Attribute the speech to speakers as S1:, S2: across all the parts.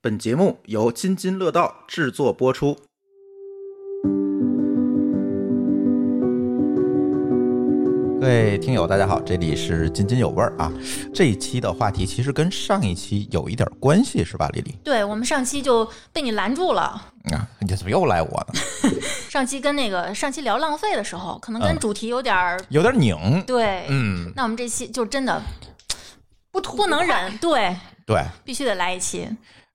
S1: 本节目由津津乐道制作播出。各位听友，大家好，这里是津津有味儿啊。这一期的话题其实跟上一期有一点关系，是吧，丽丽？
S2: 对我们上期就被你拦住了。
S1: 啊，你怎么又赖我呢？
S2: 上期跟那个上期聊浪费的时候，可能跟
S1: 嗯
S2: 主题有点儿、
S1: 有点拧。
S2: 对。
S1: 嗯，
S2: 那我们这期就真的不不能忍，对，
S1: 对。
S2: 必须得来一期。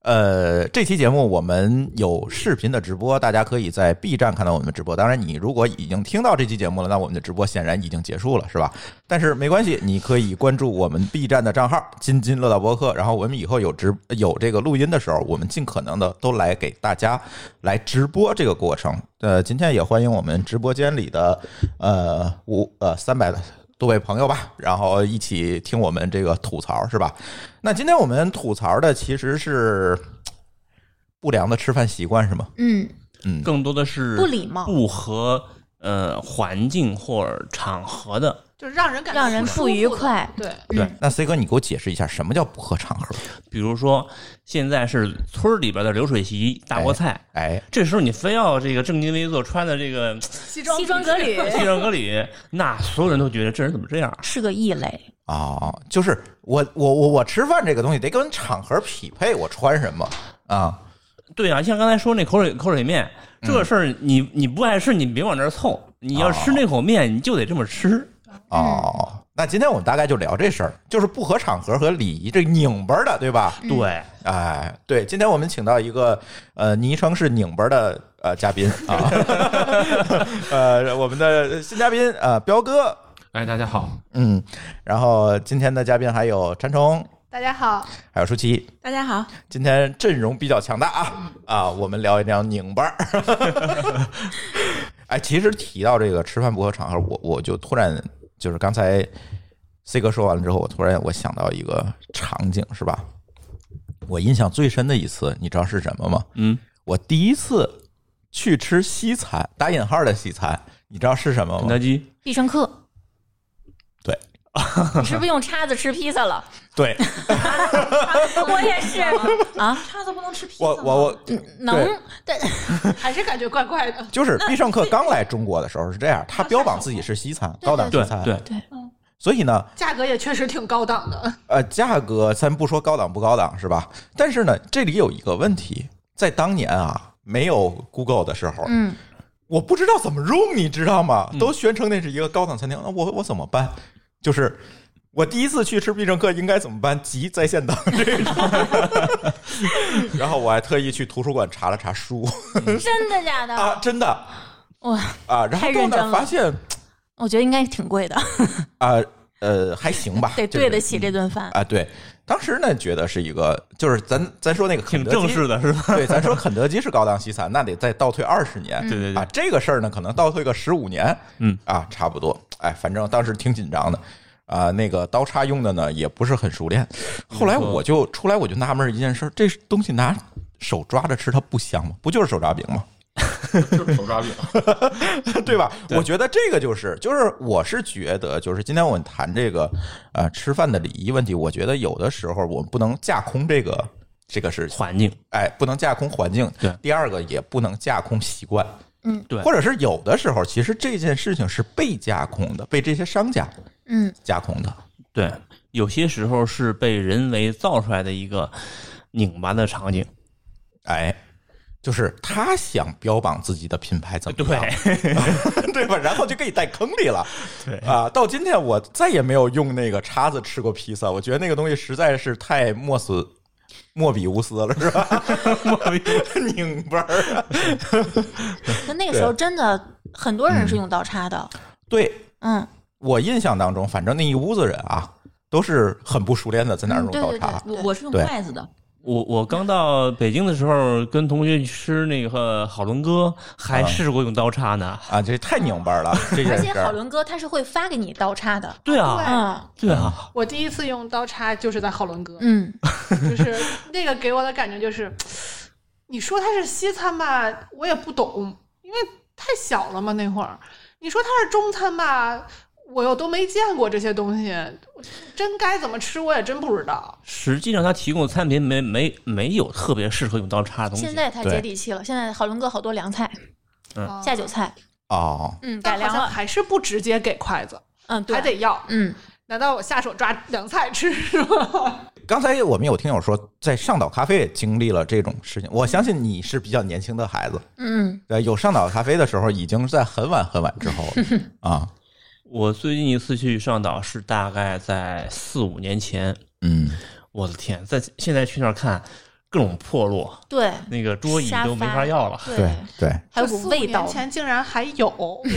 S1: 呃，这期节目我们有视频的直播，大家可以在 B 站看到我们的直播。当然，你如果已经听到这期节目了，那我们的直播显然已经结束了，是吧？但是没关系，你可以关注我们 B 站的账号“津津乐道博客”，然后我们以后有直有这个录音的时候，我们尽可能的都来给大家来直播这个过程。呃，今天也欢迎我们直播间里的呃五呃三百多位朋友吧，然后一起听我们这个吐槽，是吧？那今天我们吐槽的其实是不良的吃饭习惯，是吗？
S2: 嗯，
S3: 更多的是
S2: 不礼貌
S3: 不合呃环境或者场合的。
S4: 就是让人感觉
S2: 让人
S4: 舒
S2: 不愉
S4: 服的
S2: 快
S4: 对，
S1: 对。那 C 哥，你给我解释一下什么叫不合场合？
S3: 比如说，现在是村儿里边的流水席、大锅菜，
S1: 哎，
S3: 这时候你非要这个正襟危坐，穿的 这个
S4: 西
S2: 西装革履
S3: 西装革履，那所有人都觉得这人怎么这样？啊
S2: 是个异类。
S1: 哦，就是我我我我吃饭这个东西得跟场合匹配，我穿什么啊？
S3: 对啊，像刚才说那口水口水面这事儿，你你不爱吃，你别往这儿凑。你要吃那口面，你就得这么吃。
S1: 哦，那今天我们大概就聊这事儿，就是不合场合和礼仪这拧巴儿的，对吧？
S2: 嗯
S3: 对，
S1: 哎，对，今天我们请到一个呃昵称是拧巴儿的呃嘉宾啊， 呃，我们的新嘉宾呃彪哥，
S5: 哎，大家好，
S1: 嗯，然后今天的嘉宾还有馋虫，
S4: 大家好，
S1: 还有舒淇，
S4: 大家好，
S1: 今天阵容比较强大啊啊！我们聊一聊拧巴儿。 哎，其实提到这个吃饭不合场合，我我就突然就是刚才 C 哥说完了之后，我突然我想到一个场景，是吧？我印象最深的一次，你知道是什么吗？
S3: 嗯，
S1: 我第一次去吃西餐（打引号的西餐），你知道是什么
S3: 肯
S1: 吗
S3: 德？基
S2: 必胜客，
S1: 对，
S2: 你是不是用叉子吃披萨了？
S1: 对
S2: 我也是啊，
S4: 叉子不能吃披萨
S1: 我
S4: 吗
S1: 我我
S2: 能
S1: 对，
S2: 但
S4: 还是感觉怪怪的。
S1: 就是必胜客刚来中国的时候是这样，他标榜自己是西餐，高档西
S3: 对
S1: 餐，
S3: 对，
S1: 所以呢，
S4: 价格也确实挺高档的，
S1: 呃，价格咱不说高档不高档是吧？但是呢，这里有一个问题，在当年啊，没有 Google 的时候，
S2: 嗯，
S1: 我不知道怎么用，你知道吗？
S3: 嗯
S1: 都宣称那是一个高档餐厅，那我我怎么办？就是我第一次去吃必胜客应该怎么办？急在线等这种。 然后我还特意去图书馆查了查书
S2: 真的假的？
S1: 啊，真的
S2: 啊哇，
S1: 啊，然后
S2: 太
S1: 到
S2: 认
S1: 那
S2: 真
S1: 儿发
S2: 了
S1: 现
S2: 我觉得应该挺贵的，
S1: 啊，呃，还行吧，
S2: 得
S1: 这
S2: 对
S1: 个
S2: 得起这 顿饭。
S1: 啊，对。当时呢，觉得是一个，就是咱咱说那个肯
S3: 挺
S1: 德基
S3: 正式的是吧？
S1: 对，咱说肯德基是高档西餐，那得再倒退二十
S2: 嗯
S1: 年。
S3: 对对对
S1: 啊，这个事儿呢，可能倒退个十五年，
S3: 嗯
S1: 啊，差不多。哎，反正当时挺紧张的，啊，那个刀叉用的呢也不是很熟练。后来我就出来，我就纳闷儿一件事儿：这东西拿手抓着吃，它不香吗？不就是手抓饼吗？
S5: 就是手抓饼。
S1: 对吧？我觉得这个就是，就是我是觉得，就是今天我们谈这个呃吃饭的礼仪问题，我觉得有的时候我们不能架空这个这个事情。
S3: 环境
S1: 哎，不能架空环境。
S3: 对
S1: 第二个也不能架空习惯。
S2: 嗯，
S3: 对
S1: 或者是有的时候，其实这件事情是被架空的，被这些商家
S2: 嗯，
S1: 架空的。
S3: 对，有些时候是被人为造出来的一个拧巴的场景。
S1: 哎，就是他想标榜自己的品牌怎么样，
S3: 对，
S1: 对吧？然后就给你带坑里了。
S3: 对
S1: 啊，到今天我再也没有用那个叉子吃过披萨，我觉得那个东西实在是太莫斯莫比乌斯了，是吧？拧巴儿。
S2: 那那个时候真的很多
S1: 嗯
S2: 人是用刀叉的，
S1: 对，
S2: 嗯，
S1: 我印象当中，反正那一屋子人啊，都是很不熟练的，在那儿
S2: 嗯
S1: 弄
S2: 对
S1: 刀
S2: 对对
S1: 叉。，
S2: 对
S4: 我是用
S1: 对
S4: 子的，
S3: 我我刚到北京的时候，跟同学去吃那个好伦哥，还试过用刀叉呢。
S1: 啊，这太拧巴儿 了，这
S2: 而
S1: 件
S2: 且
S1: 事
S2: 好
S1: 儿。
S2: 伦哥他是会发给你刀叉的，
S3: 对啊，
S2: 嗯
S3: 对啊，
S4: 我第一次用刀叉就是在好伦哥，
S2: 嗯，
S4: 就是那个给我的感觉就是，你说它是西餐吧，我也不懂，因为太小了嘛那会儿；你说它是中餐吧，我又都没见过这些东西，真该怎么吃我也真不知道。
S3: 实际上，它提供的餐品没没没有特别适合用刀叉的东西。
S2: 现在它接地气了，现在好伦哥好多凉菜、
S3: 嗯
S2: 下酒菜，
S1: 哦，
S2: 嗯，
S4: 但
S2: 改
S4: 好
S2: 良
S4: 像
S2: 了，
S4: 还是不直接给筷子，
S2: 嗯，
S4: 还
S2: 对，
S4: 得要。
S2: 嗯，
S4: 难道我下手抓凉菜吃是吗？
S1: 刚才我们有听友说在上岛咖啡也经历了这种事情，我相信你是比较年轻的孩子，
S2: 嗯，
S1: 对，有上岛咖啡的时候已经在很晚很晚之后了啊，
S3: 我最近一次去上岛是大概在四五年前，
S1: 嗯，
S3: 我的天，在现在去那儿看各种破落，
S2: 对，
S3: 那个桌椅
S2: 沙
S3: 都没
S2: 发
S3: 法要了。
S1: 对
S2: 对，
S1: 对，
S2: 还有
S4: 这
S2: 股
S4: 四五
S2: 味道
S4: 年，前竟然还有，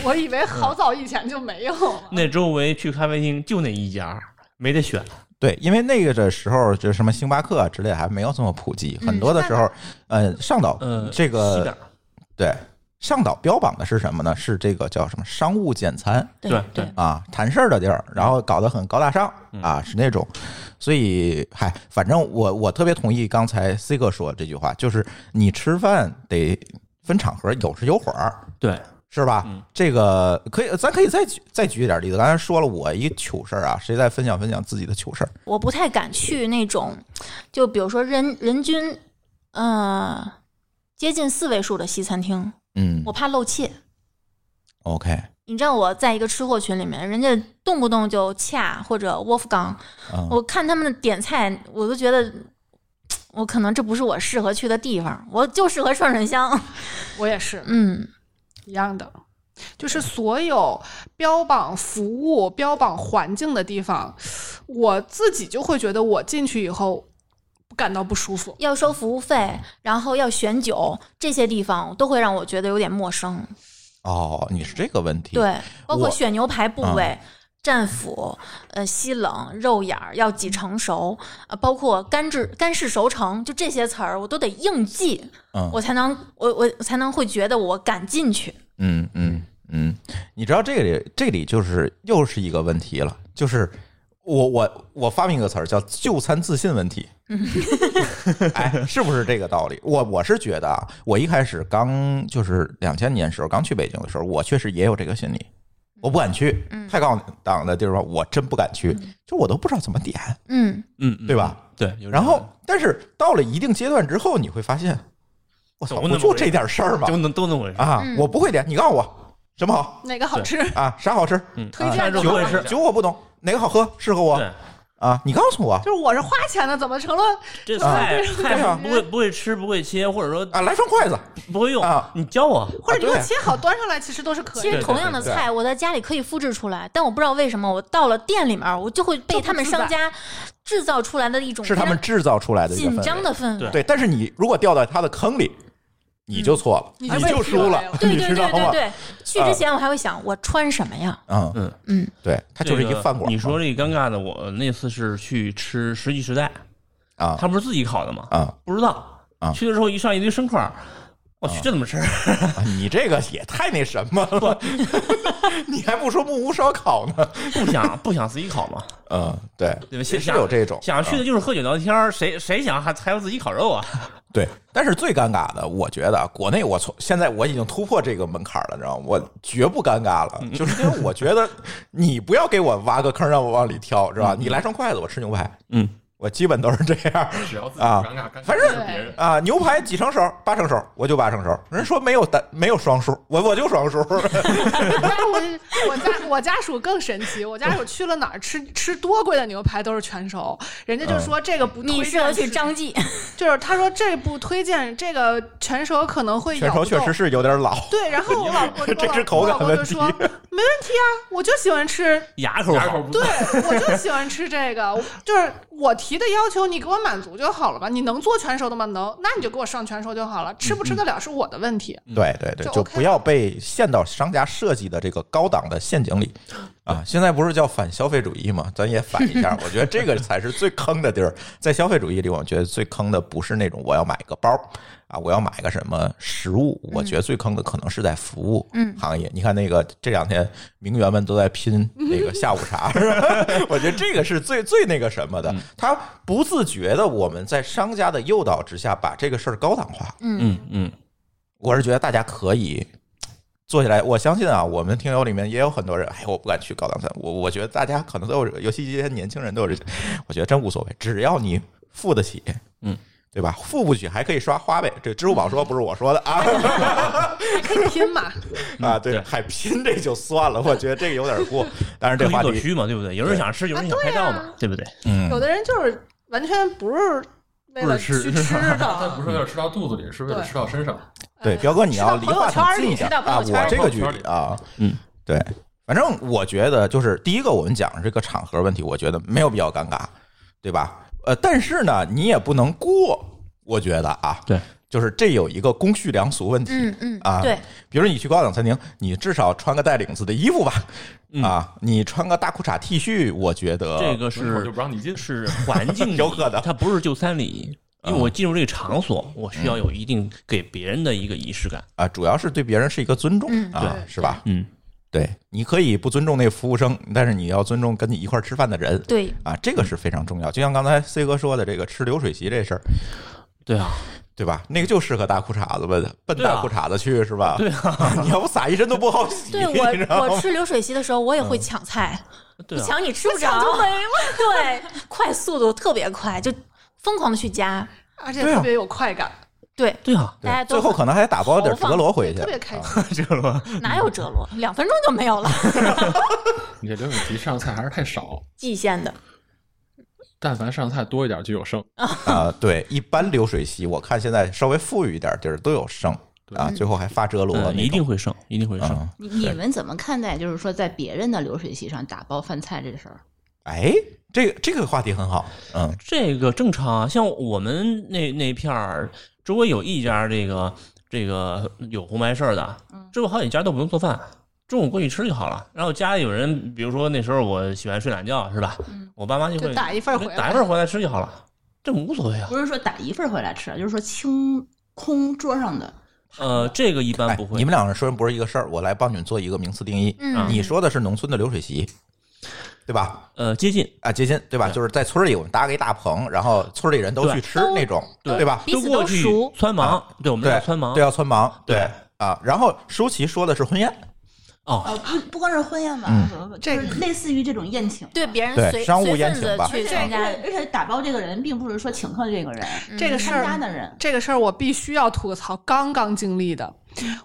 S4: 我以为好早以前就没有了。
S3: 那周围去咖啡厅就那一家，没得选。
S1: 对，因为那个的时候，就什么星巴克啊之类的还没有这么普及，很多的时候，呃，上岛，
S3: 呃，
S1: 这
S3: 西
S1: 个
S3: 边
S1: 对上岛标榜的是什么呢？是这个叫什么商务简餐
S2: 对
S3: 对
S2: 对
S3: 对，
S1: 啊，谈事儿的地儿，然后搞得很高大上啊，是那种。所以，嗨，反正我我特别同意刚才 C 哥说这句话，就是你吃饭得分场合，有时有会儿，
S3: 对，
S1: 是吧？这个可以，咱可以再举再举一点例子。刚才说了我一糗事儿啊，谁再分享分享自己的糗事儿？
S2: 我不太敢去那种，就比如说人人均，呃，接近四位数的西餐厅，
S1: 嗯
S2: 我怕漏气。
S1: ，OK，
S2: 你知道我在一个吃货群里面，人家动不动就恰或者 Wolfgang，
S1: 嗯，
S2: 我看他们的点菜，我都觉得我可能这不是我适合去的地方，我就适合涮涮香。
S4: 我也是
S2: 嗯，
S4: 一样的，就是所有标榜服务、标榜环境的地方，我自己就会觉得我进去以后感到不舒服。
S2: 要收服务费，然后要选酒，这些地方都会让我觉得有点陌生。
S1: 哦，你是这个问题。，
S2: 对，包括
S1: 我啊
S2: 选牛排部位、战斧、呃西冷、肉眼儿要几成熟，呃，包括干制、干式熟成，就这些词儿我都得硬记，
S1: 嗯
S2: 我才能我我才能会觉得我敢进去。
S1: 嗯嗯嗯，你知道这里这里就是又是一个问题了，就是我我我发明一个词儿叫“就餐自信问 题”。哎，是不是这个道理？我我是觉得啊，我一开始刚就是两千年时候刚去北京的时候，我确实也有这个心理，我不敢去
S2: 嗯
S1: 太高档的地方，我真不敢去，就我都不知道怎么点，
S2: 嗯，
S3: 嗯，嗯
S1: 对吧？？
S3: 对，有这
S1: 然
S3: 样
S1: 后，但是到了一定阶段之后，你会发现，我操，
S3: 都那
S1: 我
S3: 么
S1: 就
S3: 回
S1: 这点事儿嘛
S3: 就能都能回事。
S1: 啊，
S2: 嗯
S1: 我不会点，你告诉我什么好
S4: 哪个好吃？
S1: 啊，啥好吃，
S3: 嗯，
S4: 推
S1: 啊
S4: 荐
S3: 就
S4: 的
S1: 酒
S3: 会
S4: 话，
S3: 是
S1: 酒我不懂，哪个好喝适合我
S3: 对，
S1: 啊，你告诉我
S4: 就是我是花钱的，怎么成了？
S3: 这
S1: 啊
S3: 菜
S1: 对
S3: 菜
S1: 啊
S3: 不会不会吃，不会切，或者说
S1: 啊，来双筷子，
S3: 不会用
S1: 啊，
S3: 你教我。
S4: 或者你给
S1: 对
S4: 我切好端上来，其实都是可
S2: 其
S4: 以
S2: 实
S4: 的。
S2: 同样的菜，我在家里可以复制出来，但我不知道为什么我到了店里面，我就会被他们商家制造出来的一种
S1: 是他们制造出来的一个
S2: 紧
S1: 氛
S2: 张
S1: 围
S2: 的嗯氛围
S3: 对。
S1: 对，但是你如果掉到他的坑里，你就错了，
S4: 你
S1: 你
S4: 就
S1: 就
S4: 被
S1: 输了，
S4: 踢
S2: 对
S1: 你
S2: 对
S1: 知
S2: 对
S1: 道
S2: 对
S1: 吗？
S2: 对，去之前我还会想我穿什么呀？
S1: 嗯
S3: 嗯，
S2: 嗯，
S1: 对，他就是一
S3: 这
S1: 个饭馆嘛。
S3: 你说这个尴尬的，我那次是去吃《石器时代》，
S1: 啊
S3: 他不是自己烤的吗？
S1: 啊，
S3: 不知道
S1: 啊
S3: 去的时候一上一堆生块儿，我去这怎么吃？
S1: 你这个也太那什么了，你还不说木屋烧烤呢？
S3: 不想不想自己烤嘛？
S1: 嗯，对，
S3: 对吧？
S1: 其
S3: 想
S1: 实有这种
S3: 想去
S1: 啊
S3: 的就是喝酒聊天儿，谁谁想还还要自己烤肉啊？
S1: 对，但是最尴尬的，我觉得啊国内我从现在我已经突破这个门槛了，你知道吗？我绝不尴尬了，就是因为我觉得你不要给我挖个坑让我往里跳，是吧？你来双筷子，我吃牛排，
S3: 嗯，
S1: 我基本都是这样
S5: 只要自己
S1: 啊
S5: 不尴尬，尴尬
S1: 反
S5: 的
S1: 正
S5: 是别人。
S1: 啊。牛排几成熟？八成熟，我就八成熟。人说没有单没有双数，我我就双数。
S4: 我我家我家属更神奇，我家属去了哪儿吃吃多贵的牛排都是全熟，人家
S1: 嗯
S4: 就说这个不推荐
S2: 你
S4: 吃。
S2: 适合去张记，
S4: 就是他说这不推荐，这个全熟可能会
S1: 全
S4: 咬不
S1: 熟确
S4: 动。
S1: 实是有点老，
S4: 对，然后我老我
S1: 这是口
S4: 我老
S1: 感
S4: 公
S1: 问
S4: 就
S1: 题
S4: 说没问题啊，我就喜欢吃，
S3: 牙口
S5: 牙口
S3: 好，
S5: 不
S4: 对我就喜欢吃这个，就是我提的要求你给我满足就好了吧？你能做全熟的吗？能，那你就给我上全熟就好了，吃不
S1: 嗯
S4: 吃得了是我的问题。
S1: 对对对，
S4: 就
S1: 就
S4: OK
S1: 不要被陷到商家设计的这个高档的陷阱里
S4: 嗯
S1: 啊！现在不是叫反消费主义吗？咱也反一下，我觉得这个才是最坑的地儿。在消费主义里，我觉得最坑的不是那种我要买个包啊，我要买个什么食物，
S4: 嗯
S1: 我觉得最坑的可能是在服务
S2: 嗯
S1: 行业。你看那个这两天名媛们都在拼那个下午茶， 是吧我觉得这个是最最那个什么的，他不自觉的我们在商家的诱导之下把这个事儿高档化。
S2: 嗯，
S3: 嗯嗯，
S1: 我是觉得大家可以做起来，我相信啊，我们听友里面也有很多人，哎，我不敢去高档餐，我我觉得大家可能都有这个，尤其这些年轻人都有这，我觉得真无所谓，只要你付得起，
S3: 嗯，
S1: 对吧？付不起还可以刷花呗，这支付宝说不是我说的啊
S4: 还可以拼嘛？
S1: 啊，对，
S3: 对
S1: 海拼这就算了，我觉得这个有点过，当然这
S3: 各取
S1: 话
S3: 所
S1: 题，
S3: 需嘛，对不对？有人想吃，有人想拍照嘛，对不对？
S1: 嗯
S4: 有的人就是完全不是为了去吃
S5: 但不
S4: 的，
S5: 是为了吃到肚子里，是为了吃到身上。
S1: 对，
S4: 哎
S1: 彪哥，你要离
S4: 吃到朋
S1: 话筒
S4: 友圈儿
S1: 近一
S4: 里，
S1: 点
S4: 吃到朋
S1: 啊！
S4: 友圈
S1: 我
S4: 儿
S1: 这
S4: 里。
S1: 个距离啊，
S3: 嗯，
S1: 对，反正我觉得就是第一个，我们讲这个场合问题，我觉得没有必要尴尬，对吧？呃，但是呢，你也不能过，我觉得啊，
S3: 对，
S1: 就是这有一个公序良俗问题，
S2: 嗯嗯
S1: 啊
S2: 对，
S1: 比如你去高档餐厅，你至少穿个带领子的衣服吧，
S3: 嗯
S1: 啊，你穿个大裤衩 T 恤，我觉得
S3: 这个
S5: 门口就是不让你进。
S3: 是环境 礼
S1: 有可能
S3: 它不是就餐礼仪。因
S1: 啊
S3: 为我进入这个场所，我
S1: 嗯
S3: 需要有一定给别人的一个仪式感。
S1: 啊，主要是对别人是一个尊重、
S2: 嗯
S1: 啊，
S4: 对
S1: 是吧？
S3: 嗯，
S1: 对，你可以不尊重那服务生，但是你要尊重跟你一块儿吃饭的人，
S2: 对，
S1: 啊，这个是非常重要。就像刚才 C 哥说的，这个吃流水席这事儿，
S3: 对啊，
S1: 对吧？那个就适合大裤衩子奔奔
S3: 对啊
S1: 大裤衩子去是吧？
S3: 对啊，
S1: 你要不撒一身都不好洗，
S2: 对
S1: 你知
S2: 我
S1: 道
S2: 我
S1: 吗？
S2: 吃流水席的时候，我也会抢菜，
S3: 对啊，
S2: 抢你吃不着，
S4: 抢就没
S2: 对，快速度特别快，就疯狂的去加，
S4: 而且
S1: 对啊
S4: 特别有快感，
S2: 对，
S3: 对 啊，
S1: 对
S2: 大家都
S1: 最后可能还打包点
S2: 豪
S1: 折
S2: 放
S1: 罗回去，啊
S4: 特别开
S3: 这
S4: 心。
S3: 个吧
S2: 哪有折罗，两分钟就没有了，
S5: 你这流水席上菜还是太少，
S2: 蓟县的，
S5: 但凡上菜多一点就有剩。
S1: 啊。对，一般流水席我看现在稍微富裕一点地儿都有剩啊，最后还发折罗那
S3: 呃
S1: 种，
S3: 一定会剩，一定会剩。
S1: 嗯。
S6: 你你们怎么看待就是说在别人的流水席上打包饭菜这事儿？
S1: 哎，这个这个话题很好，嗯
S3: 这个正常啊，像我们那那片儿周围有一家这个这个有红白事儿的，
S4: 嗯
S3: 之后好几家都不用做饭，中午过去吃就好了。然后家里有人，比如说那时候我喜欢睡懒觉，是吧？我爸妈就会
S4: 嗯就打一份儿回来
S3: 打一份儿回来吃就好了，这无所谓啊。
S6: 不是说打一份儿回来吃，啊就是说清空桌上的。
S3: 呃，这个一般
S1: 哎
S3: 不，会。
S1: 你们两个人说的不是一个事儿，我来帮你们做一个名词定义。
S2: 嗯
S1: 你说的是农村的流水席，对吧？
S3: 呃接近
S1: 啊，接亲对吧？
S3: 对
S1: 就是在村里我们搭个一大棚，然后村里人都去吃
S2: 对
S1: 那种，
S2: 都
S1: 对吧？
S2: 彼此
S3: 过
S2: 都
S3: 去
S2: 熟，
S3: 窜盲，对我们
S1: 啊对
S3: 叫窜盲，
S1: 对，要穿盲，
S3: 对
S1: 啊。然后舒淇说的是婚宴，
S3: 哦，
S6: 呃，不不光是婚宴吧，
S4: 这
S6: 就
S4: 个
S6: 是类似于这种宴请。
S2: 对别人
S1: 对
S2: 随
S1: 商务
S2: 随
S1: 宴
S2: 份
S1: 请
S2: 子
S1: 吧
S2: 去
S6: 而且
S2: 参加
S6: 而，且而且打包这个人并不是说请客这个人，
S4: 这个事
S6: 参
S4: 儿
S6: 加的人。
S4: 这个事儿我必须要吐个槽，刚刚经历的，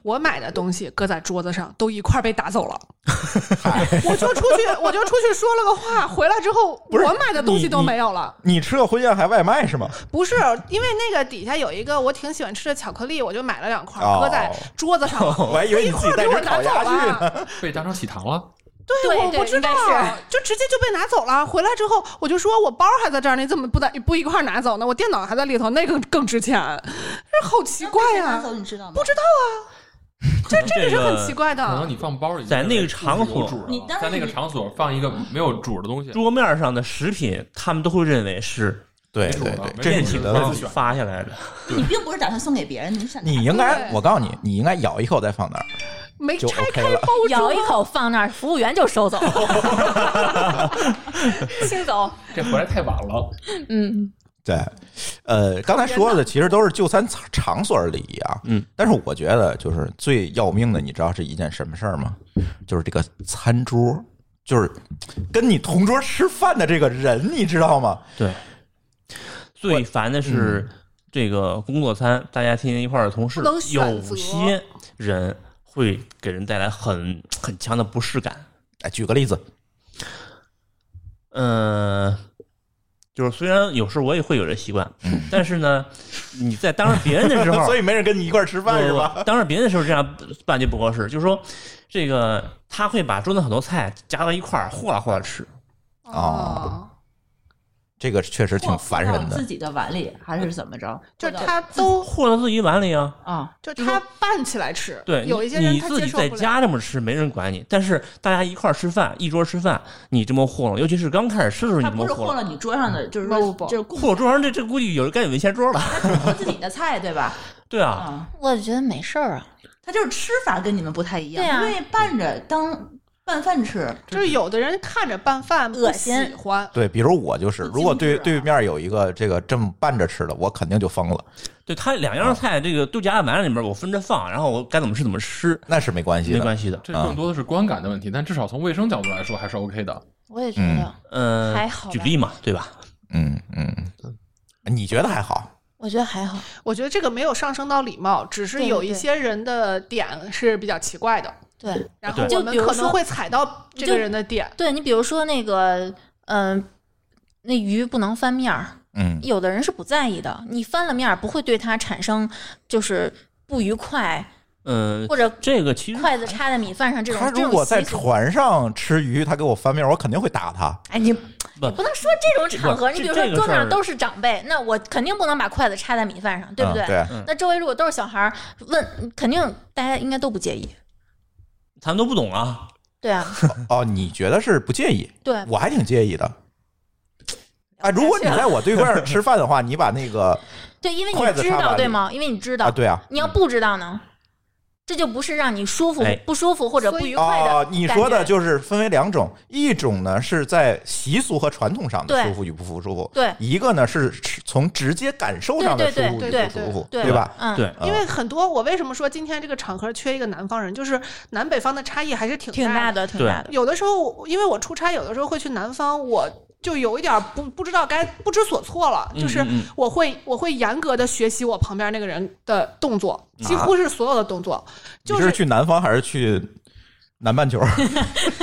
S4: 我买的东西搁在桌子上都一块儿被打走了，我就出 去我就出去说了个话，回来之后
S1: 不是
S4: 我买的东西都
S1: 你
S4: 没有了。
S1: 你吃了婚宴还外卖是吗？
S4: 不是，因为那个底下有一个我挺喜欢吃的巧克力，我就买了两块
S1: 哦
S4: 儿搁在桌子上了，
S1: 我 还以为你自己带只
S4: 给我
S1: 烤
S4: 拿走
S1: 鸭去呢。
S4: 了。
S5: 被当成喜糖了，
S2: 对
S4: 我
S2: 对
S4: 不知
S2: 应
S4: 道
S2: 该是，
S4: 就直接就被拿走了。回来之后，我就说我包还在这儿，你怎么不在不一块儿拿走呢？我电脑还在里头，那个更值钱，这好奇怪啊呀、
S6: 拿走你知道吗？
S4: 不知道
S3: 这
S4: 这个是很奇
S3: 个
S4: 怪
S5: 可能
S4: 的。
S5: 你放包里，
S3: 在那个场所
S5: 有主儿了
S6: 你当然
S5: 在那个
S6: 你
S5: 场所放一个没有主儿的东西，
S3: 桌面上的食品，他们都会认为是
S1: 对
S5: 没准
S1: 对
S5: 儿
S1: 对，这
S5: 没准
S1: 是
S5: 儿
S3: 宴
S1: 你
S3: 请
S5: 没准
S1: 的
S5: 儿，
S3: 方发下来的。
S6: 你并不是打算送给别人，你想
S1: 你应该，
S4: 对
S1: 我告诉你，你应该咬一口再放那儿，
S4: 没
S1: 就
S4: 拆
S1: OK
S4: 开
S1: 了
S4: 包住，
S2: 咬一口放那儿，服务员就收走， 清走，
S5: 这回来太晚了。
S2: 嗯，
S1: 对，呃，刚才说的其实都是就餐场所礼仪啊，
S3: 嗯，
S1: 但是我觉得就是最要命的，你知道是一件什么事儿吗？就是这个餐桌，就是跟你同桌吃饭的这个人，你知道吗？
S3: 对，最烦的是
S1: 嗯
S3: 这个工作餐，大家天天一块儿的同事
S4: 不能，选择
S3: 有些人会给人带来很很强的不适感。
S1: 哎，举个例子，
S3: 嗯、就是虽然有时候我也会有这习惯，
S1: 嗯
S3: 但是呢，你在当着别人的时候，
S1: 所以没人跟你一块儿吃饭是吧？
S3: 不？当着别人的时候这样办就不合适。就是说，这个他会把桌子很多菜夹到一块儿，和啦和啦吃。
S1: 哦，这个确实挺烦人
S6: 自
S1: 的。
S6: 己的碗里还是怎么着？
S4: 就是
S6: 或者
S4: 他都
S3: 和到自己碗里啊，
S6: 啊，
S4: 就他拌起来吃，
S3: 对，
S4: 有
S3: 你
S4: 一些人
S3: 你
S4: 他
S3: 自
S4: 接
S3: 己
S4: 受
S3: 在
S4: 不了。
S3: 家这么吃，没人管你。但是大家一块儿吃饭，一桌吃饭，你这么糊弄，尤其是刚开始吃的时候，你
S6: 他
S3: 这么
S6: 不是
S3: 糊
S6: 和
S3: 弄，
S6: 了你桌上的，就是
S4: 不
S6: 说
S4: 不不
S6: 就是
S3: 糊弄桌上这这估计有人该有文钱桌了。
S6: 和自己的菜，对吧？
S3: 对啊，
S6: 啊，
S2: 我觉得没事儿啊，
S6: 他就是吃法跟你们不太一样，
S2: 对啊
S6: 因为拌着当。拌饭吃，
S4: 就是有的人看着拌饭不
S2: 恶心
S4: 喜欢，
S1: 对，比如我就是，
S6: 不
S1: 如果
S6: 精
S1: 对
S6: 致啊
S1: 对面有一个这个这么拌着吃的，我肯定就疯了，
S3: 对它两样菜，这个都夹在碗里面，我分着放，然后我该怎么吃怎么吃，
S1: 那是没关系
S3: 没
S1: 的。
S3: 关系的。
S5: 这更多的是观感的问题，但至少从卫生角度来说还是 OK 的。
S2: 我也觉得，
S3: 嗯，
S2: 还好吧
S3: 举例嘛，对吧？
S1: 嗯嗯，你觉得还好？
S2: 我觉得还好。
S4: 我觉得这个没有上升到礼貌，只是
S2: 对
S4: 有一
S2: 对
S4: 些人的点是比较奇怪的，
S2: 对，
S4: 然后
S3: 对
S4: 我
S2: 就
S4: 们
S2: 比如
S4: 可能
S2: 说
S4: 会踩到这
S2: 就
S4: 个人的点。
S2: 对你比如说那个，嗯、那鱼不能翻面儿，
S1: 嗯
S2: 有的人是不在意的，你翻了面儿不会对它产生就是不愉快，
S3: 嗯，
S2: 或者
S3: 这个其实
S2: 筷子插在米饭上这种
S1: 他
S2: 这
S1: 如
S2: 种
S1: 果在
S2: 习俗。
S1: 船上吃鱼，他给我翻面，我肯定会打他。
S2: 哎，你不能说这种场合，
S3: 这
S2: 你比如说
S3: 这个
S2: 桌面
S3: 事儿
S2: 上都是长辈，那我肯定不能把筷子插在米饭上，对不
S1: 嗯
S3: 啊
S2: 对？
S1: 对，
S2: 那周围如果都是小孩儿，问肯定大家应该都不介意。
S3: 他们都不懂啊。
S2: 对啊，
S1: 哦，你觉得是不介意？
S2: 对，
S1: 我还挺介意的。啊，如果你在我对面 儿吃饭的话，你把那个
S2: 对，因为
S1: 筷
S2: 你
S1: 子
S2: 知
S1: 插碗
S2: 道
S1: 里
S2: 对吗？因为你知道，
S1: 啊，对啊，
S2: 你要不知道呢，这就不是让你舒服
S3: 哎、
S2: 不舒服或者不愉快的
S1: 哦
S2: 感觉。，
S1: 你说的就是分为两种，一种呢是在习俗和传统上的
S2: 对
S1: 舒服与不舒服，
S2: 对
S1: 一个呢是是从直接感受上的舒
S2: 对
S1: 服
S2: 对
S1: 与
S2: 对
S1: 不舒服，
S2: 对
S1: 吧？？
S2: 嗯，
S3: 对，
S1: 嗯
S4: 因为很多，我为什么说今天这个场合缺一个南方人，就是南北方的差异还是挺
S2: 挺
S4: 大
S2: 大的，
S4: 的。
S2: 挺大的。
S4: 有的时候，因为我出差，有的时候会去南方，我就有一点儿不不知道该不知所措了，
S3: 嗯
S4: 就是
S3: 嗯嗯
S4: 我会我会严格的学习我旁边那个人的动作，
S3: 啊
S4: 几乎是所有的动作，就
S1: 你是去南方还是去南半球？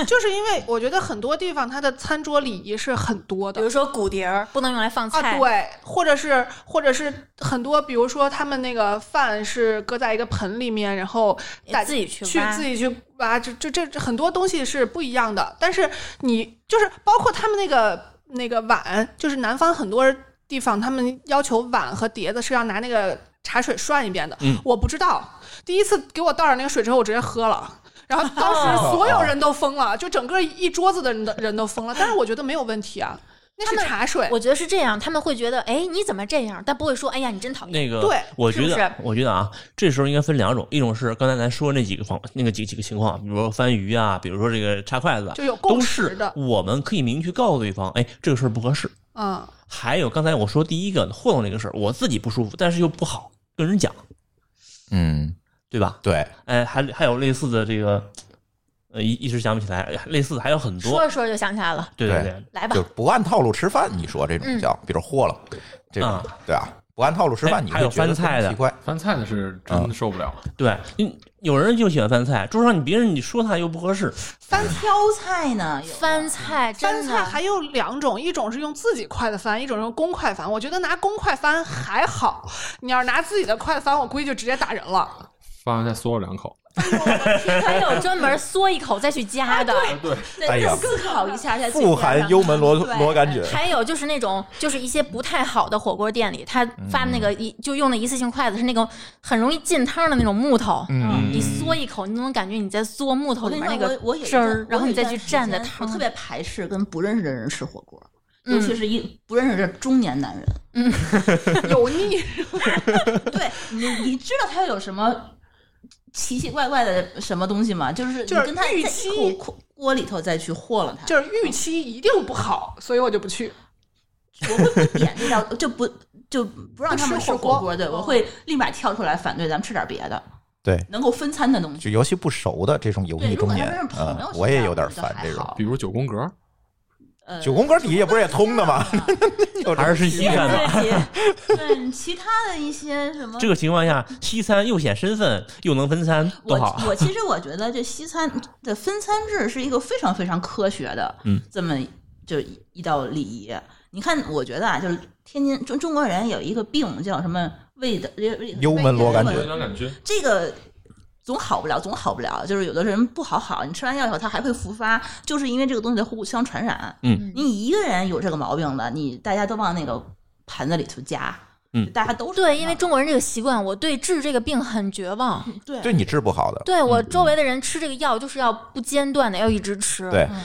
S4: 就是因为我觉得很多地方它的餐桌礼仪是很多
S2: 比
S4: 的
S2: 如。说骨碟儿不能用来放
S4: 啊，
S2: 菜，
S4: 对，或者是或者是很多，比如说他们那个饭是搁在一个盆里面，然后大
S2: 自己去
S4: 去
S2: 挖
S4: 自己去挖，这这这这很多东西是不一样的。但是你就是包括他们那个那个碗，就是南方很多地方他们要求碗和碟子是要拿那个茶水涮一遍的，
S3: 嗯
S4: 我不知道。第一次给我倒上那个水之后，我直接喝了。然后当时
S2: 哦
S4: 所有人都疯了，就整个一桌子的人都人都疯了。但是我觉得没有问题啊，那
S2: 他
S4: 是
S2: 们
S4: 茶水。
S2: 我觉得是这样，他们会觉得，哎，你怎么这样？但不会说，哎呀，你真讨厌。
S3: 那个，
S4: 对
S3: 我觉
S2: 是不
S3: 得
S2: 是，
S3: 我觉得啊，这时候应该分两种，一种是刚才咱说那几个方，那个几几个情况，比如说翻鱼啊，比如说这个插筷子啊，
S4: 就有共
S3: 都
S4: 识
S3: 是
S4: 的，
S3: 我们可以明确告诉对方，哎，这个事儿不合适。
S4: 嗯，
S3: 还有刚才我说第一个糊弄这个事儿，我自己不舒服，但是又不好跟人讲，
S1: 嗯，
S3: 对吧？
S1: 对，
S3: 哎，还还有类似的这个，呃，一一时想不起来，类似的还有很
S2: 说
S3: 多。
S2: 着说着就想起来了，
S3: 对对，
S2: 来吧
S1: 就，不按套路吃饭，你说这
S2: 嗯
S1: 种叫，比如豁了，这种
S3: 啊
S1: 对啊，不按套路吃
S3: 哎
S1: 饭，你
S3: 还有
S1: 会觉得
S3: 翻菜
S1: 很
S3: 的
S1: 奇怪，
S5: 翻菜的是真受不了，
S3: 对，嗯，有人就喜欢翻菜，桌上你别人你说他又不合适，
S6: 翻挑菜呢，有的
S2: 翻菜，
S4: 翻
S2: 真
S4: 菜
S2: 的
S4: 还有两种，一种是用自己筷子翻，一种用公筷翻。我觉得拿公筷翻还好，你要是拿自己的筷子翻，我估计就直接打人了。
S5: 翻完再嗦了两口。
S2: 还有专门嗦一口再去夹的，
S5: 对，
S1: 哎呀
S6: 更烤一下再
S1: 富含幽门螺螺杆菌，
S2: 还有就是那种，就是一些不太好的火锅店里，他发那
S1: 嗯
S2: 个一就用的一次性筷子是那个很容易进汤的那种木头，
S1: 嗯，
S2: 你嗦一口，你都能感觉你在嗦木头
S6: 我跟
S2: 里
S6: 你
S2: 面
S6: 说，
S2: 那个
S6: 我我有一
S2: 汁
S6: 段
S2: 儿，然后
S6: 我有
S2: 你
S6: 一
S2: 再
S6: 段
S2: 去
S6: 时
S2: 蘸
S6: 间
S2: 的
S6: 我
S2: 汤，
S6: 特别排斥跟不认识的人吃火锅，
S2: 嗯
S6: 尤其是一不认识的中年 男人。
S4: 油腻，
S6: 对你，你知道他有什么奇奇怪怪的什么东西吗？就是你
S4: 就是
S6: 跟他在
S4: 预
S6: 一
S4: 期
S6: 口锅锅里头再去和了他，
S4: 就是预期一定不好，所以我就不去。
S6: 我会不点这道，就不就不让他们
S4: 不吃
S6: 吃
S4: 火锅
S6: 火锅。
S2: 哦
S6: 对，我会立马跳出来反对，咱们吃点别的，
S1: 对。
S6: 能够分餐的东西。
S1: 就尤其不熟的这种油
S6: 对，
S1: 腻
S6: 如
S1: 中
S6: 果他
S1: 年
S6: 们是，朋
S1: 嗯
S6: 友，是吧，
S1: 我也有点烦
S6: 我
S1: 这
S6: 觉得还
S1: 种。
S6: 好
S5: 比如九宫格，
S6: 呃啊
S1: 九宫格底下不是也通的 吗？有这
S3: 还是西餐吧。
S6: 对，对其他的一些什么
S3: 这个情况下，西餐又显身份，又能分餐，多好
S6: 我！我其实我觉得这西餐的分餐制是一个非常非常科学的，
S3: 嗯，
S6: 这么就一一道礼仪。你看，我觉得啊，就是天津中中国人有一个病叫什么胃的
S1: 幽门螺杆
S6: 感
S1: 菌
S6: 觉
S5: 感觉
S6: 这个总好不了，总好不了。就是有的人不好好，你吃完药以后他还会复发，就是因为这个东西的互相传染。
S3: 嗯，
S6: 你一个人有这个毛病的，你大家都往那个盘子里头加，
S3: 嗯
S6: 大家都是
S2: 对，
S6: 这
S2: 因
S6: 样
S2: 为中国人这个习惯，我对治这个病很绝望。
S6: 对
S1: 对你治不好的，
S2: 对我周围的人吃这个药就是要不间断的，要一直吃。
S1: 对，
S6: 嗯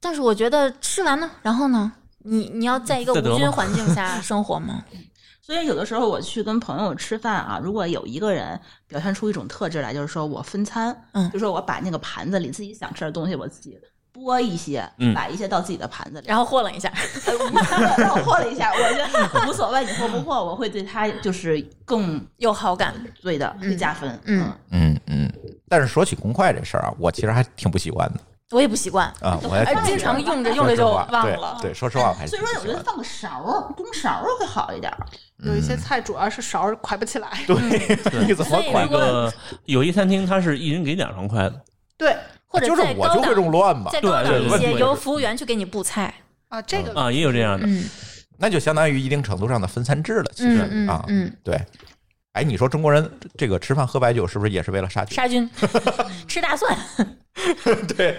S2: 但是我觉得吃完呢，然后呢，你你要在一个
S3: 再得
S2: 无菌
S3: 吗
S2: 环境下生活吗？
S6: 所以有的时候我去跟朋友吃饭啊，如果有一个人表现出一种特质来，就是说我分餐，
S2: 嗯
S6: 就说我把那个盘子里自己想吃的东西我自己拨一些，
S3: 嗯
S6: 摆一些到自己的盘子里，
S2: 然后和了一下，
S6: 哎我让 我和了一下，我觉得无所谓，你和不和，我会对他就是更
S2: 有好感。
S6: 对的，会加分，
S2: 嗯
S1: 嗯嗯。但是说起公筷这事儿啊，我其实还挺不喜欢的
S2: 我也不习惯，
S1: 啊，我也挺
S2: 哎
S1: 不，喜
S2: 经
S1: 欢
S2: 常用着
S1: 说
S2: 用着
S1: 实
S2: 就
S1: 话
S2: 忘了。
S1: 对，对，说实话，我还是
S6: 所以说
S1: 挺
S6: 我
S1: 不
S6: 觉
S1: 喜
S6: 得
S1: 欢
S6: 放个勺儿，公勺儿会好一点儿。
S4: 有一些菜主要是勺儿㧟不起来。
S1: 的对，你怎么
S2: 所以
S1: 筷
S2: 如
S3: 那
S2: 果
S3: 个呃有一餐厅，它是一人给两双筷子，
S4: 对
S2: 或者
S1: 就是
S2: 再
S1: 我
S2: 高
S1: 就会
S2: 档
S1: 用乱嘛，
S2: 再高档一
S1: 对对
S2: 些，
S1: 对
S2: 由服务员去给你布菜。
S4: 啊，这个
S3: 啊，也有这样的。
S2: 嗯
S1: 那就相当于一定程度上的分餐制了，其实
S2: 嗯嗯
S1: 啊，
S2: 嗯，
S1: 对。哎，你说中国人这个吃饭喝白酒是不是也是为了杀菌？
S2: 杀 菌，吃大蒜，
S1: 对，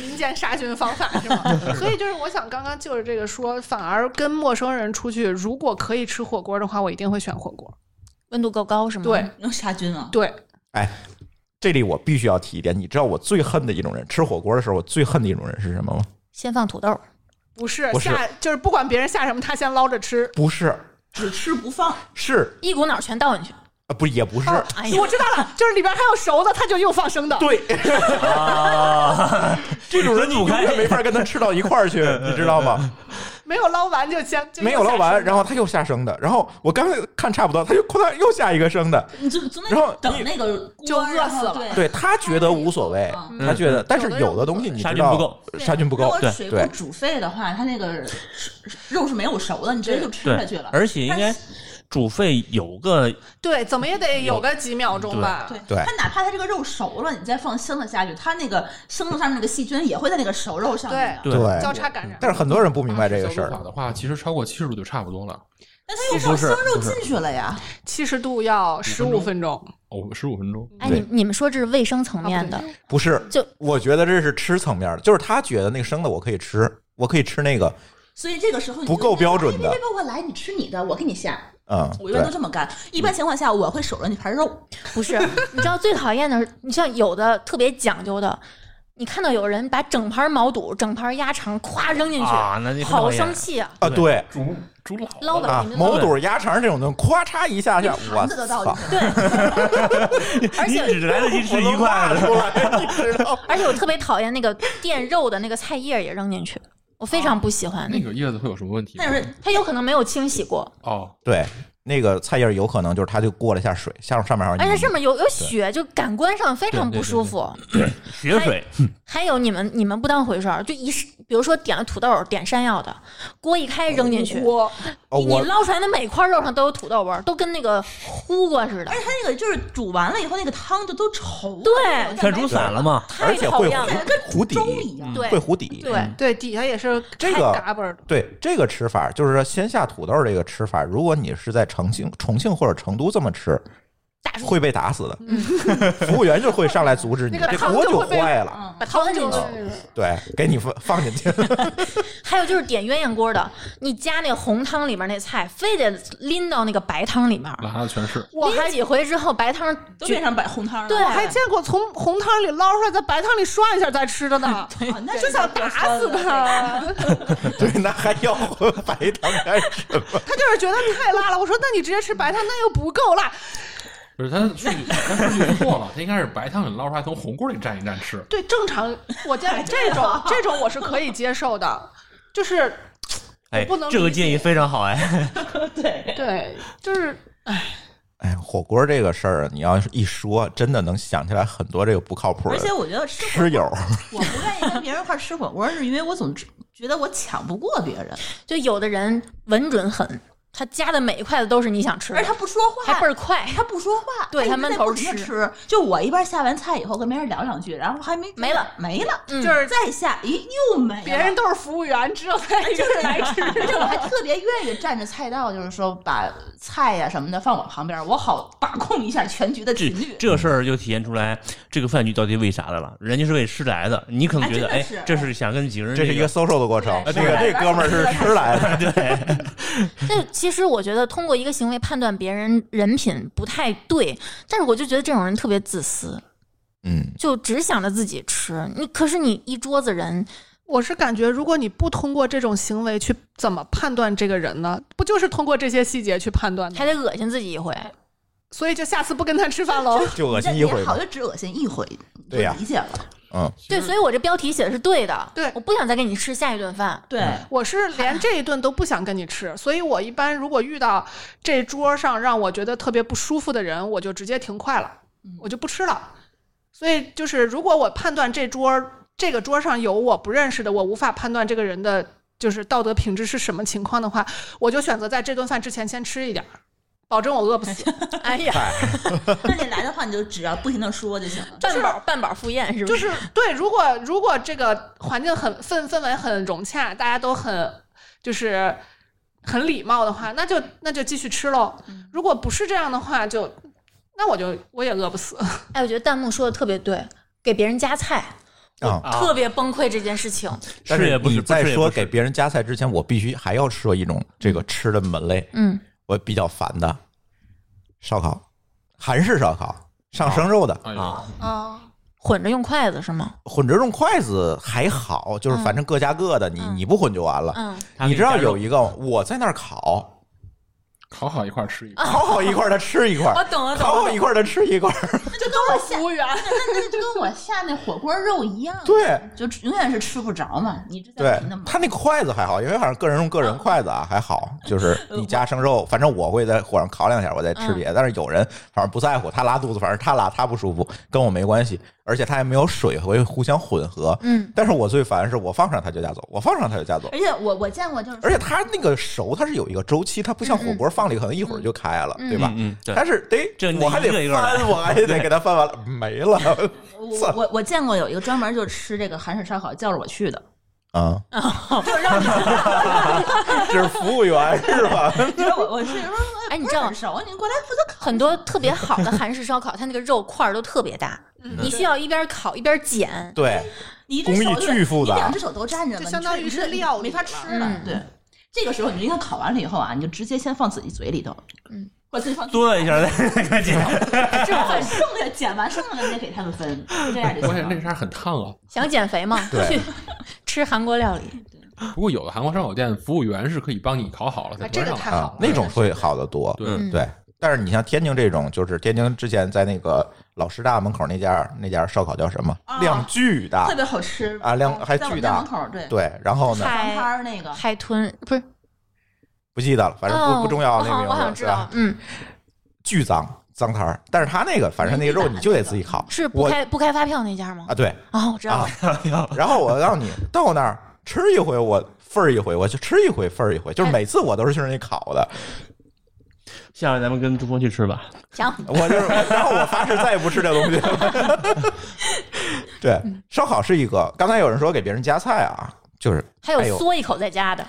S4: 民间杀菌方法是吗？所以就是我想刚刚就是这个说，反而跟陌生人出去，如果可以吃火锅的话，我一定会选火锅。
S2: 温度够高是吗？
S4: 对
S6: 能杀菌啊？
S4: 对，
S1: 这里我必须要提一点，你知道我最恨的一种人，吃火锅的时候我最恨的一种人是什么吗？
S2: 先放土豆，
S4: 不是
S1: 不是
S4: 下就是不管别人下什么，他先捞着吃。
S1: 不是，
S6: 只吃不放，
S1: 是
S2: 一股脑全倒进去。
S1: 啊，不也不是，
S4: 哦
S2: 哎呀
S4: 我知道了，就是里边还有熟的，他就又放生的。
S1: 对，
S3: 啊，
S1: 这种人
S3: 你
S1: 你
S3: 分
S1: 永
S3: 不开
S1: 远没法跟他吃到一块
S3: 嗯
S1: 儿去，你知道吗？
S4: 没有捞完就先就
S1: 没有捞完，然
S4: 后
S1: 后他又下生的，然后我刚才看差不多，他又哐当又下一个生的，
S6: 你就总得
S1: 然后你
S6: 等那个锅
S4: 就饿
S6: 然后
S4: 死了
S1: 对他觉得无所谓，
S6: 嗯
S1: 他觉得，但是
S4: 有的人
S1: 有的东西你
S3: 杀
S1: 知
S3: 菌不
S1: 道
S3: 够，
S6: 对
S1: 杀菌不
S6: 如
S1: 够
S6: 果，
S3: 对
S6: 水
S1: 对
S6: 不煮沸的话，它那个肉是没有熟的，你直接就吃
S3: 对
S6: 下去了。
S3: 而且应该煮沸有个
S4: 对，怎么也得有个几秒钟吧。
S6: 对，
S1: 对
S6: 它哪怕它这个肉熟了，你再放生的下去，它那个生肉上面那个细菌也会在那个熟肉上面的。
S3: 对
S1: 对。
S4: 交叉感染。
S1: 但是很多人不明白这个事
S5: 法
S1: 儿，
S5: 的话，其实超过七十度就差不多了。
S6: 但它又
S5: 不
S6: 放
S5: 是
S6: 生肉
S5: 不是
S6: 进去了呀，
S4: 七十度要十五分钟，
S5: 哦，十五分钟，
S2: 哎，
S1: 对
S2: 你你们说这是卫生层面 的，
S1: 不是？
S2: 就
S1: 我觉得这是吃层面的，就是他觉得那个生的我可以吃，我可以吃那个，
S6: 所以这个时候你
S1: 不够标准的
S6: 哎别别别，我来，你吃你的，我给你下。
S1: 嗯，
S6: 我一般
S1: 对嗯
S6: 都，这么干。一般情况下，我会守着那盘肉，
S2: 不是？你知道最讨厌的是，你像有的特别讲究的，你看到有人把整盘毛肚、整盘鸭肠咵扔进去，
S3: 啊，那那
S2: 好生气啊！
S1: 啊，对
S5: 煮煮老
S2: 捞的
S1: 啊
S2: 你，们
S1: 毛肚、鸭肠这种东西，咵嚓一下下，我
S6: 盘子都倒
S1: 操
S6: 进，去了。
S2: 对，而
S3: 你
S2: 且
S3: 只来得及吃一
S1: 我
S3: 块
S1: 都骂出
S3: 的，
S1: 来，你知道吗？
S2: 而且我特别讨厌那个垫肉的那个菜叶也扔进去，我非常不喜
S1: 哦
S2: 欢
S5: 那。个叶子会有什么问题吗？
S6: 但是
S2: 它有可能没有清洗过，
S5: 哦，
S1: 对，那个菜叶儿有可能就是它就过了一下水，下上面好像
S2: 而且上
S1: 面
S2: 面有有血，就感官上非常不舒服。
S3: 血水
S6: 哎
S2: 还有你们你们不当回事儿，就一比如说点了土豆，点山药的，锅一开扔进去，
S4: 锅
S1: 哦，
S2: 你
S1: 我
S2: 捞出来的每块肉上都有土豆味儿，都跟那个糊过似的
S6: 而，且它那个就是煮完了以后，那个汤就都稠了，
S2: 对
S3: 全煮散了嘛。
S1: 而
S2: 太
S1: 且
S2: 讨
S1: 会
S2: 厌了。
S1: 糊糊底，嗯
S6: 粥一样。
S2: 对
S1: 会糊底，
S2: 对，
S4: 对底下也是
S1: 这
S4: 开
S1: 个
S4: 嘎巴儿的。
S1: 对这个吃法，就是说先下土豆这个吃法，如果你是在重庆、重庆或者成都这么吃，
S2: 大叔
S1: 会被打死的。 服务员就会上来阻止你，
S4: 那个
S1: 这
S4: 汤
S1: 锅
S4: 就
S1: 就
S4: 会被
S1: 坏了。
S2: 把汤进
S4: 就
S2: 去。
S4: 是
S1: 对，给你放放进 去，
S2: 还有就是点鸳鸯锅的，你加那红汤里面那菜，非得拎到那个白汤里面，
S5: 拉的全是。
S4: 我还
S2: 拎几回之后白汤
S6: 都
S2: 就
S6: 变成白红汤了。
S2: 对
S4: 我还见过从红汤里捞出来，在白汤里涮一下再吃的呢，
S6: 啊那
S4: 就
S6: 真
S4: 想
S6: 是
S4: 打
S6: 别
S4: 死
S6: 说了。
S4: 他。
S1: 对，那还要混白汤干什么？
S4: 他就是觉得太辣了。我说那你直接吃白汤，那又不够辣。
S5: 不是，他数据他数据错了，他应该是白汤里捞出来，从红锅里蘸一蘸吃。
S4: 对，正常我见 这种这种我是可以接受的，就是
S3: 哎
S4: 不能，
S3: 这个
S4: 理解
S3: 建议非常好哎。
S6: 对，
S4: 对，就是
S1: 哎，火锅这个事儿，你要是一说，真的能想起来很多这个不靠谱
S6: 而
S1: 的
S6: 且我觉得吃火
S1: 吃友。
S6: 我不愿意跟别人一块儿吃火锅，是因为我总觉得我抢不过别人，
S2: 就有的人稳准狠，他夹的每一筷子都是你想吃
S6: 而且
S2: 的，
S6: 他不说话，
S2: 还倍儿快。
S6: 他不说话，
S2: 对
S6: 他
S2: 他闷头
S6: 一直在不停地
S2: 吃
S6: 吃。就我一般下完菜以后跟别人聊两句，然后还没
S2: 没了
S6: 没了，
S2: 嗯
S6: 就是再下，咦，又没了。
S4: 别人都是服务员，只有他一个人来吃。
S6: 而且我还特别愿意占着菜道，就是说把菜呀、什么的放我旁边，我好把控一下全局的
S3: 这
S6: 频率。
S3: 这事儿就体现出来这个饭局到底为啥来了，人家是为吃来的，你可能觉得
S6: 哎
S3: 哎
S6: 真的是，
S3: 这是想跟几个人
S1: 这是一个 social 的过程。
S6: 对
S1: 这个
S6: 是
S1: 这哥们儿是吃来 的，
S2: 但其实我觉得通过一个行为判断别人人品不太对，但是我就觉得这种人特别自私，
S1: 嗯，
S2: 就只想着自己吃。你可是你一桌子人，
S4: 我是感觉，如果你不通过这种行为去怎么判断这个人呢？不就是通过这些细节去判断的
S2: 还？得恶心自己一回。
S4: 所以就下次不跟他吃饭喽。
S1: 就恶
S6: 你这
S1: 心一回
S6: 也
S1: 嘛
S6: 好，就只恶心一回，你就
S1: 对呀
S6: 理解了。
S1: 嗯，
S2: 对，所以我这标题写的是对的。
S4: 对
S2: 我不想再跟你吃下一顿饭。
S6: 对，
S1: 嗯
S4: 我是连这一顿都不想跟你吃，所以我一般如果遇到这桌上让我觉得特别不舒服的人，我就直接停筷了，我就不吃了。所以就是，如果我判断这桌这个桌上有我不认识的，我无法判断这个人的就是道德品质是什么情况的话，我就选择在这顿饭之前先吃一点儿，保证我饿不死。
S2: 哎 呀，
S6: 那你来的话，你就只要不停的说就行了。
S2: 半饱半饱赴宴是不？
S4: 就是是对，如果如果这个环境很氛氛围很融洽，大家都很就是很礼貌的话，那就那就继续吃喽。如果不是这样的话，就那我就我也饿不死。
S2: 哎，我觉得弹幕说的特别对，给别人夹菜，
S1: 啊、
S3: 啊
S2: 特别崩溃这件事情。
S1: 但
S3: 是也不是
S1: 你在
S3: 不是也
S1: 说
S3: 不是
S1: 给别人夹菜之前，我必须还要说一种这个吃的门类，
S2: 嗯，
S1: 我比较烦的烧烤，韩式烧烤，上生肉的，
S5: 哎呦
S3: 啊，
S6: 嗯
S4: 啊，
S2: 混着用筷子是吗？
S1: 混着用筷子还好，就是反正各加各的，你
S2: 嗯
S1: 你不混就完了。
S2: 嗯，
S1: 你知道有
S3: 一
S1: 一个我在那儿 烤，
S5: 烤好一块儿吃一块儿。
S1: 烤好一块儿他吃 一块
S2: 我
S1: 儿，
S2: 啊哦懂了，懂
S1: 烤好
S2: 了。
S1: 一块儿他吃一块儿，
S6: 这跟我下
S4: 服务员，
S6: 那那就跟我下那火锅肉一样，
S1: 对，
S6: 就永远是吃不着嘛，你这在
S1: 对
S6: 凭的嘛。
S1: 他那筷子还好，因为好像个人用个
S2: 嗯
S1: 人筷子啊还好，就是你夹生肉，反正我会在火上烤两下，我再
S2: 嗯
S1: 吃别的。但是有人反正不在乎，他拉肚子，反正他拉他不舒服，跟我没关系，而且他也没有水会互相混合。
S2: 嗯，
S1: 但是我最烦的是我放上他就夹走，我放上他就夹走，
S6: 而且我我见过，就是
S1: 而且它那个熟它是有一个周期，它不像火锅放了以后可能一会儿就开了，对吧？
S3: 嗯，对
S1: 它，是得
S3: 这
S1: 我还得
S3: 一个一个的
S1: 翻，我还得给它翻完了，没了
S6: 我我我见过有一个专门就吃这个韩式烧烤，叫着我去 的，
S1: 啊！这是服务员是吧？
S6: 就是我我 是说，
S2: 哎你
S6: 不
S2: 知
S6: 是
S2: 道
S6: 很熟，啊你过来负责烤。
S2: 很多特别好的韩式烧烤，它那个肉块儿都特别大，
S1: 嗯
S2: 你需要一边烤一边剪。
S1: 对，
S6: 你一只手
S1: 工艺
S6: 就
S1: 巨复杂
S6: 你两只手都占着了，
S4: 就
S6: 你
S4: 相当于
S6: 你
S4: 是
S6: 这
S4: 料理
S6: 没法吃
S2: 嗯
S6: 了。对，这个时候你就应该烤完了以后啊，你就直接先放自己嘴里头，
S2: 嗯，
S6: 或者自己放
S3: 嘬一下再 再剪。
S6: 这很剩下捡完剩下的你得给他们分，这样就
S5: 关键那
S6: 行了。
S5: 啥很烫啊！
S2: 想减肥吗？
S1: 对
S2: 去吃韩国料理。
S5: 不过有的韩国烧烤店服务员是可以帮你烤好了，再
S4: 哎
S5: 端
S4: 这个
S5: 上来
S4: 太好
S1: 啊
S4: 了，，
S1: 那种会好得多。
S5: 对
S3: 嗯
S1: 对，但是你像天津这种，就是天津之前在那个老师大门口那家那家烧烤叫什么？
S6: 啊
S1: 量巨大
S6: 特，别好吃嗯
S1: 啊量还
S6: 在我
S1: 巨
S6: 们
S1: 大
S6: 家门口对，
S1: 对，然后呢
S2: 嗨
S6: 海摊儿那个
S2: 海豚不是，
S1: 不记得了，反正
S2: 哦
S1: 不不重要
S2: 我
S1: 那
S2: 好
S1: 个
S2: 我
S1: 名
S2: 好像
S1: 字
S2: 知
S1: 是吧
S2: 道？，嗯，
S1: 巨脏脏摊儿，但是他那个反正那个肉你就得自己烤，
S2: 是不
S1: 我
S2: 开不开发票那家吗
S1: 啊？对，
S2: 哦，我知道了。
S1: 然后我告诉你，到那儿吃一回我份儿一回，我就吃一回份儿一回，就是每次我都是去那烤的，
S3: 下回咱们跟朱峰去吃吧。
S2: 行，
S1: 我就是，然后我发誓再也不吃这东西 了。对，烧烤是一个。刚才有人说给别人夹菜啊，就是
S2: 还
S1: 哎呦
S2: 有嗦一口再加的，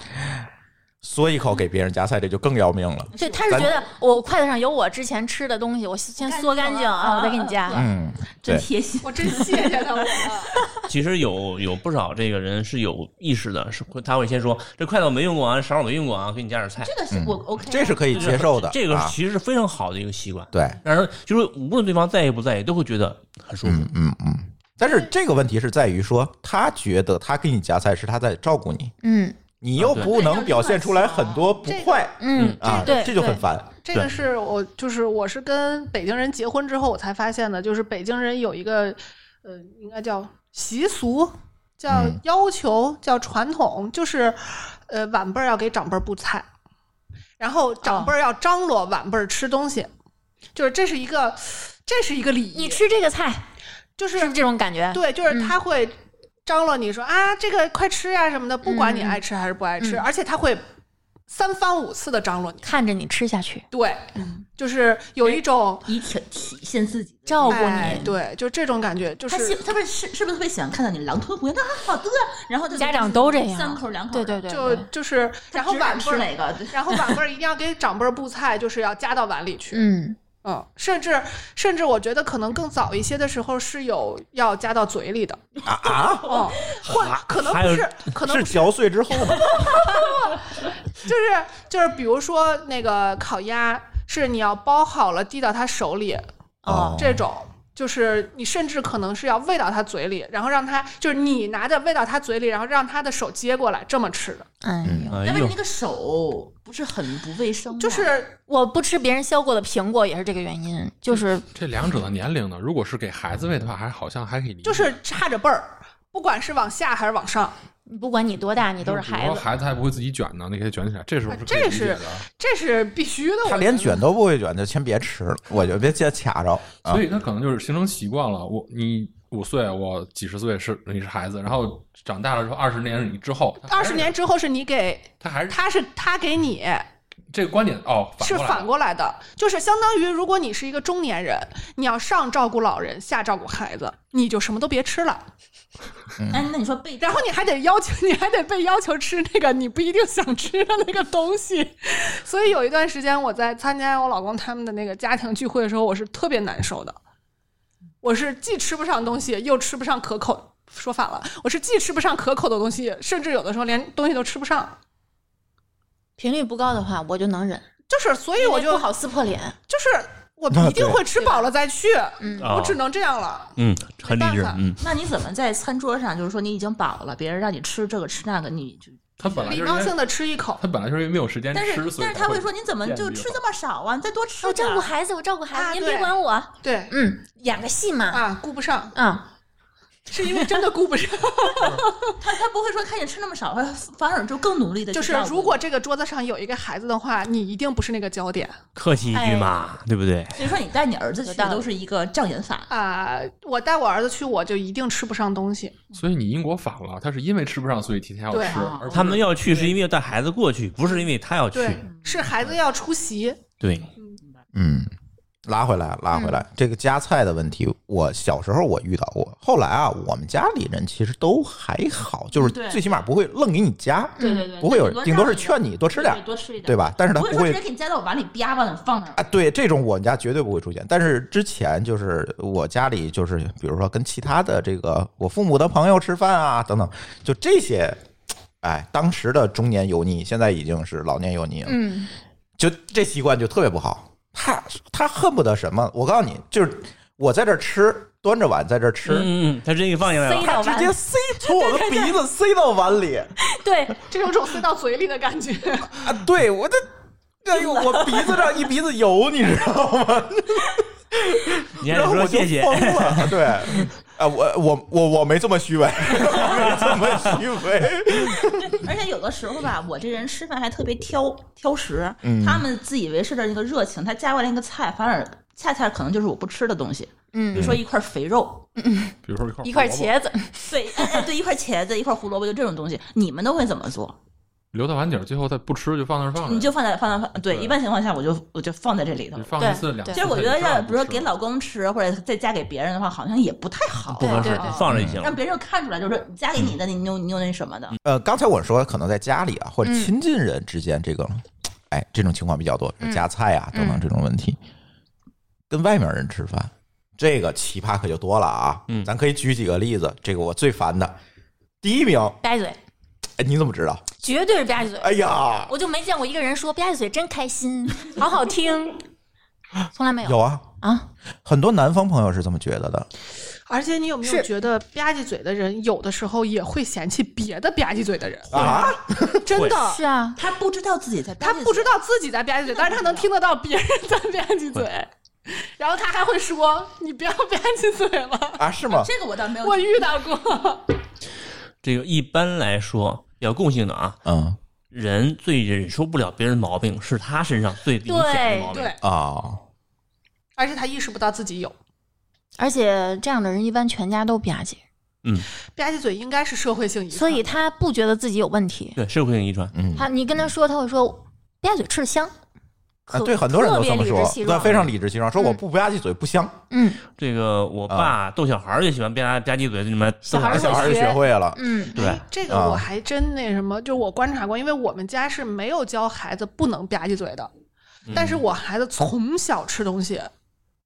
S1: 嗦一口给别人夹菜，这就更要命了。
S2: 对，他是觉得我筷子上有我之前吃的东西，我先嗦干净啊，我再给你加。
S1: 嗯，
S6: 真
S1: 对，
S6: 贴心。
S4: 我真谢谢他们啊了。
S3: 其实有有不少这个人是有意识的，是会他会先说这筷子我没用过啊，勺我没用过啊，给你加点菜。
S6: 这个是
S1: 嗯
S6: 我 OK，啊
S1: 这是可以接受的。
S3: 这个
S1: 啊
S3: 其实是非常好的一个习惯，
S1: 对，
S3: 让人就是无论对方在意不在意，都会觉得很舒服
S1: 嗯。嗯嗯。但是这个问题是在于说，他觉得他给你夹菜是他在照顾你，
S2: 嗯
S1: 你又不能表现出来很多不快
S2: 嗯
S1: 啊，
S2: 对，
S1: 这就很
S2: 对
S1: 烦。
S4: 这个
S1: 对
S4: 是我就是我是跟北京人结婚之后我才发现的，就是北京人有一个呃，应该叫习俗，叫
S1: 嗯
S4: 要求，叫传统，就是呃晚辈儿要给长辈儿布菜，然后长
S2: 哦
S4: 辈儿要张罗晚辈儿吃东西，就是这是一个这是一个礼仪，
S2: 你吃这个菜
S4: 就是
S2: 是不是这种嗯感觉？
S4: 对，就是他会张罗你说、啊，这个快吃呀、什么的，不管
S2: 嗯
S4: 你
S2: 嗯
S4: 爱吃还是不爱吃，
S2: 嗯
S4: 而且他会三番五次的张罗你。
S2: 看着你吃下去，
S4: 对，
S2: 嗯
S4: 就是有一种
S6: 以体体现自己的
S2: 照顾
S4: 哎
S2: 你，
S4: 对，就这种感觉，就
S6: 他喜
S4: 是
S6: 他们是是不是特别喜欢看到你狼吞虎咽啊？好的，然后就
S2: 家长都这样
S6: 三口两口
S2: 对
S6: 的，
S2: 对对，
S4: 就
S2: 对
S4: 就是，然后晚辈
S6: 吃哪
S4: 儿，
S6: 个？对
S4: 然后晚辈儿一定要给长辈儿布菜，就是要夹到碗里去。
S2: 嗯
S4: 嗯，甚至甚至，我觉得可能更早一些的时候是有要夹到嘴里的 啊啊，或可能
S3: 还
S4: 不
S3: 有
S4: 是，可能
S1: 是嚼碎之后吗？
S4: 就是就是，比如说那个烤鸭，是你要包好了递到他手里，
S1: 哦
S4: 这种。就是你甚至可能是要喂到他嘴里，然后让他就是你拿着喂到他嘴里，然后让他的手接过来这么吃的，
S2: 哎呦，
S3: 哎
S6: 要不
S3: 呦
S6: 你那，个手不是很不卫生吗，
S4: 就是
S2: 我不吃别人削过的苹果也是这个原因，就是
S5: 这两者的年龄呢，如果是给孩子喂的话，还好像还可以理解。
S4: 就是差着辈儿，不管是往下还是往上，
S2: 不管你多大，你都是
S5: 比
S2: 孩
S5: 如
S2: 子
S5: 说。孩子还不会自己卷呢，你给他卷起来，这时候是可以
S4: 啊这
S5: 理解
S4: 是
S5: 的。
S4: 这是必须的。我
S1: 他连
S4: 觉得
S1: 卷都不会卷，就先别吃了，我就别接卡着。啊
S5: 所以他可能就是形成习惯了。我你五岁，我几十岁是你是孩子，然后长大了之后二十年你之后，他还
S4: 二
S5: 是
S4: 十年之后是你给，
S5: 他还是
S4: 他是他给你，
S5: 这个观点哦，
S4: 是
S5: 过来
S4: 反
S5: 了
S4: 过来的，就是相当于如果你是一个中年人，你要上照顾老人，下照顾孩子，你就什么都别吃了，
S6: 哎，那你说被
S4: 然后你还得要求，你还得被要求吃那个你不一定想吃的那个东西。所以有一段时间我在参加我老公他们的那个家庭聚会的时候，我是特别难受的，我是既吃不上东西，又吃不上可口。说反了，我是既吃不上可口的东西，甚至有的时候连东西都吃不上，
S2: 频率不高的话，我就能忍，
S4: 就是所以哎我
S2: 因为不
S4: 就
S2: 好撕破脸。
S4: 就是我
S1: 那
S4: 一定
S1: 对
S4: 会吃饱了再去，
S2: 嗯
S3: 啊
S4: 我只能这样了。
S3: 嗯，很理
S4: 没
S3: 智
S4: 办，法
S3: 嗯，
S6: 那你怎么在餐桌上，就是说你已经饱了，别人让你吃这个吃那个，你就
S5: 他本来
S4: 礼
S5: 就是因
S4: 貌
S5: 为
S4: 性的吃一口，
S5: 他本来就是因为没有时间
S6: 但是
S5: 吃，所以
S6: 但是他会
S5: 会
S6: 说你怎么就吃这么少啊？你再多
S2: 哦我
S6: 吃点
S2: 照顾
S6: 儿。
S2: 孩子，我照顾孩
S4: 啊
S2: 子，您
S4: 对
S2: 别管我。
S4: 对
S2: 嗯，演个戏嘛。
S4: 啊，顾不上，
S2: 嗯，
S4: 是因为真的顾不上。
S6: 他他不会说看你吃那么少，他反而就更努力的
S4: 就是如果这个桌子上有一个孩子的话，你一定不是那个焦点
S3: 客气一句嘛，对不对？
S6: 所以说你带你儿子去
S2: 有道理
S6: 都是一个障眼法，
S4: 啊、我带我儿子去，我就一定吃不上东西。
S5: 所以你英国反了，他是因为吃不上，所以提前要
S4: 对
S5: 吃，
S6: 啊
S5: 而不是
S3: 他们要去是因为要带孩子过去，不是因为他要去。
S4: 对，是孩子要出席，
S3: 对，
S1: 嗯，拉回来，拉回来。这个夹菜的问题，我小时候我遇到过，后来啊，我们家里人其实都还好，就是
S6: 对
S1: 最起码不会愣给你夹，
S6: 对对对
S1: 不会有，顶多是
S6: 劝
S1: 劝你多吃点
S6: 对，，多吃一点，
S1: 对？吧？但是他
S6: 不会说直
S1: 会
S6: 接给你夹到碗里吧吧的放那儿
S1: 啊，对这种我们家绝对不会出现。但是之前就是我家里就是，比如说跟其他的这个我父母的朋友吃饭啊等等，就这些，哎，当时的中年油腻，现在已经是老年油腻了，
S2: 嗯，
S1: 就这习惯就特别不好。他他恨不得什么？我告诉你，就是我在这吃，端着碗在这吃。
S3: 嗯嗯，他直接给放下来
S2: 塞
S3: 了。
S1: 他
S2: 到
S1: 直接
S2: 碗，
S1: 塞从我的鼻子塞到碗里
S2: 对，
S4: 这有种塞到嘴里的感觉。
S1: 啊！对我这，哎呦，我鼻子上一鼻子油，你知道吗？
S3: 你
S1: 然
S3: 还得
S1: 后我
S3: 说
S1: 就
S3: 谢谢，
S1: 疯了， 对，啊、我我我我没这么虚伪， 我没这么虚伪，
S6: 而且有的时候吧，我这人吃饭还特别挑挑食，
S1: 嗯
S6: 他们自以为是的那个热情，他夹过来那个菜，反而恰恰可能就是我不吃的东西，比如
S2: 嗯，
S6: 说一块肥肉，
S5: 比如说一块
S2: 一块
S5: 胡
S2: 茄
S5: 萝卜
S2: 子，
S6: 对，哎哎对，一块茄子，一块胡萝卜，就这种东西，你们都会怎么做？
S5: 留到碗底儿，最后他不吃就放那儿放着，
S6: 你就放在放在放，对，
S5: 对
S6: 一般情况下我就我就放在这里头
S5: 你。放
S2: 对
S5: 一次两
S2: 对
S5: 次。
S6: 其实我觉得
S5: 要
S6: 要比如说给老公吃，或者再夹给别人的话，好像也不太好啊
S3: 不，合适
S2: 对对对，
S3: 放着就行了
S6: 让。别人看出来就是说夹给你的，你就你就那什么
S3: 嗯
S6: 的。
S1: 呃，刚才我说可能在家里啊，或
S2: 嗯
S1: 者亲近人之间这个，哎，这种情况比较多，
S2: 嗯
S1: 夹菜啊等等
S2: 嗯
S1: 这种问题，跟外面人吃饭，这个奇葩可就多了啊。
S3: 嗯
S1: 咱可以举几个例子，这个我最烦的，第一名，
S2: 吧唧嘴，
S1: 哎，你怎么知道？
S2: 绝对是吧唧嘴。
S1: 哎呀，
S2: 我就没见过一个人说吧唧嘴真开心， 好好听，从来没有
S1: 有啊，
S2: 啊。
S1: 很多南方朋友是这么觉得的，
S4: 而且你有没有
S2: 是
S4: 觉得吧唧嘴的人，有的时候也会嫌弃别的吧唧嘴的人？
S1: 啊，
S4: 真的，
S2: 是啊，
S6: 他不知道自己在，
S4: 他不知。道自己在吧唧嘴，但是他能听得到别人在吧唧嘴，然后他还会说：“你不要吧唧嘴了。
S1: 啊是吗？
S6: 这个我倒没”有，
S4: 我遇到过，
S3: 这个一般来说比较共性的啊，
S1: 嗯
S3: 人最忍受不了别人毛病，是他身上最明显的毛病。
S4: 对，
S1: 啊、
S4: 而且他意识不到自己有
S2: 而且这样的人一般全家都吧唧，
S4: 吧唧嘴，应该是社会性遗传。
S2: 所以他不觉得自己有问题。
S3: 对，社会性遗传。
S1: 嗯，
S2: 他你跟他说，他会说吧唧嘴吃的香，
S1: 啊，
S2: 可
S1: 对，很多人都这么
S2: 特别
S1: 说
S2: 理直，气
S1: 对，
S2: 壮
S1: 非常理直气壮，说
S2: 嗯
S1: 我不吧唧嘴不香，
S2: 嗯
S3: 这个我爸逗小孩儿就喜欢吧吧唧嘴，就你们
S2: 小
S3: 逗
S2: 孩
S1: 啊
S2: 儿
S1: 小孩儿就学会了，
S2: 嗯，
S3: 对
S4: 哎，这个
S1: 啊
S4: 我还真那什么，就我观察过，因为我们家是没有教孩子不能吧唧嘴的，
S1: 嗯
S4: 但是我孩子从小吃东西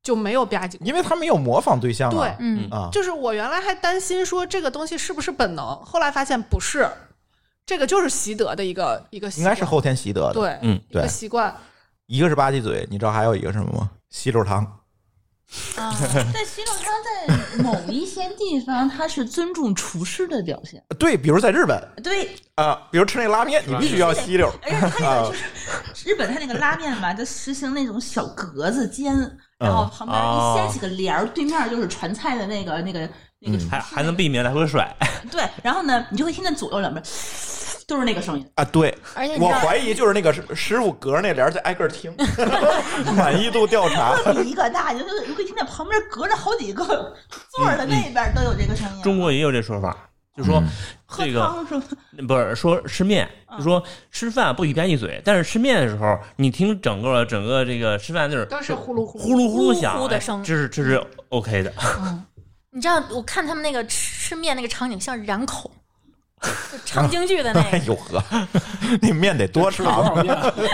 S4: 就没有吧唧过。
S1: 因为他没有模仿对象啊，
S4: 对
S2: 嗯
S1: 啊，
S4: 就是我原来还担心说这个东西是不是本能，后来发现不是，这个就是习得的一个一个习
S1: 应
S4: 惯，
S1: 该是后天习得的。
S4: 对，
S3: 嗯
S4: 一个
S1: 对
S4: 习惯。
S1: 一个是吧唧嘴，你知道还有一个什么吗？吸溜糖，
S2: 啊，
S6: 但西藏它在某一些地方，它是尊重厨师的表现。
S1: 对，比如在日本
S6: 对，
S1: 啊，比如吃那拉面，你必须要吸溜
S6: 而且它那个 就是日本，它那个拉面吧，它实行那种小格子间，
S3: 嗯
S6: 然后旁边
S3: 哦
S6: 一掀起个帘儿，对面就是传菜的那个那个那个厨师
S3: 嗯还还能避免来回甩，
S6: 对，然后呢，你就会听见左右两边都是那个声音。
S1: 啊。对，
S2: 而且你
S1: 我
S2: 知道，
S1: 怀疑就是那个师师傅隔着那帘儿在挨个儿听，满意度调查。
S6: 特比一个大，你就你会听见旁边隔着好几个座儿的那边都有这个声 音。
S3: 嗯中国也有这说法，就说
S1: 嗯
S6: 喝
S3: 这个
S6: 汤是吧？
S3: 不是说吃面，就说吃饭不许吧唧嘴，但是吃面的时候，你听整个整个这个吃饭就是
S4: 都是呼噜呼噜
S3: 呼噜噜响，
S2: 呼噜呼的
S3: 哎
S2: 声
S3: 这是这是 OK 的。
S6: 嗯，
S2: 你知道，我看他们那个吃吃面那个场景像染口， 就长京剧的那
S1: 哎
S2: 个，
S1: 呦呵，那面得多
S5: 吃了多
S1: 长？
S5: 少遍？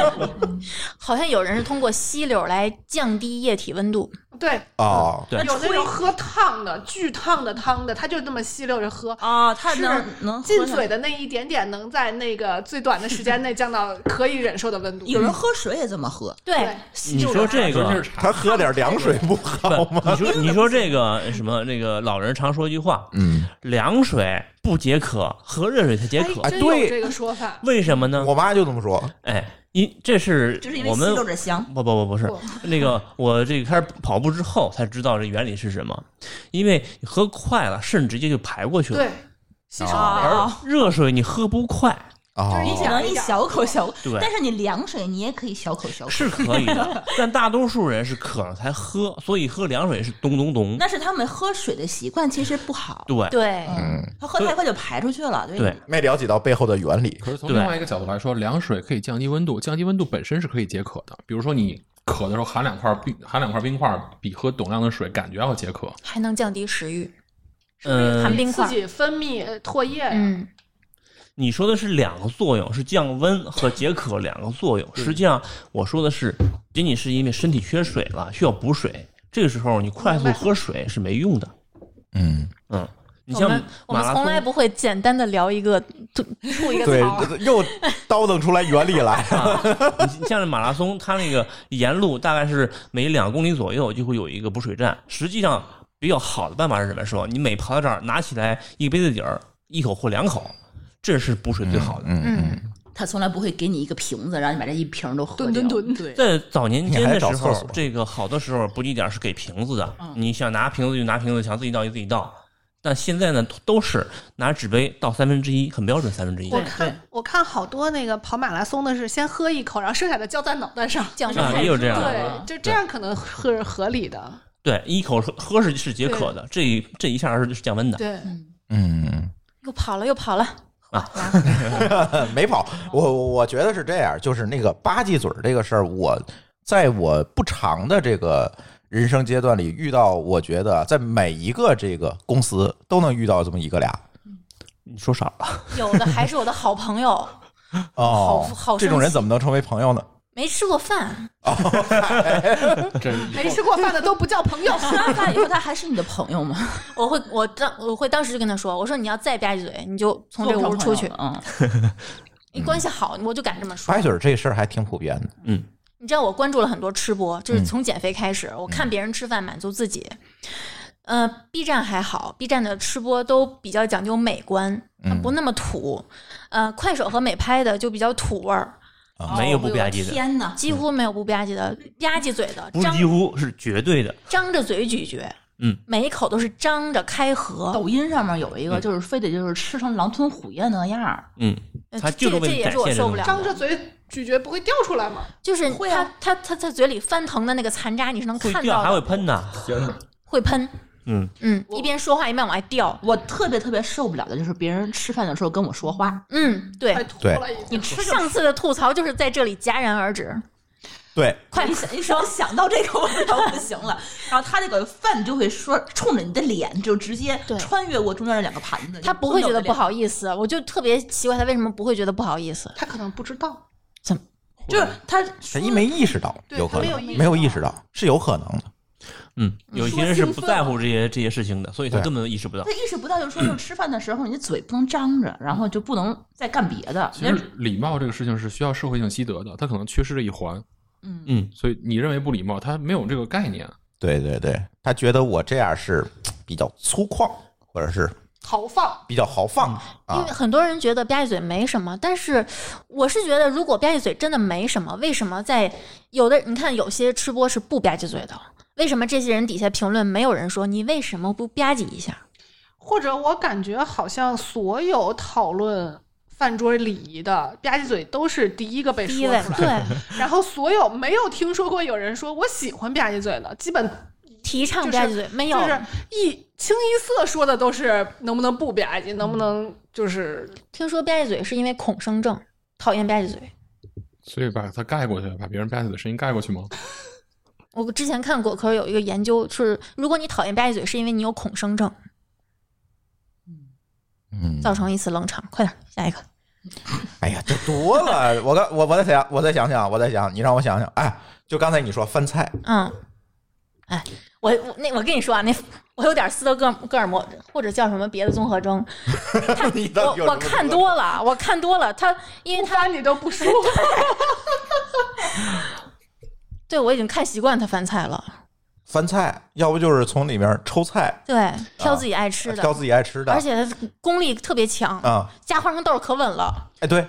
S2: 好像有人是通过吸溜来降低液体温度。
S4: 对，
S1: 哦，
S3: 对
S4: 有那种喝烫的、巨烫的汤的，他就那么吸溜着喝，
S6: 啊，它
S4: 是
S6: 能能
S4: 进
S6: 喝上
S4: 嘴的那一点点能在那个最短的时间内降到 可以忍受的温度。
S6: 有人喝水也这么喝，
S4: 对
S2: 对，，
S3: 你说这
S5: 尤其
S3: 个
S5: 是，茶
S1: 他喝点凉水不好 吗？
S3: 不你说你说这个什么？那个老人常说一句话：
S1: 嗯，
S3: 凉水不解渴，喝热水才解渴
S4: 哎，。真有
S1: 对
S4: 这个说法。
S3: 为什么呢？
S1: 我妈就这么说。
S3: 哎，因这是
S6: 就是因为
S3: 我
S6: 吸
S3: 们
S6: 溜着香。
S3: 不不不不是
S4: 不
S3: 那个，我这个开始跑步之后才知道这原理是什么，因为你喝快了，肾直接就排过去了。
S4: 对，吸收
S1: 啊
S4: 了。
S6: 哦，
S3: 热水你喝不快
S1: 哦，
S4: 就是一
S6: 只能一小口小口，
S3: 对
S6: 但是你凉水你也可以小口小口，
S3: 是可以的，但大多数人是渴了才喝，所以喝凉水是咚咚咚。
S6: 那是他们喝水的习惯其实不好。
S3: 对，
S2: 对，
S6: 嗯，他喝太快就排出去了。对
S3: 对
S1: 没了解到背后的原 理。
S5: 可是从
S3: 对
S5: 另外一个角度来说，凉水可以降低温度，降低温度本身是可以解渴的。比如说你渴的时候含两块冰，含两块冰块，比喝等量的水感觉要解 渴。
S2: 还能降低食欲。
S3: 嗯
S2: 含，冰块
S4: 自己分泌呃唾液，
S2: 嗯，
S3: 你说的是两个作用，是降温和解渴两个作用。实际上，我说的是仅仅是因为身体缺水了，需要补水。这个时候你快速喝水是没用的。
S1: 嗯，
S3: 嗯，你
S2: 我
S3: 像
S2: 们我
S3: 马
S2: 们
S3: 拉
S2: 从
S3: 松
S2: 来不会简单的聊一个吐吐一个
S1: 对
S2: 槽 儿，，
S1: 又叨腾出来原理 来。
S3: 啊， 你像这马拉松，它那个沿路大概是每两公里左右就会有一个补水站。实际上，比较好的办法是什么？说你每跑到这儿，拿起来一个杯子底儿，一口或两口，这是补水最好的。
S1: 嗯嗯，
S6: 他从来不会给你一个瓶子，让你把这一瓶都喝 掉。
S4: 吨吨吨
S6: 对，
S3: 在早年间的
S1: 你
S3: 时
S1: 还得找厕
S3: 候
S1: 所，
S3: 这个好多时候补给点是给瓶子的，
S2: 嗯
S3: 你想拿瓶子就拿瓶子，想自己倒就自己倒。但现在呢，都是拿纸杯倒三分之一，很标准三分之一。
S4: 我
S6: 对
S4: 看我看好多那个跑马拉松的是先喝一口，然后剩下的浇在脑袋上，
S2: 降
S3: 啊
S2: 温
S3: 也有这样的
S4: 对，就这样可能是合理的。
S3: 对，一口喝喝是是解渴的，这一这一下是降温的。
S4: 对，
S1: 嗯，
S2: 又跑了又跑了，
S4: 嗯
S1: 没跑。我我我觉得是这样，就是那个吧唧嘴儿这个事儿，我在我不长的这个人生阶段里遇到，我觉得在每一个这个公司都能遇到这么一个俩。
S3: 你说少了，
S2: 有的还是我的好朋友，
S1: 哦
S2: 好好，
S1: 这种
S2: 生
S1: 人
S2: 气
S1: 怎么能成为朋友呢？
S2: 没吃过饭，
S5: 这以
S4: 没
S5: 后
S4: 吃过饭的都不叫朋友。
S6: 吃完饭以后，他还是你的朋友吗？
S2: 我会我当我会当时就跟他说，我说你要再吧唧嘴，你就从这个屋出去，
S6: 嗯，
S4: 嗯
S2: 你关系好我就敢这么说
S1: 吧。唧嘴儿这事儿还挺普遍的。
S2: 你知道我关注了很多吃播，就是
S1: 嗯
S2: 从减肥开始，我看别人吃饭满足自己。呃，B 站还好，B 站的吃播都比较讲究美观，它
S1: 嗯
S2: 不那么土。呃，快手和美拍的就比较土味儿，
S3: 啊 没有不吧唧的。
S6: 天哪！
S2: 几乎没有不吧唧的，吧唧嘴的，
S3: 不是
S2: 张
S3: 几乎是绝对的。
S2: 张着嘴咀嚼，
S3: 嗯，
S2: 每一口都是张着开合。
S6: 抖音上面有一
S2: 嗯
S6: 个，就是非得就是吃成狼吞虎咽那样儿，
S3: 嗯，
S2: 呃
S3: 他
S2: 这
S3: 就是
S2: 个
S3: 为
S2: 这
S3: 了
S2: 也
S3: 展
S2: 是我
S3: 现这
S2: 受
S3: 种
S2: 不了
S4: 张
S2: 的，
S4: 着嘴咀嚼不会掉出来吗？
S2: 就是
S6: 会
S2: 他
S6: 啊
S2: 他他他嘴里翻腾的那个残渣，你是能
S3: 会
S2: 看到
S3: 掉
S2: 的，
S3: 还会喷呢。
S2: 会喷，
S3: 嗯，
S2: 嗯，一边说话一边往外掉，
S6: 我特别特别受不了的就是别人吃饭的时候跟我说话，
S2: 嗯，
S4: 快
S2: 对。
S4: 吐了已经。你吃
S2: 上次的吐槽就是在这里戛然而止。
S1: 对，
S2: 快
S6: 一想一说想到这个我就不行 了，然后他那个饭就会说冲着你的脸就直接
S2: 对
S6: 穿越过中间的两个盘子，
S2: 他不会觉得不，好意思，我就特别奇怪他为什么不会觉得不好意思。
S4: 他可能不知道，
S6: 就是他
S1: 谁没意识到，
S4: 对
S1: 有可
S4: 他
S1: 能
S4: 没有意识到
S1: 没有意识到是有可能的。
S3: 嗯，有一些人是不在乎这些这些事情的，所以他
S1: 对
S3: 根本意识不到
S6: 他。意识不到，就是说，就是吃饭的时候，你的嘴不能张着，然后就不能再干别的。
S5: 其实礼貌这个事情是需要社会性习得的，它可能缺失了一环，
S6: 嗯，
S3: 嗯，
S5: 所以你认为不礼貌，它没有这个概念。
S1: 对对对，他觉得我这样是比较粗犷，或者是
S4: 豪放。
S1: 比较豪放
S2: 嗯因
S1: 啊
S2: 为。很多人觉得吧唧嘴没什么，但是我是觉得，如果吧唧嘴真的没什么，为什么在有的你看有些吃播是不吧唧嘴的？为什么这些人底下评论没有人说你为什么不吧唧一下？
S4: 或者我感觉好像所有讨论饭桌礼仪的吧唧嘴都是第一个被
S2: 第
S4: 说
S2: 一位
S4: 出来，
S2: 对，
S4: 然后所有没有听说过有人说我喜欢吧唧嘴的，基本
S2: 提倡吧唧嘴没有
S4: 就，是一清一色说的都是能不能不吧唧，能不能就是
S2: 听说吧唧嘴是因为恐生症，讨厌吧唧嘴。
S5: 所以把它盖过去，把别人吧唧的声音盖过去吗？
S2: 我之前看果壳有一个研究是，如果你讨厌吧唧嘴，是因为你有恐生症，
S1: 嗯，
S2: 造成一次冷场。快点，下一个。
S1: 哎呀，这多了，我刚我我再想，我再想想，我再想，你让我想想，哎，就刚才你说翻菜，
S2: 嗯，哎，我我那我跟你说啊，那我有点斯德哥尔哥尔摩或者叫什么别的综合征，
S1: 你到
S2: 我
S1: 底有
S2: 我
S1: 什么
S2: 看多了，我看多了，他因为他
S4: 你都不说，
S2: 对我已经看习惯他翻菜了，
S1: 翻菜，要不就是从里面抽菜，
S2: 对，挑自己爱吃
S1: 啊
S2: 的，
S1: 挑自己爱吃的，
S2: 而且他功力特别强，
S1: 啊，
S2: 加花生豆可稳了，
S1: 哎，对，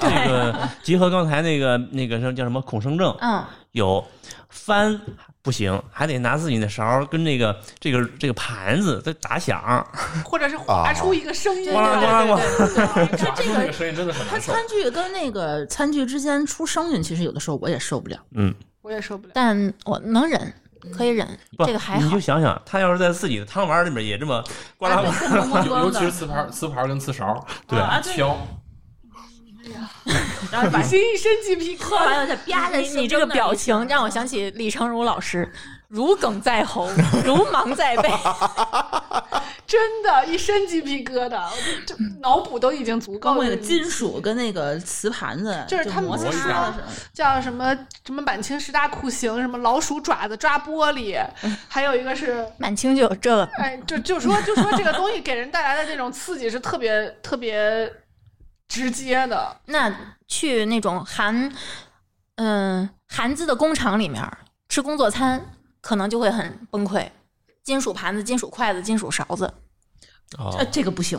S3: 这个结合刚才那个那个什么叫什么恐生症，
S2: 嗯，
S3: 有翻不行，还得拿自己的勺儿跟那个这个这个盘子在打响，
S4: 或者是划出一个声音
S2: 对
S4: 来，对对对
S6: 就这
S5: 那个
S6: 个，
S5: 声音真的很
S6: 它
S5: 难受。
S6: 餐具跟那个餐具之间出声音，其实有的时候我也受 不了。
S3: 嗯，
S4: 我也受不了。
S2: 但我能忍，
S6: 嗯
S2: 可以忍，
S3: 不，
S2: 这个还
S3: 你
S2: 好
S3: 就，想想，他要是在自己的汤碗里面也这么呱啦呱啦，
S6: 咣咣
S5: 尤
S6: 咣
S5: 其
S6: 的
S5: 是瓷盘、瓷盘跟瓷勺，
S3: 对
S6: 啊对
S5: 挑，
S6: 然后把
S4: 心一身鸡皮
S6: 喝
S4: 疙瘩，
S6: 完了再吧
S2: 你
S6: 唧。
S2: 你这个表情让我想起李成儒老 师，如鲠在喉，如芒在背。
S4: 真的，一身鸡皮疙瘩，我这这脑补都已经足
S6: 包
S4: 够
S6: 括那
S4: 了
S6: 个。金属跟那个瓷盘子，
S4: 就是他们
S6: 摩
S4: 不
S6: 擦
S4: 是
S6: 的
S4: 说
S6: 时候，
S4: 叫什么什么满清十大酷刑，什么老鼠爪子抓玻璃，还有一个是
S2: 满清就有这个，
S4: 哎，就就说就说这个东西给人带来的这种刺激是特别特别直接的。
S2: 那去那种韩，嗯、韩资的工厂里面吃工作餐，可能就会很崩溃。金属盘子、金属筷子、金属勺子，
S6: 呃，这个不行。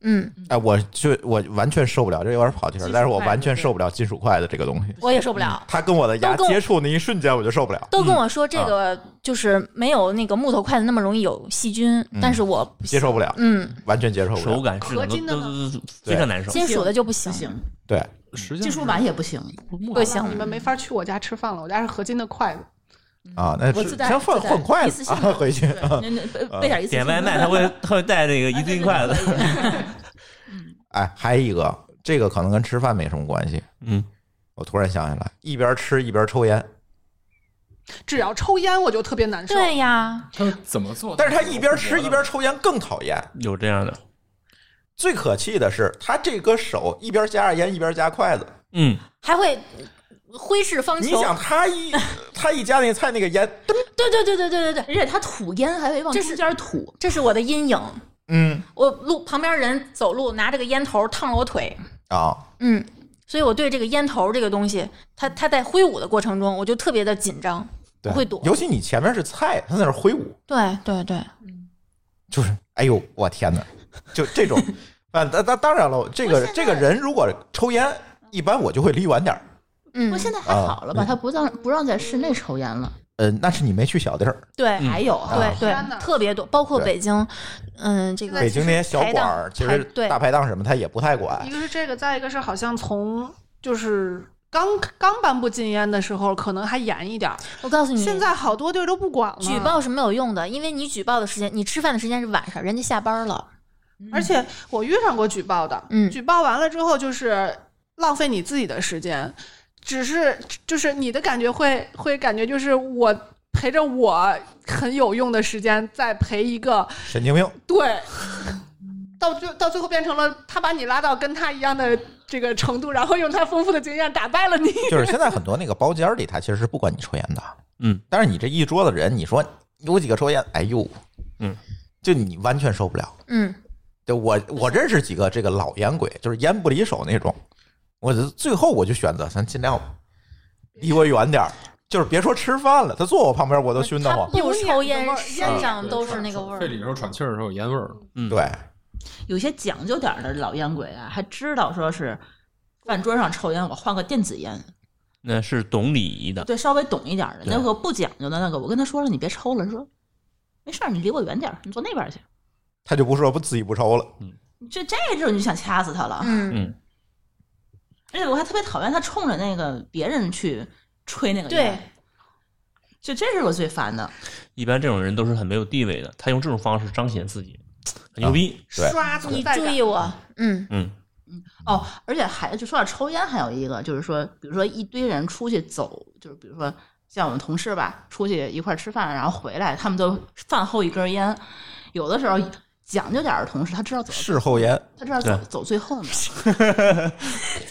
S2: 嗯，
S1: 哎，我就我完全受不了，这有点跑题了，但是我完全受不了金属筷子这个东西，
S2: 我也受不
S6: 嗯
S2: 了。
S1: 它跟我的牙
S2: 都跟我
S1: 接触那一瞬间我就受不了，
S2: 都跟我说这
S3: 嗯
S2: 个
S3: 啊
S2: 就是没有那个木头筷子那么容易有细菌，
S3: 嗯
S2: 但是我不
S1: 接受不了，
S2: 嗯，
S1: 完全接受不
S3: 手
S1: 了，
S3: 感质感
S4: 合
S3: 都
S4: 金的
S3: 都
S4: 呢
S3: 都都非常难受。
S2: 金属的就不行
S6: 不，行，
S1: 对，
S5: 实际
S6: 金
S5: 上
S6: 属碗也不行，
S2: 不行
S4: 你。们没法去我家吃饭了，我家是合金的筷子。
S1: 啊，那
S6: 我
S1: 是
S6: 自带
S1: 先
S6: 自
S1: 换
S6: 带
S1: 换筷
S6: 一
S1: 子
S6: 次性
S1: 啊，
S6: 的
S1: 回去
S6: 对，那那备备点一次性
S3: 点外
S6: 的
S3: 卖，他会他会带这个一
S6: 哎
S3: 次性筷子，
S6: 对对对对
S1: 哎，还一个，这个可能跟吃饭没什么关系。
S3: 嗯，
S1: 我突然想起来，一边吃一边抽烟，
S4: 只要抽烟我就特别难受。
S2: 对呀，
S5: 他怎么做？
S1: 但是他一边吃一边抽烟更讨厌。
S3: 有这样的，
S1: 最可气的是，他这个手一边夹着烟一边夹筷子。
S3: 嗯，
S2: 还会挥斥方
S1: 你
S2: 遒。
S1: 想，他一 他一夹那菜那个烟，噔
S2: 对对对对对对对，
S6: 而且他吐烟还会往
S2: 这
S6: 中
S2: 是
S6: 间吐，
S2: 这是我的阴影。
S1: 嗯
S2: 我路旁边人走路拿这个烟头烫了我腿，
S1: 啊，
S2: 嗯，所以我对这个烟头这个东西，它它在挥舞的过程中，我就特别的紧张，
S1: 对，
S2: 会躲
S1: 尤其你前面是菜，他在那儿挥舞，
S2: 对对对，
S1: 就是哎呦，我天哪，就这 种啊，当当当然了，这
S6: 我
S1: 个
S6: 现在
S1: 这个人如果抽烟，一般我就会离远点儿。
S2: 嗯，
S6: 不过现在还好了吧？他不让不让在室内抽烟了。
S1: 呃，那是你没去小地儿，
S2: 对
S3: 嗯
S6: 还有啊，
S2: 对
S4: 天哪
S2: 对，特别多，包括
S1: 对
S2: 北京，嗯，这个
S1: 北京那些小
S2: 排
S1: 馆
S2: 档
S1: 儿，其
S2: 排
S1: 实
S2: 对
S1: 大排档什么他也不太管
S4: 一。个是这个，再一个是好像从就是刚刚颁布禁烟的时候，可能还严一点儿，
S2: 我告诉你，
S4: 现在好多地儿都不管了。
S2: 嗯举，报是没有用的，因为你举报的时间，你吃饭的时间是晚上，人家下班了，
S4: 而且我遇上过举报的，
S2: 嗯
S4: 举报完了之后就是浪费你自己的时间，只是就是你的感觉会会感觉就是我陪着我很有用的时间在陪一个
S1: 神经病，
S4: 对，到最到最后变成了他把你拉到跟他一样的这个程度，然后用他丰富的经验打败了你。
S1: 就是现在很多那个包间儿里，他其实是不管你抽烟的，
S3: 嗯，
S1: 但是你这一桌子人，你说有几个抽烟？哎呦，
S3: 嗯，
S1: 就你完全受不了。
S2: 嗯，
S1: 就我我认识几个这个老烟鬼，就是烟不离手那种，我就最后我就选择咱尽量离我远点儿，就是别说吃饭了，他坐我旁边我都熏得
S2: 他
S1: 慌。
S2: 不抽
S4: 有
S2: 烟，
S4: 点
S2: 身上都是那个味
S5: 嗯肺
S2: 儿。
S5: 里时候喘气儿的时候有烟味儿，
S3: 嗯，
S1: 对，
S6: 有些讲究点儿的老烟鬼啊，还知道说是饭桌上抽烟，我换个电子烟，
S3: 那是懂礼仪的。
S6: 对，稍微懂一点儿的。
S3: 对
S6: 那个不讲究的那个，我跟他说了，你别抽了，说没事儿，你离我远点儿，你坐那边儿去。
S1: 他就不说不自己不抽了。
S6: 你这这种你就想掐死他了，
S2: 嗯，
S6: 而且我还特别讨厌他冲着那个别人去吹那个
S2: 对
S6: 烟，，就这是我最烦的。
S3: 一般这种人都是很没有地位的，他用这种方式彰显自己，很牛逼。
S1: 对
S4: 刷存
S2: 你
S4: 在
S2: 注
S4: 感
S2: 意。我，嗯，
S3: 嗯，
S6: 哦，而且还就说到抽烟，还有一个就是说，比如说一堆人出去走，就是比如说像我们同事吧，出去一块儿吃饭，然后回来，他们都饭后一根烟，有的时候讲究点儿的同事，他知道走，
S1: 事后烟，
S6: 他知道走
S3: 对
S6: 走最后呢，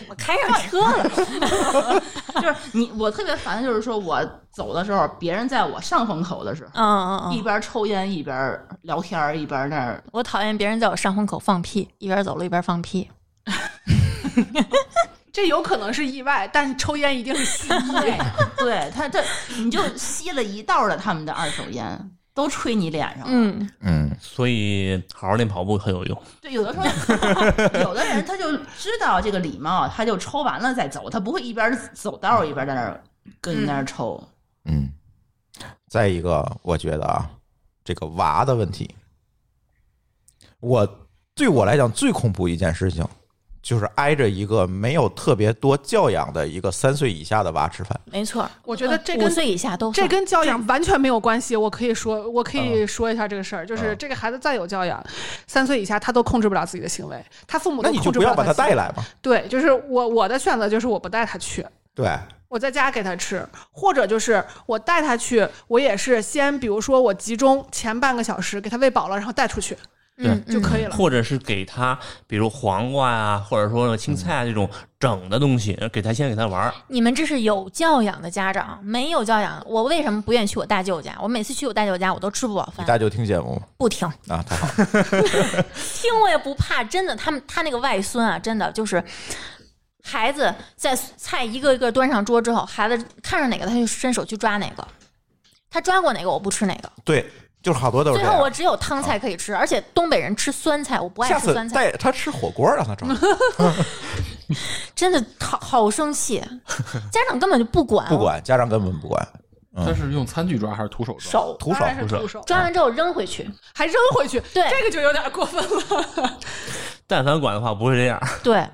S2: 我开上车了，
S6: 就是你我特别烦，就是说我走的时候，别人在我上风口的时候。
S2: 嗯嗯
S6: 一
S2: 嗯，
S6: 边抽烟一边聊天儿，一边那儿
S2: 我讨厌别人在我上风口放屁，一边走路一边放屁。
S4: 这有可能是意外，但抽烟一定是吸
S6: 对， 对他他你就吸了一道的他们的二手烟，都吹你脸上了。
S2: 嗯，
S1: 嗯，
S3: 所以好好练跑步很有用。
S6: 对，有的时候 有的人他就知道这个礼貌，他就抽完了再走，他不会一边走道儿一边在那儿跟你那儿抽。
S1: 嗯，再一个，我觉得啊，这个娃的问题，我对我来讲最恐怖一件事情，就是挨着一个没有特别多教养的一个三岁以下的娃吃饭。
S2: 没错儿。嗯
S4: 我觉得这
S2: 五
S4: 跟
S2: 岁以下都
S4: 这
S2: 算
S4: 跟教养完全没有关系。我可以说，我
S1: 啊
S4: 可以说一下这个事儿，就是这个孩子再有教养，三岁以下他都控制不了自己的行为，他父母
S1: 那
S4: 都
S1: 你
S4: 控
S1: 就
S4: 制
S1: 不要
S4: 了
S1: 把他
S4: 行为
S1: 带。来嘛。
S4: 对，就是我我的选择就是我不带他去，
S1: 对，
S4: 我在家给他吃，或者就是我带他去，我也是先比如说我集中前半个小时给他喂饱了，然后带出去
S2: 嗯
S4: 就可
S2: 以。
S4: 以了。
S3: 或者是给他，比如黄瓜呀、或者说青菜啊这种整的东西，给他先给他玩儿。
S2: 你们这是有教养的家长，没有教养，我为什么不愿意去我大舅家？我每次去我大舅家，我都吃不饱
S1: 你
S2: 饭，
S1: 大舅听节目吗？
S2: 不听，
S1: 啊，太好了，
S2: 听我也不怕，真的，他们他那个外孙啊，真的就是。孩子在菜一个一个端上桌之后，孩子看上哪个他就伸手去抓哪个，他抓过哪个我不吃哪个。
S1: 对，就是好多都是
S2: 最
S1: 这
S2: 后我
S1: 样。
S2: 只有汤菜可以吃，而且东北人吃酸菜，我不爱
S1: 下
S2: 吃
S1: 次
S2: 酸菜，
S1: 带他吃火锅，让他找
S2: 真的好好生 气。家长根本就不管，
S1: 不管家长根本不管，嗯
S5: 他是用餐具抓还是徒手抓？
S1: 手徒手
S4: 当然是
S3: 手
S4: 徒手，
S2: 抓完之后扔回去。
S4: 还扔回去，
S2: 对
S4: 这个就有点过分了。
S3: 但凡管的话，不会这样。
S2: 对，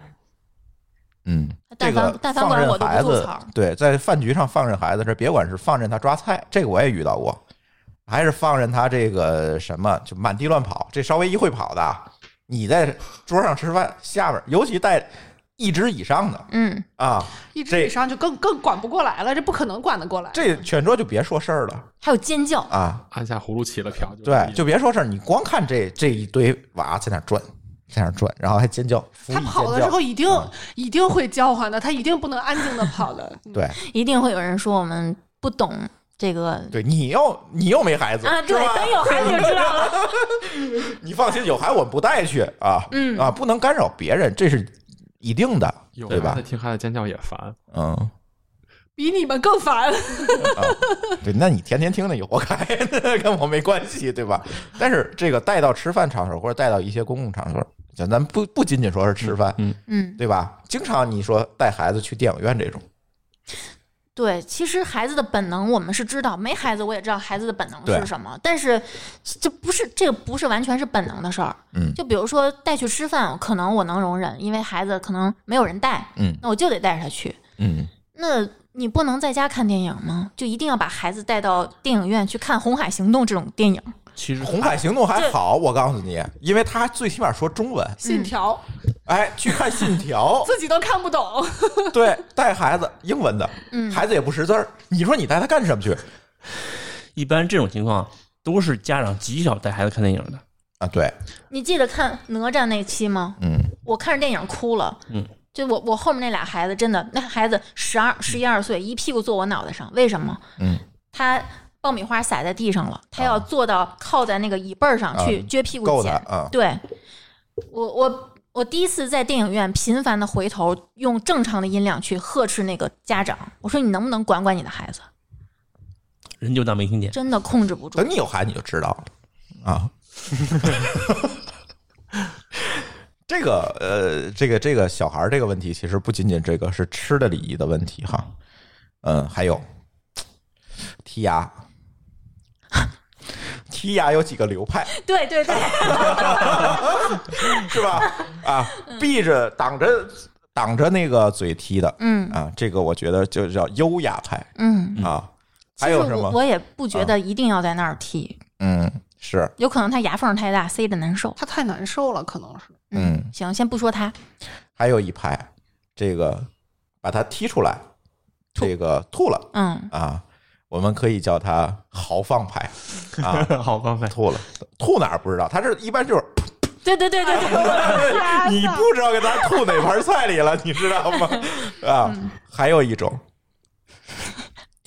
S1: 嗯，
S2: 但
S1: 这
S2: 凡、
S1: 个
S2: 但凡
S1: 放
S2: 管
S1: 任
S2: 我都
S1: 孩
S2: 不吐
S1: 子
S2: 槽。，
S1: 对，在饭局上放任孩子，这别管是放任他抓菜，这个我也遇到过，还是放任他这个什么就满地乱跑，这稍微一会跑的啊，你在桌上吃饭，下边尤其带一只以上的
S2: 嗯，
S1: 啊，
S4: 一只
S1: 这
S4: 以上就更更管不过来了，这不可能管得过来。
S1: 这全桌就别说事儿了
S2: 还有尖叫，
S1: 啊，
S5: 按下葫芦起了瓢，
S1: 对，就别说事儿，你光看这这一堆娃在那儿转，在那儿转，然后还尖叫，服
S4: 他
S1: 以
S4: 跑
S1: 尖
S4: 的
S1: 叫
S4: 时候一定、
S1: 嗯
S4: 一定会叫唤的，他一定不能安静的跑 的。嗯
S1: 对
S2: 一定会有人说我们不懂这个
S1: 对，你又你又没孩子
S2: 啊，
S1: 是
S2: 对，
S1: 吧
S2: 等有孩子就知道了。
S1: 你放心，有孩子我们不带去啊，
S2: 嗯
S1: 啊，不能干扰别人，这是一定的，
S5: 有
S1: 对
S5: 孩
S1: 吧
S5: 子？听孩子尖叫也烦，
S1: 嗯，
S4: 比你们更烦。
S1: 对，那你天天听着也活该， 跟我没关系，对吧？但是这个带到吃饭场所或者带到一些公共场所，咱咱不不仅仅说是吃饭，
S2: 嗯，
S1: 对吧？经常你说带孩子去电影院这种，
S2: 对，其实孩子的本能我们是知道，没孩子我也知道孩子的本能
S1: 对
S2: 是什么，但是这不是这个不是完全是本能的事儿。
S1: 嗯
S2: 就比如说带去吃饭，可能我能容忍，因为孩子可能没有人带，
S1: 嗯
S2: 那我就得带着他去。
S1: 嗯，
S2: 那你不能在家看电影吗？就一定要把孩子带到电影院去看《红海行动》这种电影？
S3: 其实
S1: 《红海行动》还好，我告诉你，因为他最起码说中文，
S4: 信条、
S1: 哎，去看《信条
S4: 自己都看不懂，》，
S1: 对，带孩子英文的，
S2: 嗯
S1: 孩子也不识字儿，你说你带他干什么去
S3: 一般这种情况都是家长极少带孩子看电影的。
S1: 啊？对，
S2: 你记得看哪吒那期吗？
S1: 嗯。
S2: 我看着电影哭了。
S3: 嗯，
S2: 就我我后面那俩孩子，真的，那孩子十二、十一二岁，一屁股坐我脑袋上，为什么？
S1: 嗯，
S2: 他爆米花撒在地上了，他要坐到靠在那个椅背儿上去
S1: 啊
S2: 撅屁股
S1: 够
S2: 捡
S1: 的。啊，
S2: 对，我我我第一次在电影院频繁的回头，用正常的音量去呵斥那个家长，我说你能不能管管你的孩子？
S3: 人就当没听见。
S2: 真的控制不住
S1: 等。你有孩子你就知道了啊。这个呃，这个这个小孩儿这个问题，其实不仅仅这个是吃的礼仪的问题哈，嗯，还有剔牙，剔牙有几个流派
S2: 对 对对，
S1: 是吧？啊，闭着挡着挡着那个嘴剔的
S2: 嗯
S1: 啊，这个我觉得就叫优雅派
S2: 嗯。
S1: 啊。
S2: 其
S1: 还
S2: 实
S1: 有什
S2: 我
S1: 么？啊
S2: 我也不觉得一定要在那儿剃，
S1: 嗯，是
S2: 有可能他牙缝太大，塞的难受。
S4: 他太难受了，可能是。
S1: 嗯，
S2: 行，先不说他，
S1: 还有一派，这个把它踢出来，这个吐了。
S2: 嗯，
S1: 啊，我们可以叫它豪放派啊，
S3: 好方法，
S1: 吐了，吐哪儿不知道，它是一般 就是哎
S2: 对对对对对，
S1: 你不知道给它吐哪盘菜里了，你知道 吗？啊，
S2: 嗯
S1: 还有一种。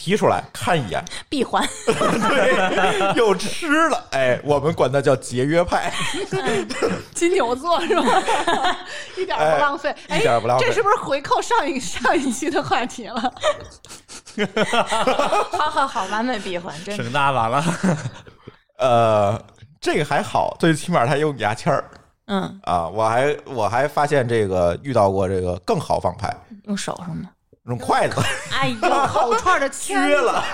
S1: 提出来看一 眼，
S2: 闭环，
S1: 对，又吃了，哎，我们管它叫节约派，
S4: 金牛座是吧？ 哎一点儿不浪费，
S1: 一点儿不浪费
S4: 这是不是回扣上一上一期的话题了？
S2: 好好好，完美闭环，真的。
S3: 省大发了。
S1: 呃，这个还好，最起码它用牙签儿
S2: 嗯，
S1: 啊。我还我还发现这个遇到过这个更豪放派，
S2: 用手是吗？
S1: 用筷子
S2: 哎呦，
S4: 烤串的签
S1: 撅
S4: 子，
S1: 了，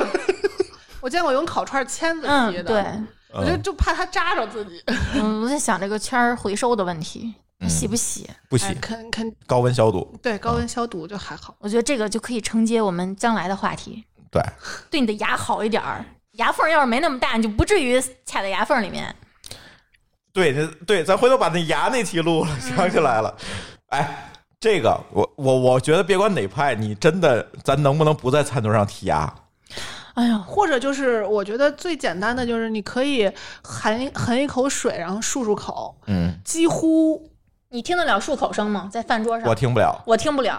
S4: 我见过用烤串签子
S2: 嗯
S4: 贴，的，
S2: 对，
S4: 我就就怕它扎着自己。
S2: 嗯，我在想这个签儿回收的问题，
S1: 嗯
S2: 洗不洗？
S1: 不
S4: 哎
S1: 洗，
S4: 肯嗯肯
S1: 高温消毒，
S4: 对高温消毒就还好。
S2: 我觉得这个就可以承接我们将来的话题，
S1: 对，
S2: 对你的牙好一点儿。牙缝要是没那么大，你就不至于卡在牙缝里面。
S1: 对，那对，咱回头把那牙那期录了， 想起来了。哎，这个我我我觉得别管哪派，你真的咱能不能不在餐桌上剔牙？
S2: 哎呦，
S4: 或者就是，我觉得最简单的就是，你可以含一含一口水，然后漱漱口，
S1: 嗯，
S4: 几乎
S2: 你听得了漱口声吗？在饭桌上，
S1: 我听不了。
S2: 我啊听不了。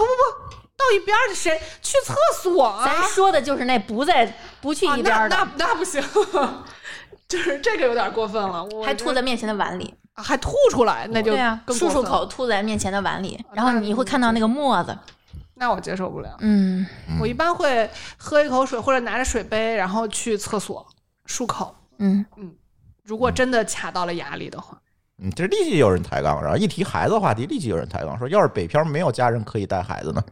S4: 到一边儿去，谁去厕所啊？
S2: 咱说的就是那不在不去
S4: 啊
S2: 一边儿的，
S4: 那那那不行， 就是这个有点过分了。我
S2: 还吐在面前的碗里。
S4: 啊还吐出来，那就
S2: 对呀、
S4: 更
S2: 漱
S4: 过
S2: 漱
S4: 分
S2: 口
S4: 了，
S2: 吐在面前的碗里，
S4: 啊
S2: 然后
S4: 那
S2: 你会看哦到那个沫子。
S4: 那我接受不了。
S2: 嗯，
S1: 嗯
S4: 我一般会喝一口水，或者拿着水杯，然后去厕所漱口。
S2: 嗯，
S4: 如果真的卡到了牙里的话，
S1: 嗯，这立即有人抬杠，然后一提孩子话题，立即有人抬杠，说要是北漂没有家人可以带孩子呢？，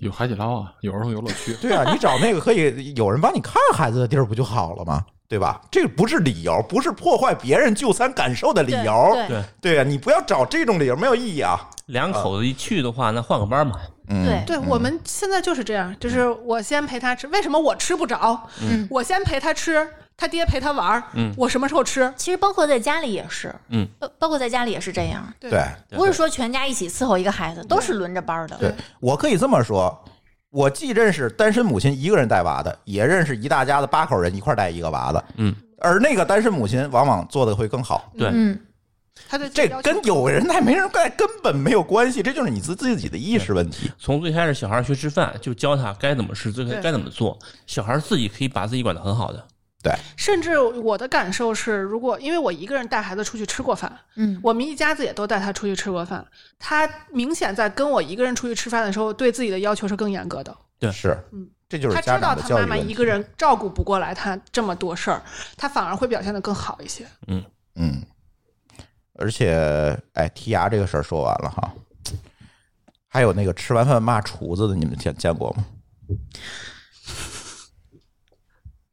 S5: 有海底捞啊，有儿童游乐区
S1: 对啊，你找那个可以有人帮你看孩子的地儿不就好了吗？对吧？这不是理由，不是破坏别人就餐感受的理
S2: 对
S1: 由。
S2: 对
S3: 对
S1: 对啊，你不要找这种理由，没有意义啊。
S3: 两口子一去的话，那换个班儿嘛。
S1: 嗯
S2: 对
S4: 对、我们现在就是这样，就是我先陪他吃，为什么我吃不着？
S2: 嗯
S4: 我先陪他吃，他爹陪他玩儿，
S3: 嗯
S4: 我什么时候吃？
S2: 其实包括在家里也是，
S3: 嗯
S2: 包，包括在家里也是这样，
S4: 对
S1: 对，
S3: 对
S2: 不是说全家一起伺候一个孩子，都是轮着班儿的。
S1: 对，我可以这么说，我既认识单身母亲一个人带娃的，也认识一大家子八口人一块儿带一个娃的。
S3: 嗯，
S1: 而那个单身母亲往往做的会更好。
S3: 对
S2: 嗯，
S4: 他对自己
S1: 这
S4: 要求
S1: 跟有人带没人带根本没有关系，这就是你自自己的意识问题。
S3: 从最开始小孩学吃饭，就教他该怎么吃，最
S4: 对
S3: 该怎么做。小孩自己可以把自己管得很好的。
S4: 甚至我的感受是，如果因为我一个人带孩子出去吃过饭，
S2: 嗯，
S4: 我们一家子也都带他出去吃过饭，他明显在跟我一个人出去吃饭的时候，对自己的要求是更严格的。
S3: 对
S1: 是
S4: 嗯，
S1: 这就是
S4: 他
S1: 家
S4: 知道
S1: 长的
S4: 他
S1: 教育
S4: 妈
S1: 问题。
S4: 妈一个人照顾不过来他这么多事儿，他反而会表现得更好一些。
S1: 嗯，而且，哎，剔牙这个事儿说完了哈，还有那个吃完饭骂厨子的，你们见见过吗？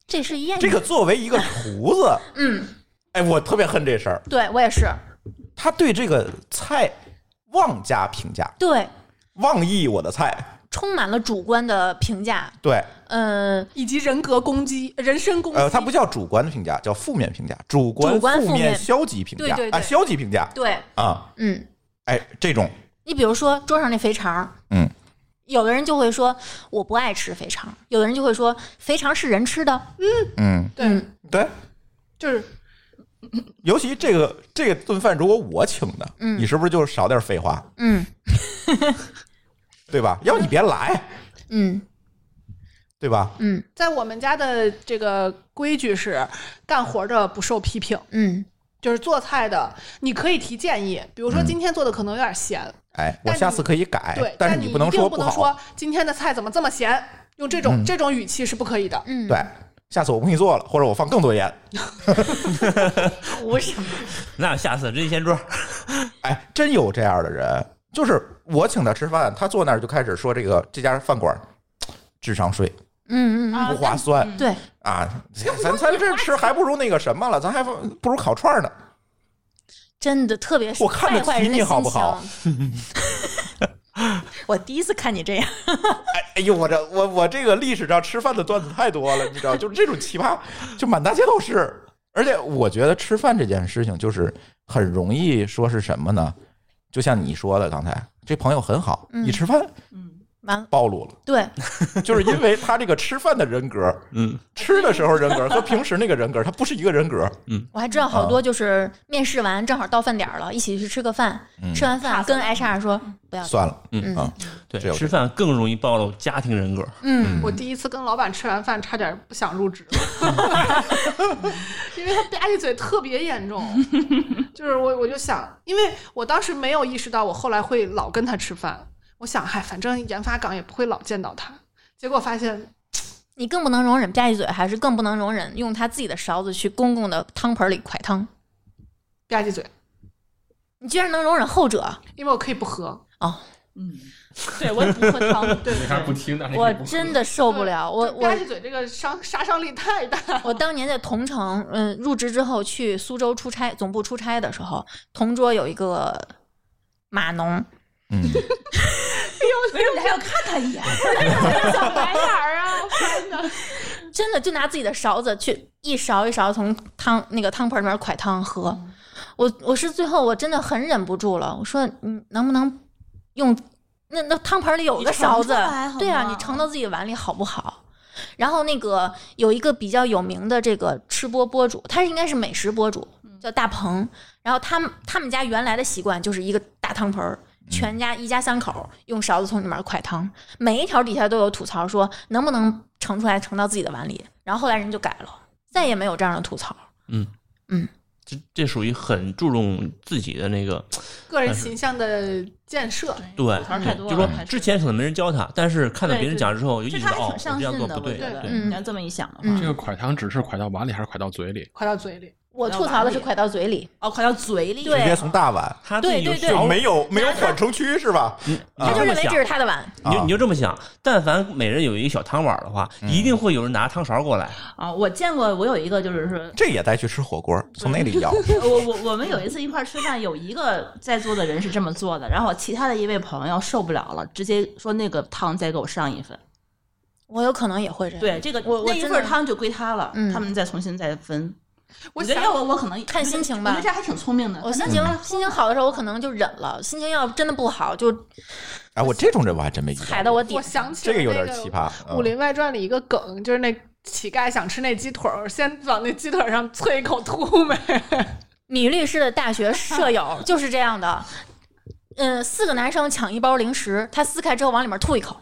S2: 这是谚语。
S1: 这个，作为一个厨子，
S2: 嗯，
S1: 哎，我特别恨这事儿。
S2: 对我也是，
S1: 他对这个菜妄加评价，
S2: 对，
S1: 妄议我的菜。
S2: 充满了主观的评价。
S1: 对，
S2: 嗯，
S4: 以及人格攻击、人身攻击，
S1: 呃，它不叫主观的评价，叫负面评价，主观、
S2: 主观
S1: 负
S2: 负面
S1: 消极评价，
S2: 对对
S1: 啊，
S2: 对
S1: 消极评价
S2: 对，
S1: 啊，
S2: 嗯，
S1: 哎，这种，
S2: 你比如说桌上那肥肠，
S1: 嗯，
S2: 有的人就会说我不爱吃肥肠，有的人就会说肥肠是人吃的，
S1: 嗯，
S4: 对，
S2: 嗯
S1: 对，
S4: 就是
S1: 尤其这个这个顿饭如果我请的，
S2: 嗯
S1: 你是不是就少点废话，
S2: 嗯
S1: 对吧？要不你别来，
S2: 嗯
S1: 对吧？
S2: 嗯
S4: 在我们家的这个规矩是，干活的不受批评，
S2: 嗯，
S4: 就是做菜的你可以提建议，比如
S1: 嗯
S4: 说今天做的可能有点咸，
S1: 哎，我
S4: 但你
S1: 下次可以改，
S4: 对，
S1: 但
S4: 但
S1: 是
S4: 你
S1: 不能
S4: 一定
S1: 说
S4: 不
S1: 好，嗯
S4: 说今天的菜怎么这么咸，用这种、这种语气是不可以的。
S2: 嗯，
S1: 对，下次我不给你做了，或者我放更多盐。
S6: 图什么？
S3: 那下次直接掀桌。
S1: 哎，真有这样的人，就是我请他吃饭，他坐那儿就开始说这个这家饭馆智商税
S2: 嗯嗯嗯，
S6: 啊
S1: 不划算
S6: 但嗯
S2: 对，
S1: 啊，咱咱这吃还不如那个什么了，咱还不如烤串呢。
S2: 真的特别是
S1: 我看得
S2: 坏坏人
S1: 起你
S2: 的
S1: 好不
S2: 心情
S1: 好？
S2: 我第一次看你这样，
S1: 哎呦，我这我我这个历史上吃饭的段子太多了，你知道，就是这种奇葩，就满大街都是。而且我觉得吃饭这件事情，就是很容易说是什么呢？就像你说的，刚才这朋友很好，
S2: 嗯
S1: 一吃饭
S6: 嗯，
S2: 完
S1: 暴露 了，
S2: 对，
S1: 就是因为他这个吃饭的人格，
S3: 嗯，
S1: 吃的时候人格和平时那个人格，他不是一个人格。
S2: 我还知道好多就是面试完正好到饭点儿了，一起去吃个饭，
S1: 嗯
S2: 吃完饭
S6: 怕死
S2: 跟
S6: 了
S2: HR 说不要，
S1: 算了，
S3: 嗯
S1: 啊
S2: 嗯
S3: 对，
S1: 这有
S3: 吃饭更容易暴露家庭人格。
S2: 嗯，
S4: 我第一次跟老板吃完饭，差点不想入职了， 因为他吧唧嘴特别严重，就是我我就想，因为我当时没有意识到我后来会老跟他吃饭，我想嗨，反正研发岗也不会老见到他，结果发现
S2: 你更不能容忍吧唧嘴，还是更不能容忍用他自己的勺子去公共的汤盆里蒯汤？
S4: 吧唧嘴，
S2: 你居然能容忍后者，
S4: 因为我可以不喝，
S6: 嗯，对我也不喝 汤，对
S5: 为啥不听呢？
S2: 我真的受不 了。我
S4: 就
S2: 我
S4: 吧唧嘴这个伤杀伤力太大，
S2: 我当年在同城，嗯，入职之后去苏州出差，总部出差的时候，同桌有一个码农，
S1: 嗯，
S6: 为什么还要看他一眼？
S4: 小白眼儿啊，天哪！
S2: 真的就拿自己的勺子去一勺一勺从汤那个汤盆里面蒯汤喝。我我是最后我真的很忍不住了，我说你能不能用那那汤盆里有个勺子
S6: 你盛出来好吗，
S2: 对啊，你盛到自己碗里好不好？然后那个有一个比较有名的这个吃播博主，他应该是美食博主，
S6: 嗯
S2: 叫大鹏。然后他们他们家原来的习惯就是一个大汤盆儿，全家一家三口用勺子从里面蒯汤。每一条底下都有吐槽说能不能盛出来盛到自己的碗里。然后后来人就改了，再也没有这样的吐槽。
S3: 这这属于很注重自己的那个，
S4: 个人形象的建设，
S3: 对
S6: 吐槽太多
S3: 嗯
S6: 了
S3: 就说
S6: 还是
S3: 之前可能没人教他，但是看到别人讲之后，就
S6: 这
S3: 意识
S6: 他
S3: 到
S6: 还
S3: 哦，
S6: 挺
S3: 我
S6: 上
S3: 这样做
S6: 进的，
S3: 不
S6: 我
S3: 对，
S6: 觉得。
S3: 对，
S2: 嗯
S6: 你要这么一想的话，
S2: 嗯
S5: 这个蒯汤只是蒯到碗里还是蒯到嘴里？
S4: 快到嘴里，
S2: 我吐槽的是蒯到嘴里，
S6: 哦，快到嘴里了。
S1: 直接
S2: 对
S1: 从大碗
S3: 他自
S2: 对
S3: 己就
S2: 对对
S3: 小
S1: 就没有没有缓冲区是吧？
S3: 你
S2: 他就
S3: 啊这么
S2: 认为
S3: 想
S2: 这，是他的碗。
S3: 你就
S1: 啊
S3: 你就这么想，但凡每人有一个小汤碗的话，一定会有人拿汤勺过来。
S6: 啊，我见过，我有一个就是说，
S1: 这也带去吃火锅，从那里要。
S6: 我我我们有一次一块儿吃饭，有一个在座的人是这么做的，然后其他的一位朋友受不了了，直接说那个汤再给我上一份。
S2: 我有可能也会这样。
S6: 对，这个
S2: 我我
S6: 那一
S2: 真
S6: 份
S2: 的
S6: 汤就归他了，
S2: 嗯
S6: 他们再重新再分。
S4: 我
S6: 觉得
S4: 想
S6: 要我我可能
S2: 看心情吧
S6: 我觉得这还挺聪明的。
S2: 我
S6: 可能
S2: 心情
S4: 嗯
S2: 心情好的时候，我可能就忍了；心情要真的不好，就
S1: 哎，我这种人我还真没遇
S2: 踩
S1: 到
S2: 到
S1: 过，
S2: 我底
S4: 我
S2: 上。
S4: 想起
S1: 这
S4: 了
S1: 个有点
S4: 那
S1: 奇葩。嗯
S4: 《武林外传》里一个梗，就是那乞丐想吃那鸡腿儿，先往那鸡腿儿上啐一口吐呗。
S2: 米律师的大学舍友 就是这样的。嗯，四个男生抢一包零食，他撕开之后往里面吐一口。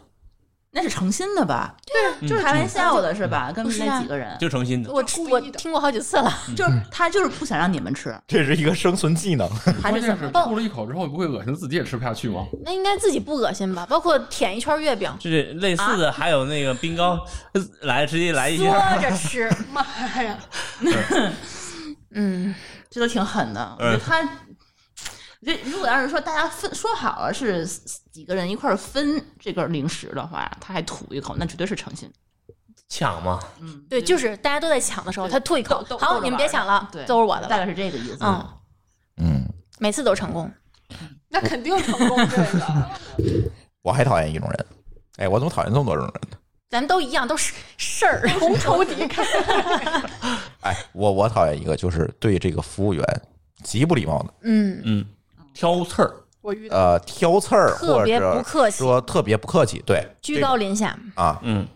S6: 那是诚心的吧？对，啊就是开玩笑的是吧？跟那几个人，
S3: 就诚心的，
S2: 我
S4: 故意
S2: 我
S4: 的
S2: 听过好几次了，
S5: 嗯
S6: 就是他就是不想让你们吃，
S1: 这是一个生存技能。
S6: 还
S5: 关
S6: 是
S5: 键
S6: 怎
S5: 是
S6: 么？
S5: 吐了一口之后，不会恶心自己也吃不下去吗？
S2: 那应该自己不恶心吧？包括舔一圈月饼，
S3: 就是类似的，还有那个冰糕呃来直接来一
S2: 嘬
S3: 下，
S2: 着吃。
S4: 妈呀！
S2: 嗯，
S6: 这都挺狠的。我觉得
S3: 嗯
S6: 他，我觉得如果要是说大家分说好了是几个人一块儿分这个零食的话，他还吐一口，那绝对是诚心。
S3: 抢嘛，
S6: 嗯，
S2: 对，就是是大家都在抢的时候，
S6: 对
S2: 他吐一口
S6: 逗，逗逗
S2: 好，
S6: 着
S2: 你们
S6: 玩
S2: 别
S6: 儿
S2: 抢了，
S6: 对
S2: 都是我的
S6: 大
S2: 了。
S6: 概是这个意思。
S2: 嗯，
S1: 嗯，
S2: 每次都成功。
S4: 那肯定成功这个。
S1: 我还讨厌一种人。哎，我怎么讨厌这么多种人？
S2: 咱们都一样，都是事儿。
S4: 同仇敌忾，
S1: 哎，我我讨厌一个就是对这个服务员极不礼貌的，
S2: 嗯，
S3: 嗯，挑刺儿，
S4: 我遇到
S1: 呃，挑刺儿
S2: 特
S1: 或
S2: 别不
S1: 者
S2: 客气，
S1: 说特别不客气，对，
S2: 居高临下。
S1: 这种啊。
S3: 嗯，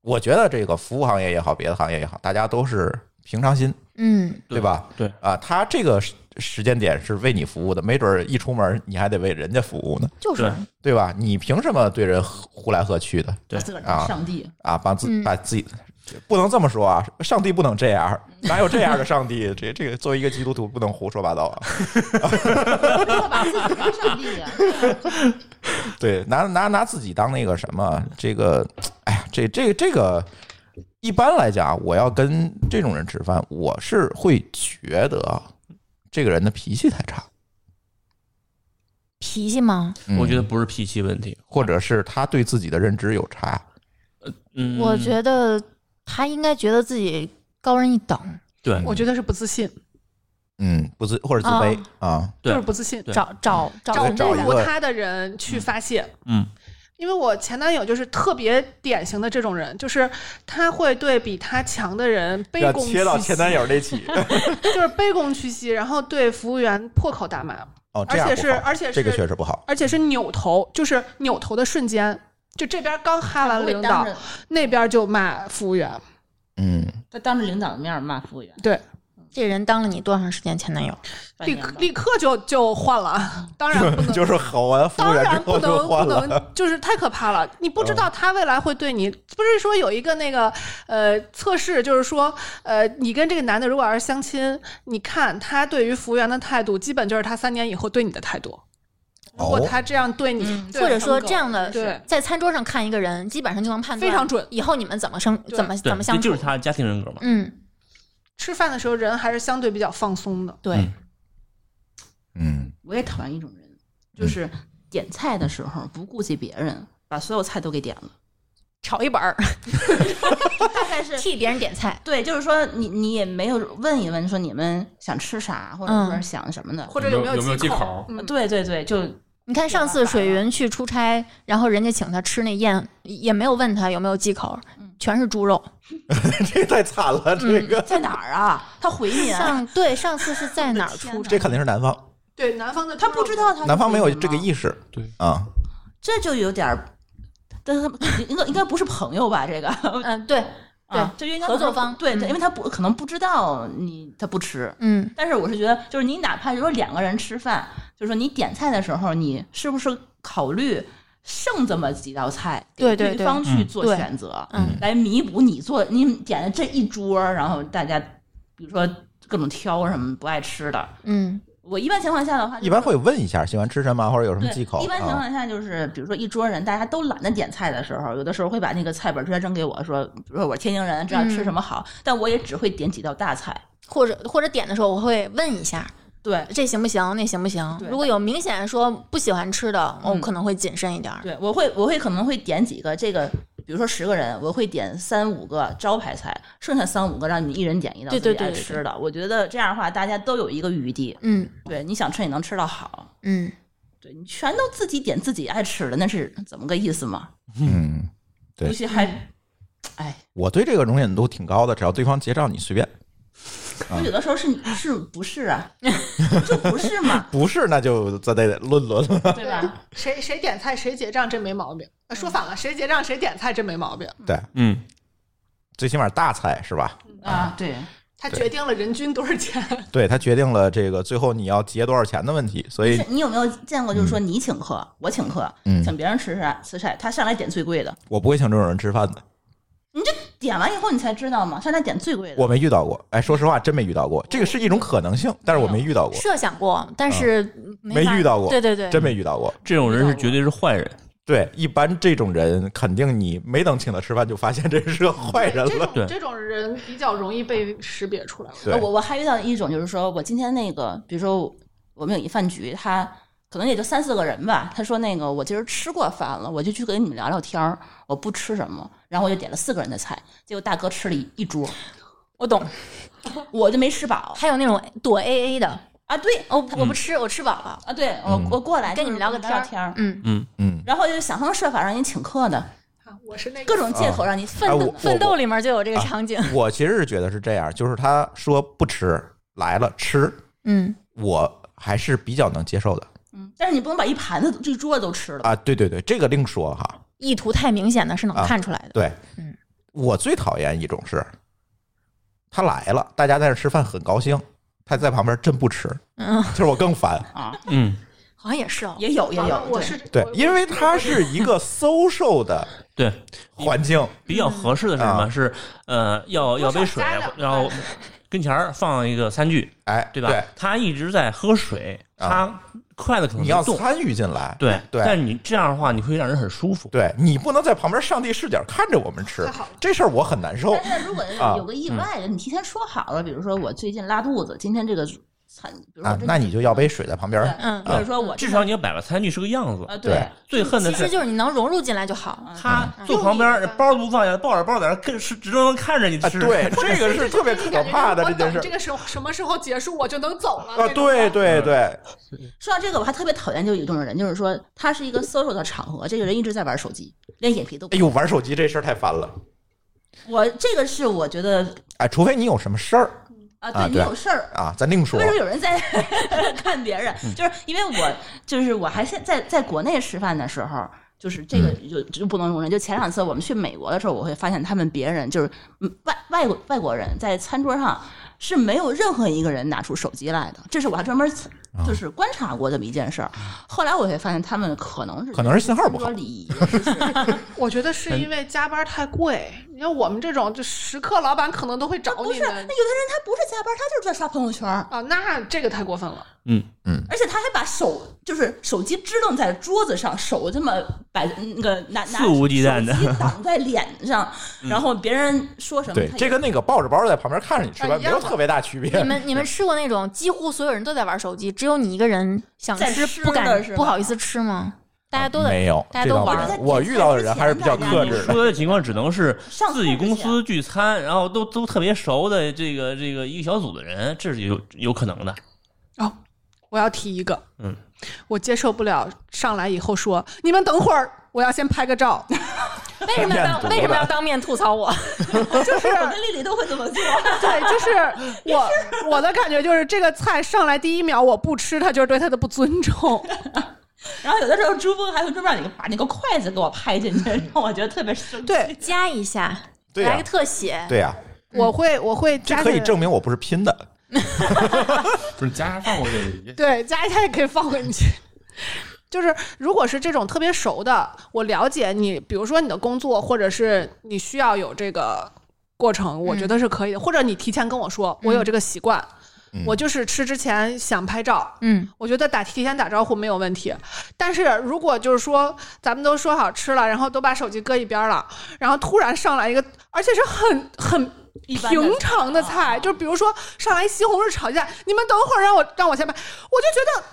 S1: 我觉得这个服务行业也好，别的行业也好，大家都是平常心，
S2: 嗯，
S3: 对
S1: 吧？
S3: 对
S1: 啊，他这个时时间点是为你服务的，没准儿一出门你还得为人家服务呢，
S2: 就是
S3: 对
S1: 对吧？你凭什么对人呼来喝去的
S3: 对
S6: 自个儿
S1: 啊
S6: 当上帝，
S1: 啊？把自
S2: 嗯
S1: 把自己。不能这么说啊！上帝不能这 样，哪有这样的上帝？这这个作为一个基督徒，不能胡说八道啊！
S6: 不要把自己当上帝啊！
S1: 对，拿拿拿自己当那个什么，这个，哎呀，这这这个一般来讲，我要跟这种人吃饭，我是会觉得这个人的脾气太差，
S2: 脾气吗？
S1: 嗯
S3: 我觉得不是脾气问题，
S1: 或者是他对自己的认知有差。
S3: 嗯，
S2: 我觉得他应该觉得自己高人一等，
S3: 对
S4: 我觉得是不自信，
S1: 嗯，不自或者自卑啊，
S3: 对
S4: 就是不自信，
S3: 对
S2: 找找
S4: 找
S2: 找
S1: 找
S4: 不
S1: 一
S4: 如
S1: 个
S4: 他的人去发泄。
S3: 嗯，
S4: 因为我前男友就是特别典型的这种人，就是他会对比他强的人卑
S1: 要
S4: 躬屈膝，
S1: 切到前男友那 起
S4: 就是卑躬屈膝，然后对服务员破口大骂，
S1: 哦，这
S4: 而
S1: 样
S4: 且
S1: 不
S4: 是
S1: 好
S4: 而且是
S1: 这个确实不好。
S4: 而且是扭头，就是扭头的瞬间，就这边刚哈
S6: 他
S4: 完
S6: 不
S4: 领
S6: 会
S4: 导
S6: 当，着
S4: 那边就骂服务员，
S1: 嗯，
S6: 他当着领导的面骂服务员，
S4: 对，
S2: 这人当了你多长时间前男友？
S6: 半
S4: 立
S6: 年
S4: 刻
S6: 吧
S4: 立刻就就换了啊，当然 不 能。
S1: 就是吼完服务
S4: 当
S1: 员
S4: 然
S1: 之
S4: 不
S1: 后
S4: 能
S1: 就
S4: 不
S1: 换了。
S4: 能，就是太可怕了。你不知道他未来会对你，不是说有一个那个呃测试，就是说呃你跟这个男的如果要是相亲，你看他对于服务员的态度，基本就是他三年以后对你的态度。如果
S1: 哦
S4: 他这样对你，对
S6: 嗯
S2: 或者说
S4: 很狗
S2: 这样的
S4: 对，
S2: 在餐桌上看一个人，基本上就能判断
S4: 非常准
S2: 以后你们怎么生
S4: 对
S2: 怎么
S3: 对
S2: 怎么相
S3: 这
S2: 处。
S3: 就是他的家庭人格嘛。
S2: 嗯，
S4: 吃饭的时候人还是相对比较放松的。
S2: 对，
S3: 嗯
S1: 嗯，
S6: 我也讨厌一种人，就是点菜的时候不顾及别人，把所有菜都给点了，
S2: 炒一本儿，
S6: 大概是
S2: 替别人点菜。
S6: 对，就是说你你也没有问一问说你们想吃啥，或者说想什么的，
S4: 或者
S5: 有
S4: 没
S5: 没有有没有
S4: 忌
S5: 忌口
S4: 嗯，
S6: 对对对，就
S2: 你看上次水云去出差，然后人家请他吃那宴，也没有问他有没有忌口，全是猪肉。
S1: 这太惨了，这个
S6: 在哪儿啊？他回你啊，
S2: 上对上次是在哪儿
S6: 我
S2: 出
S6: 的天哪
S1: 嗯这肯定是南方，
S4: 对南方的
S6: 他不知道他
S1: 南方没有这个
S6: 思，
S1: 意识
S5: 对
S1: 啊。
S6: 这就有点儿，但是他应该应该不是朋友吧？这个
S2: 嗯，对， 对
S6: 啊，这就应该
S2: 合作
S6: 可能
S2: 方
S6: 不对，
S2: 嗯
S6: 因为他不可能不知道你他不吃。
S2: 嗯，
S6: 但是我是觉得，就是你哪怕如果两个人吃饭，就是说你点菜的时候，你是不是考虑剩这么几道菜，
S2: 对对
S6: 给
S2: 对
S6: 方去
S3: 嗯
S6: 做
S2: 对
S6: 选择，
S2: 嗯
S6: 来弥补你做你点的这一桌，然后大家比如说各种挑什么不爱吃的。
S2: 嗯，
S6: 我一般情况下的话，
S1: 一般会问一下喜欢吃什么，或者有什么
S6: 对
S1: 忌口
S6: 一般情
S1: 啊？
S6: 况下就是，比如说一桌人大家都懒得点菜的时候，有的时候会把那个菜本直接扔给我说，比如说我是天津人，知道吃
S2: 嗯
S6: 什么好，但我也只会点几道大菜。
S2: 或者或者点的时候我会问一下，
S6: 对，
S2: 这行不行，那行不行？
S6: 对
S2: 如果有明显说不喜欢吃的，我
S6: 嗯
S2: 可能会谨慎一点儿。
S6: 对，我会我会可能会点几个这个，比如说十个人，我会点三五个招牌菜，剩下三五个让你们一人点一道
S2: 对
S6: 自
S2: 对
S6: 己爱
S2: 对对
S6: 吃的。我觉得这样的话，大家都有一个余地，
S2: 嗯
S6: 对，你想吃也能吃到好。
S2: 嗯，
S6: 对你全都自己点自己爱吃的，那是怎么个意思嘛？
S1: 嗯，对
S6: 尤其还，哎，
S1: 我对这个容忍度挺高的，只要对方结账，你随便。
S6: 我有的时候是是不是啊？就不 是嘛，
S1: 不是，那就咱得论论了。
S6: 对吧？
S4: 谁谁点菜谁结账，这没毛病。呃说反
S6: 嗯
S4: 了，谁结账谁点菜，这没毛病。
S1: 对，
S3: 嗯，
S1: 最起码大菜是吧？
S6: 啊，对，
S4: 他
S1: 对
S4: 决定了人均多少 钱。
S1: 对，它决定了这个最后你要结多少钱的问题，所
S6: 就
S1: 以
S6: 是你有没有见过，就是说你请客，我请客，
S1: 嗯
S6: 请别人吃啥吃菜，他上来点最贵的，
S1: 我不会请这种人吃饭的。
S6: 点完以后你才知道嘛，上来点最贵的。
S1: 我没遇到过，哎，说实话，真没遇到过。这个是一种可能性，但是我没遇到过，
S2: 设想过，但是
S1: 没
S2: 法
S1: 遇到过
S2: 对对对，
S1: 真没遇到过。
S3: 这种人是绝对是坏人。
S1: 对，一般这种人，肯定你没等请他吃饭，就发现这是个坏人
S4: 这
S1: 了。
S4: 种
S3: 对
S4: 这种人比较容易被识别出来。
S1: 对，
S6: 呃我我还遇到一种，就是说我今天那个，比如说我们有一饭局，他可能也就三四个人吧，他说那个我今儿吃过饭了，我就去跟你们聊聊天儿，我不吃什么，然后我就点了四个人的菜，结果大哥吃了一一桌，
S2: 我懂。
S6: 我就没吃饱
S2: 还有那种躲 AA 的，
S6: 啊，对
S2: 哦，我不吃，我吃饱了，
S6: 啊，对我
S1: 嗯
S6: 我过来
S2: 跟你们聊个
S6: 天
S2: 天儿
S6: 天儿。
S2: 嗯，
S1: 嗯，
S6: 然后就想方设法让你请客的，
S4: 啊我是那
S6: 各
S4: 个
S6: 种借口让你
S1: 哎，
S6: 奋
S1: 我
S6: 斗。
S1: 我啊
S2: 奋斗里面就有这个场景，
S1: 我我其实是觉得是这样，就是他说不吃来了吃，
S2: 嗯，
S1: 我还是比较能接受的
S6: 嗯但是你不能把一盘子、一桌子都吃了吧。
S1: 啊。对对对，这个另说哈。
S2: 意图太明显的是能
S3: 啊
S2: 看出来的，
S1: 对，
S2: 嗯
S1: 我最讨厌一种是，他来了，大家在这吃饭很高兴，他在旁边真不吃，
S2: 嗯，
S1: 就是我更烦。
S6: 啊，
S3: 嗯，
S2: 好像也是哦，
S6: 也有也
S4: 完
S1: 啊
S4: 了
S6: 有，
S4: 我
S6: 对
S4: 是
S1: 对
S4: 我，
S1: 因为它是一个 social 的
S3: 对，
S1: 环境，
S3: 比较合适的是
S1: 嗯
S3: 什
S1: 啊
S3: 么？是呃，要要杯水
S4: 多少加两，
S3: 然后跟前儿放一个餐具，
S1: 哎，
S3: 对吧？他一直在喝水，
S1: 啊
S3: 他筷子可能
S1: 你要
S3: 会动，
S1: 参与进来，
S3: 对
S1: 对
S3: 但是你这样的话，你会让人很舒服。
S1: 对你不能在旁边上帝视角看着我们吃
S4: 太好了，
S1: 这事儿我很难受。
S6: 但是如果是
S1: 啊
S6: 有个意外的，你提前说好了，比如说我最近拉肚子，今天这个餐，比如说我
S1: 啊
S6: 真，的
S1: 那你就要啊杯水在旁边
S6: 对
S1: 儿。
S2: 嗯
S6: 或者说我
S3: 至
S6: 真的
S3: 少你要摆了餐具是个样子。
S6: 啊
S1: 对
S6: 对，
S3: 最恨的
S2: 其实
S3: 是
S2: 就是你能融入进来就好。
S3: 他坐旁边，包都不放下，抱着包在那跟是直愣愣看着你
S1: 啊，
S3: 吃。
S1: 对，这个是特别可怕的
S4: 我
S1: 这件
S4: 等
S1: 事
S4: 这个时候什么时候结束，我就能走了。
S1: 啊，
S4: 那种
S1: 对对对，
S6: 说到这个，我还特别讨厌就有一种人，就是说他是一个 social 的场合，这个人一直在玩手机，连眼皮都不
S1: 哎。呦，玩手机这事儿太烦了。
S6: 我这个是我觉得
S1: 哎，除非你有什么事儿
S6: 啊，
S1: 啊
S6: 对你
S1: 对
S6: 有事儿。
S1: 啊，咱另说嗯
S6: 为。什么有 人在看别人？就是因为我，就是我还现在在国内吃饭的时候，就是这
S1: 嗯
S6: 个就就不能容忍。就前两次我们去美国的时候，我会发现他们别人就是嗯外外国外国人在餐桌上是没有任何一个人拿出手机来的，这是我还专门
S1: 啊
S6: 就是观察过这么一件事儿。后来我会发现他们可能是
S1: 嗯可能是信号不好
S6: 餐桌礼仪是是
S4: 我觉得是因为加班太贵。你看我们这种，就食客老板可能都会找
S6: 不
S4: 你
S6: 是，那有的人
S4: 的
S6: 他不是加班，他就是在刷朋友圈，
S4: 啊，那这个太过分了。
S6: 而且他还把手就是手机支棱在桌子上，手这么摆嗯那个拿拿
S3: 肆无忌惮地嗯
S6: 手机挡在脸 上，然后别人说什么，
S1: 对
S6: 他，也
S1: 这跟那个抱着包在旁边看着你吃
S4: 啊
S1: 饭
S4: 一
S1: 没
S4: 样
S1: 有
S4: 的
S1: 特别大区别。
S2: 你们你们吃过那种几乎所有人都在玩手机，只有你一个人想
S6: 在
S2: 吃
S6: 吃
S2: 不
S6: 的
S2: 敢
S6: 是吧
S2: 不好意思吃吗？大家都在
S1: 没有，
S2: 大家
S1: 这
S2: 都
S1: 倒没
S2: 玩
S1: 有
S2: 儿。
S6: 在
S1: 我
S6: 点
S1: 遇
S6: 菜
S1: 到的
S6: 之
S1: 人还是比较
S6: 前大家
S1: 克
S3: 你
S1: 制的。
S3: 说的情况只能是
S6: 上
S3: 自己公
S6: 厕所
S3: 司聚餐，然后都都特别熟的这个这个一个小组的人，这是有有可能的。
S4: 哦，我要提一个，
S3: 嗯，
S4: 我接受不了上来以后说你们等会儿，我要先拍 个照。
S3: 啊
S2: 为什么要
S1: 面毒
S2: 当为什么
S1: 的
S2: 要当面吐槽我？
S4: 就是
S6: 我跟丽丽都会这么做，
S4: 对，就是我 我的感觉就是这个菜上来第一秒我不吃，他就是对他的不尊重。
S6: 然后有的时候朱峰还会专门让你把那个筷子给我拍进去，让我觉得特别生气。
S4: 对，
S2: 加一下，
S1: 对
S2: 来
S1: 呀
S2: 个，特写。
S1: 对呀，
S4: 我会我会
S1: 嗯这
S4: 加
S1: 可以
S4: 进
S1: 证明我不是拼的。
S5: 不是加饭我给也
S4: 对，加一下也可以放回去。 就是如果是这种特别熟的，我了解你，比如说你的工作，或者是你需要有这个过程，我觉得是可以的。或者你提前跟我说，我有这个习惯，
S1: 嗯
S4: 我就是吃之前想拍照。
S2: 嗯，
S4: 我觉得打提前打招呼没有问题，但是如果就是说咱们都说好吃了，然后都把手机搁一边了，然后突然上来一个，而且是很很
S6: 一般的啊
S4: 平常的菜，就比如说上来西红柿炒鸡蛋，你们等会儿让我让我先拍，我就觉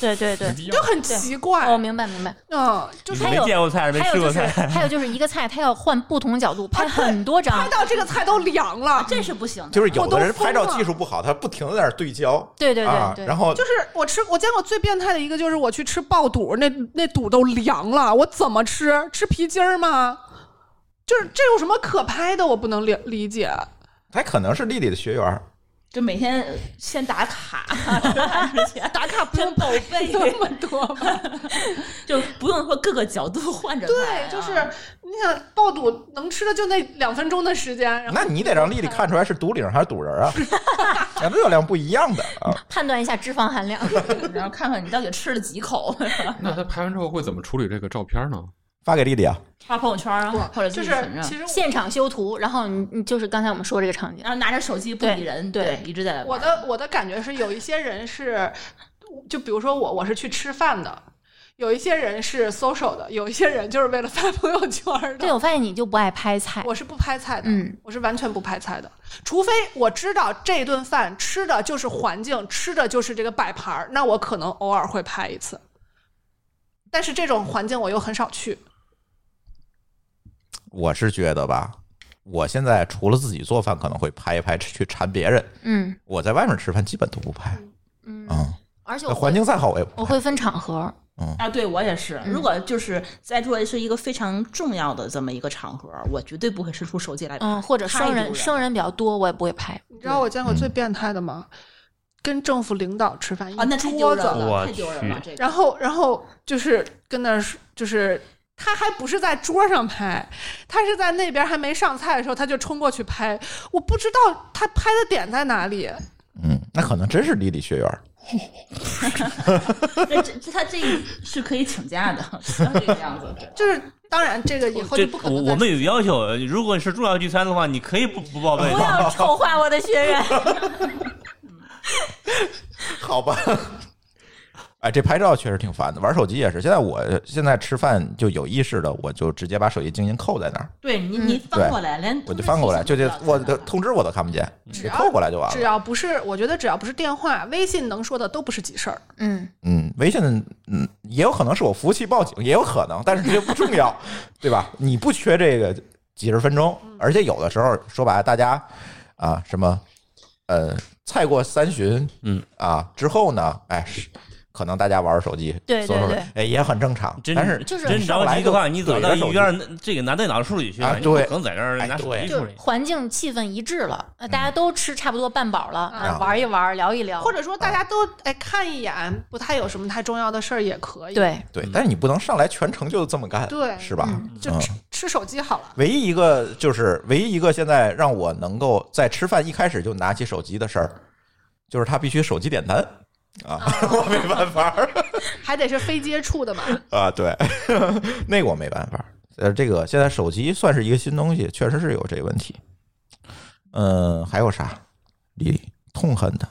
S2: 对对对
S5: 没。必
S4: 得
S5: 要
S4: 就。很奇怪
S2: 哦，，明白明白。
S4: 嗯，就
S3: 你
S4: 是
S2: 还
S3: 没
S2: 有
S3: 见过菜是没
S2: 还有
S3: 吃
S2: 就
S3: 过
S2: 是，
S3: 菜，
S2: 还有就是一个菜，它要换不同角度啊拍很多张
S4: 拍。到这个菜都凉了，
S6: 啊这是不行的。
S1: 就是有
S4: 我都
S1: 的人拍照
S4: 疯了
S1: 技术不好，他不停地在那儿对焦
S2: 对对
S1: 啊
S2: 对，对，
S1: 然后
S4: 就是我吃我见过最变态的一个，就是我去吃爆肚，那那肚都凉了，我怎么吃？吃皮筋儿吗？就是这有什么可拍的？我不能理理解。
S1: 他可能是丽丽的学员儿，
S6: 就每天先打卡， 之前打卡不用报备，
S4: 这么多吧？
S6: 就不用说各个角度换着拍啊
S4: 对，就是你想爆肚能吃的就那两分钟的时间，然后
S1: 那你得让丽丽看出来是独领还是独人啊，两个热量不一样的啊。
S2: 判断一下脂肪含量。
S6: 然后看看你到底吃了几口，
S5: 那他拍完之后会怎么处理这个照片呢？
S1: 发给丽丽啊，
S6: 发朋友圈啊，或者
S4: 就
S6: 自己
S4: 是
S6: 存着
S4: 其实我
S2: 现场修图，然后你你就是刚才我们说这个场景，
S6: 然后拿着手机不理人，
S2: 对
S6: 一直在
S4: 我的我的感觉是有一些人是，就比如说我我是去吃饭的，有一些人是 social 的，有一些人就是为了发朋友圈儿
S2: 对
S4: 的。
S2: 我发现你就不爱拍菜，
S4: 我是不拍菜的，
S2: 嗯
S4: 我是完全不拍菜的，除非我知道这顿饭吃的就是环境，吃的就是这个摆盘儿，那我可能偶尔会拍一次。但是这种环境我又很少去，
S1: 我是觉得吧，我现在除了自己做饭可能会拍一拍去馋别人，
S2: 嗯
S1: 我在外面吃饭基本都不拍
S2: 嗯，
S1: 啊、
S2: 而且
S1: 嗯，
S2: 我
S1: 环境再好我也
S2: 我
S1: 不拍。
S2: 会分场合，
S6: 啊，对我也是。
S2: 嗯
S6: 如果就是在座是一个非常重要的这么一个场合，我绝对不会伸出手机来。
S2: 嗯，或者
S6: 太
S2: 生
S6: 丢
S2: 人
S6: 人
S2: 生人比较多，我也不会拍。
S4: 你知道我见过最变态的吗？跟政府领导吃饭，
S6: 啊，那
S4: 一
S6: 太丢
S4: 桌
S6: 人
S4: 子，
S6: 了，
S3: 我
S6: 太丢人了。这个，
S4: 然后然后就是跟那儿说就是。他还不是在桌上拍，他是在那边还没上菜的时候，他就冲过去拍。我不知道他拍的点在哪里，
S1: 嗯，那可能真是丽丽学员 儿。
S6: 那这这他这 是可以请假的，不要这个样子。
S4: 就是当然这个以后
S3: 这
S4: 就不可
S3: 我
S4: 能
S3: 我
S4: 再
S3: 们有要求，如果是重要聚餐的话，你可以不不报备
S6: 啊
S2: 不。要丑化我的学员。
S1: 好吧，哎，这拍照确实挺烦的，玩手机也是。现在我现在吃饭就有意识的，我就直接把手机静音扣在那儿，
S6: 对你
S2: 嗯
S6: 你翻过来，连
S1: 我就翻过来，就
S6: 这
S1: 这我的通知我都看不见，
S4: 只
S1: 你
S4: 要
S1: 扣过来就完
S4: 只
S1: 了。
S4: 要不是，我觉得只要不是电话、微信能说的都不是急事儿。
S2: 嗯，
S1: 嗯，微信嗯也有可能是我服务器报警，也有可能，但是这不重 要，对吧？你不缺这个几十分钟，
S2: 嗯
S1: 而且有的时候说白了，大家啊什么呃菜过三巡，
S3: 嗯
S1: 啊之后呢，哎是。可能大家玩手机，
S2: 对对
S1: 搜搜
S2: 对
S1: 哎，也很正常。
S3: 真
S1: 但是
S2: 就是
S3: 真
S1: 你上
S3: 着
S1: 来
S3: 急的
S1: 就
S3: 话，你走
S1: 怼
S3: 到
S1: 着
S3: 一
S1: 手机
S3: 边儿，那这个拿电脑处理去
S1: 啊
S3: 了，你不
S1: 对
S3: 可能在这儿拿手
S1: 哎
S3: 机
S1: 对
S3: 处
S2: 就
S3: 理。嗯
S2: 环境气氛一致了，呃，
S1: 嗯
S2: 大家都吃差不多半饱了，
S4: 啊
S2: 啊玩一玩，聊一聊，
S4: 或者说大家都哎看一眼，不太有什么太重要的事儿也可以。，
S2: 对，
S1: 对
S3: 嗯，
S1: 但是你不能上来全程就这么干，
S4: 对
S1: 是吧？
S2: 嗯
S4: 就吃、吃手机好了。
S1: 唯一一个就是唯一一个现在让我能够在吃饭一开始就拿起手机的事儿，就是他必须手机点单啊，
S2: 哦
S1: 我没办法儿
S4: 还得是非接触的嘛。
S1: 啊，对， 那个我没办法儿。呃，这个现在手机算是一个新东西，确实是有这个问题。嗯，还有啥？李李痛恨的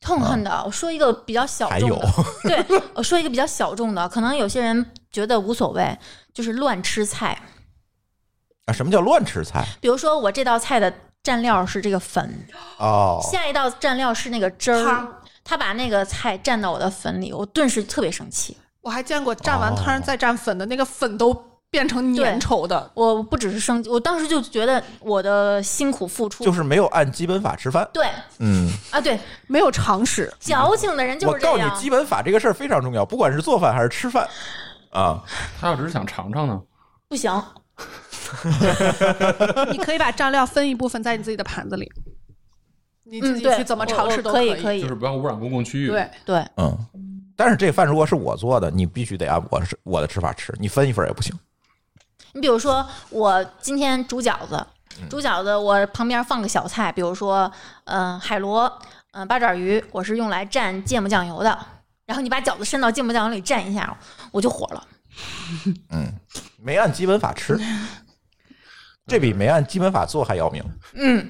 S2: 痛恨的。我说一个比较小
S1: 啊还
S2: 众
S1: 有
S2: 的，对，我说一个比较小众的，可能有些人觉得无所谓，就是乱吃菜。
S1: 啊，什么叫乱吃菜？
S2: 比如说我这道菜的蘸料是这个粉，
S1: 哦，
S2: 下一道蘸料是那个汁儿，
S4: 汤，
S2: 他把那个菜蘸到我的粉里，我顿时特别生气。
S4: 我还见过蘸完
S1: 哦
S4: 汤再蘸粉的，那个粉都变成粘稠的。
S2: 我不只是生气，我当时就觉得我的辛苦付出，
S1: 就是没有按基本法吃饭。
S2: 对
S1: 嗯，
S2: 啊，对，
S4: 没有常识，
S2: 矫情的人就
S1: 我
S2: 是
S1: 告
S2: 这
S1: 诉你，
S2: 样。
S1: 基本法这个事儿非常重要，不管是做饭还是吃饭啊，
S5: 他要只是想尝尝呢，
S2: 不行，
S4: 你可以把蘸料分一部分在你自己的盘子里，你自
S2: 嗯，
S4: 己
S2: 对，
S4: 去怎么
S2: 我
S4: 尝试
S2: 我
S4: 都
S2: 可
S4: 以。
S2: 可
S5: 就
S2: 以
S5: 是，不要污染公共区域。
S4: 对，
S2: 对，
S1: 嗯。但是这饭如果是我做的，你必须得按我是我的吃法吃，你分一份也不行。
S2: 你比如说，我今天煮饺子，
S1: 嗯
S2: 煮饺子我旁边放个小菜，比如说，嗯、海螺，嗯、八爪鱼，我是用来蘸芥末酱油的。然后你把饺子伸到芥末酱油里蘸一下，我就火了。
S1: 嗯，没按基本法 吃，这比没按基本法做还要命。
S2: 嗯，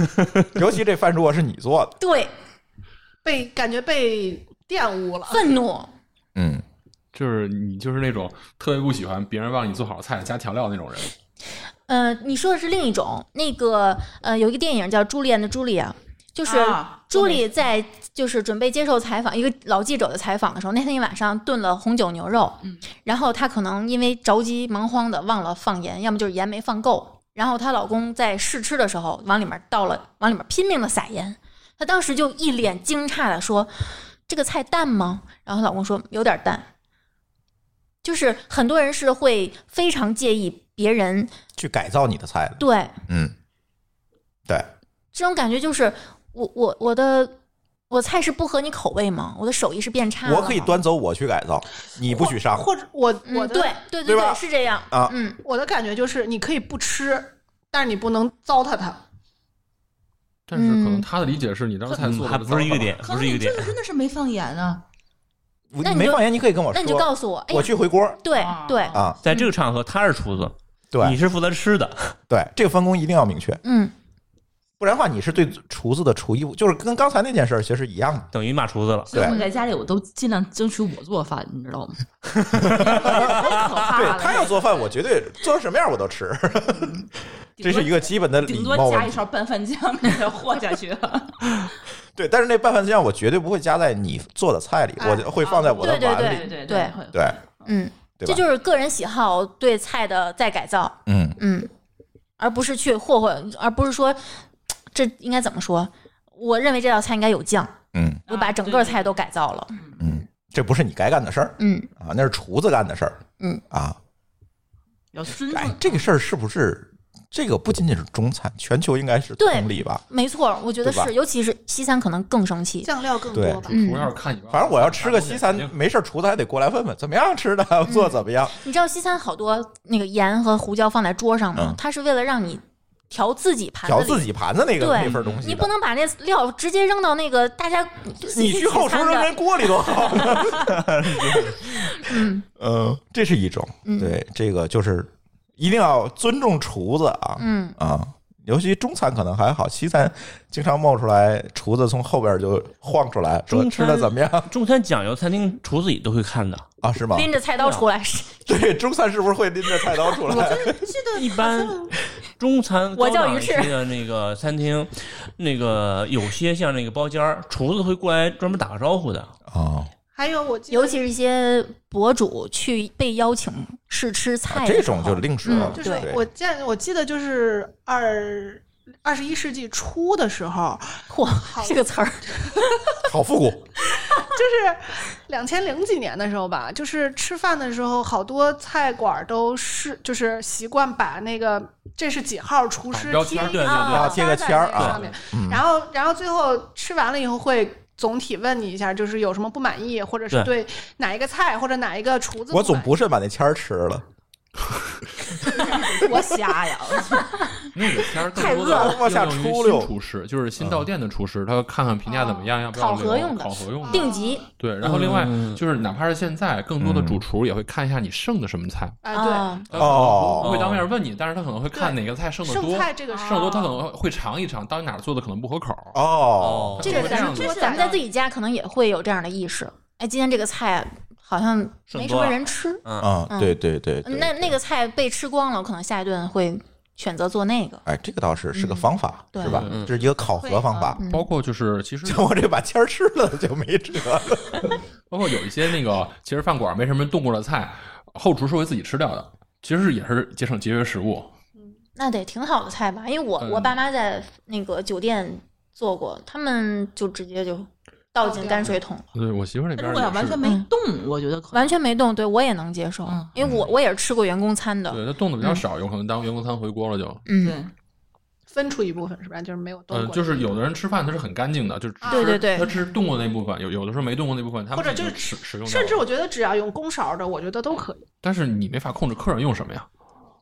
S1: 尤其这饭如果是你做的，
S2: 对，
S4: 啊被感觉被玷污了。
S2: 愤怒，
S1: 嗯，
S5: 就是你就是那种特别不喜欢别人让你做好菜加调料那种
S1: 嗯
S5: 人。
S2: 呃，你说的是另一种，那个呃，有一个电影叫《朱丽安的茱莉亚》，就是
S6: 啊
S2: 朱莉在就是准备接受采访一个老记者的采访的时候，那天一晚上炖了红酒牛肉，
S6: 嗯，
S2: 然后她可能因为着急忙慌的忘了放盐，要么就是盐没放够，然后她老公在试吃的时候往里面倒了，往里面拼命的撒盐，她当时就一脸惊诧的说：“这个菜淡吗？”然后老公说：“有点淡。”就是很多人是会非常介意别人
S1: 去改造你的菜的。
S2: 对
S1: 嗯，对，
S2: 这种感觉就是我我我的我菜是不合你口味吗？我的手艺是变差了吗
S1: 我可以端走，我去改造，你不许上
S4: 或者我
S2: 嗯
S4: 我的、
S2: 对对
S1: 对吧
S2: 对，是这样
S1: 啊
S2: 嗯，
S4: 我的感觉就是，你可以不吃，但是你不能糟蹋它。
S5: 但是可能他的理解是你当时菜
S3: 嗯
S5: 做的
S3: 还不是一个点，
S6: 可
S3: 不
S6: 能
S3: 是一
S6: 你
S3: 个
S6: 这
S3: 点
S6: 个。真的是没放盐啊，
S1: 你
S2: 那你就
S1: 没放盐，你可以跟我
S2: 那你就
S1: 说，
S2: 告诉我，哎
S1: 我
S2: 呀，
S1: 去回锅
S2: 对
S6: 啊
S2: 对，
S1: 啊。
S3: 在这个场合，他是厨子，你
S1: 对
S3: 是负责吃的，
S1: 对，这个分工一定要明确，
S2: 嗯，
S1: 不然的话你是对厨子的厨艺不，就是跟刚才那件事儿其实一样的。
S3: 等于骂厨子了。
S6: 所以
S1: 对
S6: 我在家里我都尽量争取我做饭，你知道吗？太可怕
S1: 对
S6: 了，
S1: 他要做饭，我绝对做成什么样我都吃，这是一个基本的礼
S6: 顶多
S1: 貌
S6: 加
S1: 问
S6: 一
S1: 题。
S6: 勺拌饭酱给它和下去。
S1: 对，但是那拌饭酱我绝对不会加在你做的菜里，
S4: 哎
S1: 我会放在我的
S2: 啊对对
S1: 碗里。
S6: 对对
S2: 对
S6: 会
S1: 对，
S2: 嗯，
S1: 对吧
S2: 这就是个人喜好对菜的再改造，
S1: 嗯，
S2: 嗯，而不是去霍霍，而不是说这应该怎么说？我认为这道菜应该有酱，
S1: 嗯
S2: 我把整个菜都改造了，
S1: 嗯，这不是你该干的事儿
S2: 嗯，
S1: 啊，那是厨子干的事儿。
S2: 嗯
S1: 啊，
S6: 要尊
S1: 哎
S6: 重，。
S1: 这个事儿是不是这个不仅仅是中餐，全球应该是
S2: 对
S1: 同理吧？
S2: 没错，我觉得
S1: 对吧
S2: 是，尤其是西餐可能更生气，
S4: 酱料更
S1: 对
S4: 多吧。
S5: 主
S2: 嗯
S5: 要是看你吧。
S1: 反正我要吃个西餐
S5: 肯，定
S1: 没事儿厨子还得过来问问怎么样吃的，
S2: 嗯
S1: 做怎么样。
S2: 你知道西餐好多那个盐和胡椒放在桌上吗
S1: 嗯？
S2: 它是为了让你调自己盘
S1: 调
S2: 子
S1: 自
S2: 里，
S1: 己盘子那个
S2: 对
S1: 那份东西
S2: 你
S1: 的
S2: 不，能把那料直接扔到那个大家
S1: 你
S2: 你
S1: 去后厨扔人锅里多好呢。
S2: 嗯
S1: 嗯，这是一种，
S2: 嗯
S1: 对，这个就是一定要尊重厨子啊
S2: 嗯
S1: 啊，尤其中餐可能还好，西餐经常冒出来，厨子从后边就晃出来说
S3: 中
S1: 吃
S3: 餐
S1: 的怎么样
S3: 中餐讲究，餐厅厨子也都会看的。
S1: 啊？是吗？
S2: 拎着菜刀出来是，
S1: 对，中餐是不是会拎着菜刀出来？
S3: 一般中餐
S2: 我
S3: 高
S2: 叫
S3: 档
S2: 鱼
S3: 一
S2: 翅
S3: 些的那个餐厅，那个有些像那个包间儿，厨子会过来专门打个招呼的。
S1: 哦，
S4: 还有我记得
S2: 尤其是一些博主去被邀请试吃菜、
S1: 啊这种就。另说了。
S2: 嗯
S4: 就是
S1: 对
S4: 我见我记得就是二二十一世纪初的时候，
S2: 嚯，这个词儿，
S1: 好复古，
S4: 就是两千零几年的时候吧，就是吃饭的时候，好多菜馆都是就是习惯把那个这是几号厨师
S5: 打标
S4: 贴
S5: 签儿
S4: 一
S3: 对对
S4: 个
S3: 对
S1: 啊贴个
S4: 在
S1: 签儿
S4: 那个
S1: 啊
S4: 上面
S1: 嗯
S4: 然后然后最后吃完了以后会。总体问你一下，就是有什么不满意，或者是对哪一个菜或者哪一个厨子满意，
S1: 我总不慎把那签儿吃了。
S6: 多瞎呀！我去
S5: 那个片儿更多
S1: 太饿
S5: 的
S1: 了往下
S5: 应
S1: 出
S5: 用于
S1: 溜啊
S5: 新厨师，就是新
S3: 嗯
S5: 到店的厨师，他看看评价怎么样，要不要
S2: 考核
S5: 留
S2: 用的
S5: 考核用
S1: 嗯
S5: 的。
S2: 定级
S5: 对，然后另外
S3: 嗯
S5: 就是，哪怕是现在，更多的主厨也会看一下你剩的什么菜。呃
S4: 哎，对，
S2: 啊，
S1: 哦
S5: 不会当面问你，但是他可能会看
S4: 对
S5: 哪个菜剩的
S4: 剩
S5: 多，
S4: 菜这个是
S5: 剩的多，他可能会尝一尝，到底哪儿做的可能不合口。
S1: 哦，
S2: 这个咱们
S5: 这
S2: 就
S5: 样
S2: 是
S4: 子
S2: 咱们在自己家可能也会有这样的意识。哎，今天这个菜好像没什么人吃，
S3: 嗯，
S1: 嗯，对对对对，
S2: 那那个菜被吃光了，我可能下一顿会选择做那个。
S1: 哎，这个倒是是个方法，
S2: 对
S1: 是吧？
S3: 嗯
S1: 这是一个考核方
S6: 啊
S1: 法。
S5: 包括就是其实
S1: 像我这把签儿吃了就没辙 了。
S5: 包括有一些那个其实饭馆没什么人动过的菜，后厨是会自己吃掉的，其实是也是节省节约食物。
S2: 那得挺好的菜吧？因为我
S5: 嗯
S2: 我爸妈在那个酒店做过，他们就直接就倒进泔水桶了，
S5: 对我媳妇儿那边
S6: 如
S5: 儿
S6: 果要完
S5: 也是
S6: 全没动，我觉得可以。
S2: 完全没动。对我也能接受，
S6: 嗯
S2: 因为我我也是吃过员工餐的。
S5: 对他动的比较少，有可能当员工餐回锅了就。
S2: 嗯，
S6: 对，
S4: 分出一部分是吧？就是没有动
S5: 嗯，
S4: 过，
S5: 就是有的人吃饭他是很干净的，就是吃
S2: 对对对
S5: 他吃动过那部分，有有的时候没动过那部分，他们
S4: 或者就是
S5: 自己使使用到
S4: 甚至
S5: 了，
S4: 我觉得只要用公勺的，我觉得都可以。
S5: 但是你没法控制客人用什么呀。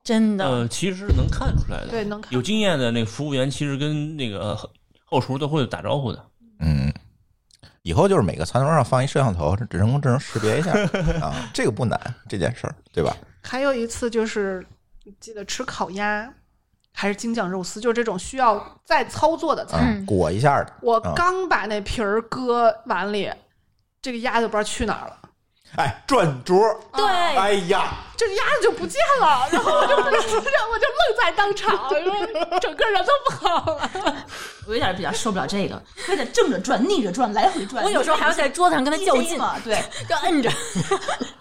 S2: 真的。
S3: 呃，其实能看出来的，
S4: 对，能看
S3: 有经验的那个服务员，其实跟那个呃后厨都会打招呼的。
S1: 嗯，以后就是每个餐桌上放一摄像头，这人工智能识别一下啊，这个不难这件事儿，对吧？
S4: 还有一次就是记得吃烤鸭还是京酱肉丝，就是这种需要再操作的菜。
S1: 啊，
S2: 嗯
S1: 裹一下的，
S4: 我
S1: 啊
S4: 刚把那皮儿搁碗里，这个鸭就不知道去哪儿了，
S1: 哎，转桌，
S6: 哦
S2: 对，
S1: 哎呀，
S4: 这个鸭子就不见 了，然后我就然后我就愣在当 场，然后整个人都不好了。
S6: 我有点比较受不了这个，还得正着转、逆着转、来回转。
S2: 我有时候还要在桌子上跟他较劲，
S6: 嘛，对，
S2: 就摁着。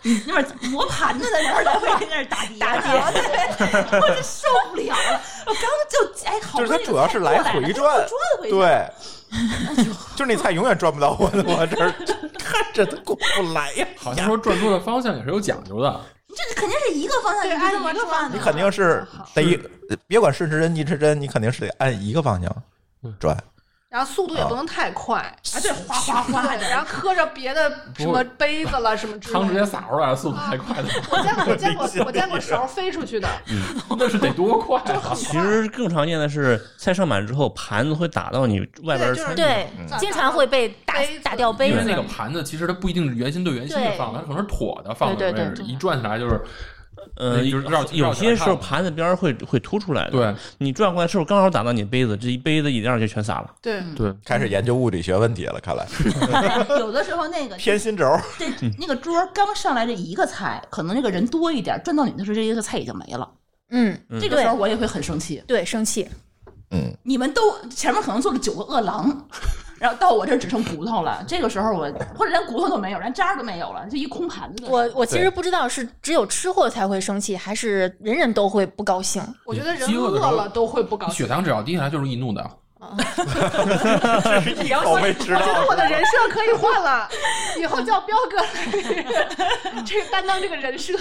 S6: 那边儿磨盘子在那儿来回跟那儿打碟打碟，对，我就受不了了。我刚就哎，好
S1: 就是
S6: 不容
S1: 它
S6: 易
S1: 主要是来回
S6: 过来
S1: 转
S6: 了它就转哎回，去
S1: 对， 就是那菜永远转不到我的我这儿，看着它过不来呀。
S5: 好像说转桌的方向也是有讲究的，
S6: 这肯定是一个方向，
S4: 对
S6: 你这么
S4: 按一个
S6: 转的
S1: 你肯定是得一，别管顺时针逆时针，你肯定是得按一个方向
S5: 嗯
S1: 转。
S4: 然后速度也不能太快，啊，对，哗哗 哗的，然后磕着别的什么杯子了什么之
S5: 汤直
S4: 类
S5: 接
S4: 的。
S5: 洒出来了，速度太快了，
S4: 我见过，我见 过，我见过勺飞出去的，
S5: 那是得多快
S4: 哎
S5: 啊！
S3: 其实更常见的是菜上满之后，盘子会打到你外边的
S4: 对就是
S3: 餐
S4: 对
S3: 具。
S2: 对，经常会被打
S4: 杯子
S2: 打掉杯
S5: 因
S2: 子
S5: 为。那个盘子其实它不一定是圆心对圆心的
S2: 对
S5: 放的，它可能是妥的放
S2: 对
S5: 的
S2: 对
S5: 位置，
S2: 对
S5: 一转起来就是
S3: 呃，
S5: 就是绕
S3: 有些时候
S5: 绕起来看
S3: 盘子边儿会会凸出来的。
S5: 对，
S3: 你转过来的时候刚好打到你杯子，这一杯子饮料就全洒了。
S4: 对，
S5: 对，
S1: 开始研究物理学问题了，看来
S6: 有的时候那个
S1: 偏心轴。
S6: 这那个桌刚上来这一个菜，可能那个人多一点，转到你的时候，这一个菜已经没了。
S2: 嗯，
S6: 这个时候我也会很生气。
S2: 对，生气。
S1: 嗯，
S6: 你们都前面可能坐了九个饿狼，然后到我这儿只剩骨头了。这个时候我或者连骨头都没有，连渣儿都没有了，就一空盘子。
S2: 我我其
S1: 对
S2: 实不知道是只有吃货才会生气，还是人人都会不高兴。
S4: 我觉得人
S5: 饥饿的时
S4: 饿
S5: 候
S4: 了都会不高兴
S5: 血。糖只要低下来就是易怒的。
S1: 一口没吃
S4: 我觉得
S1: 到
S4: 我，的人设可以换了，以后叫彪哥， 这个担当这个人设。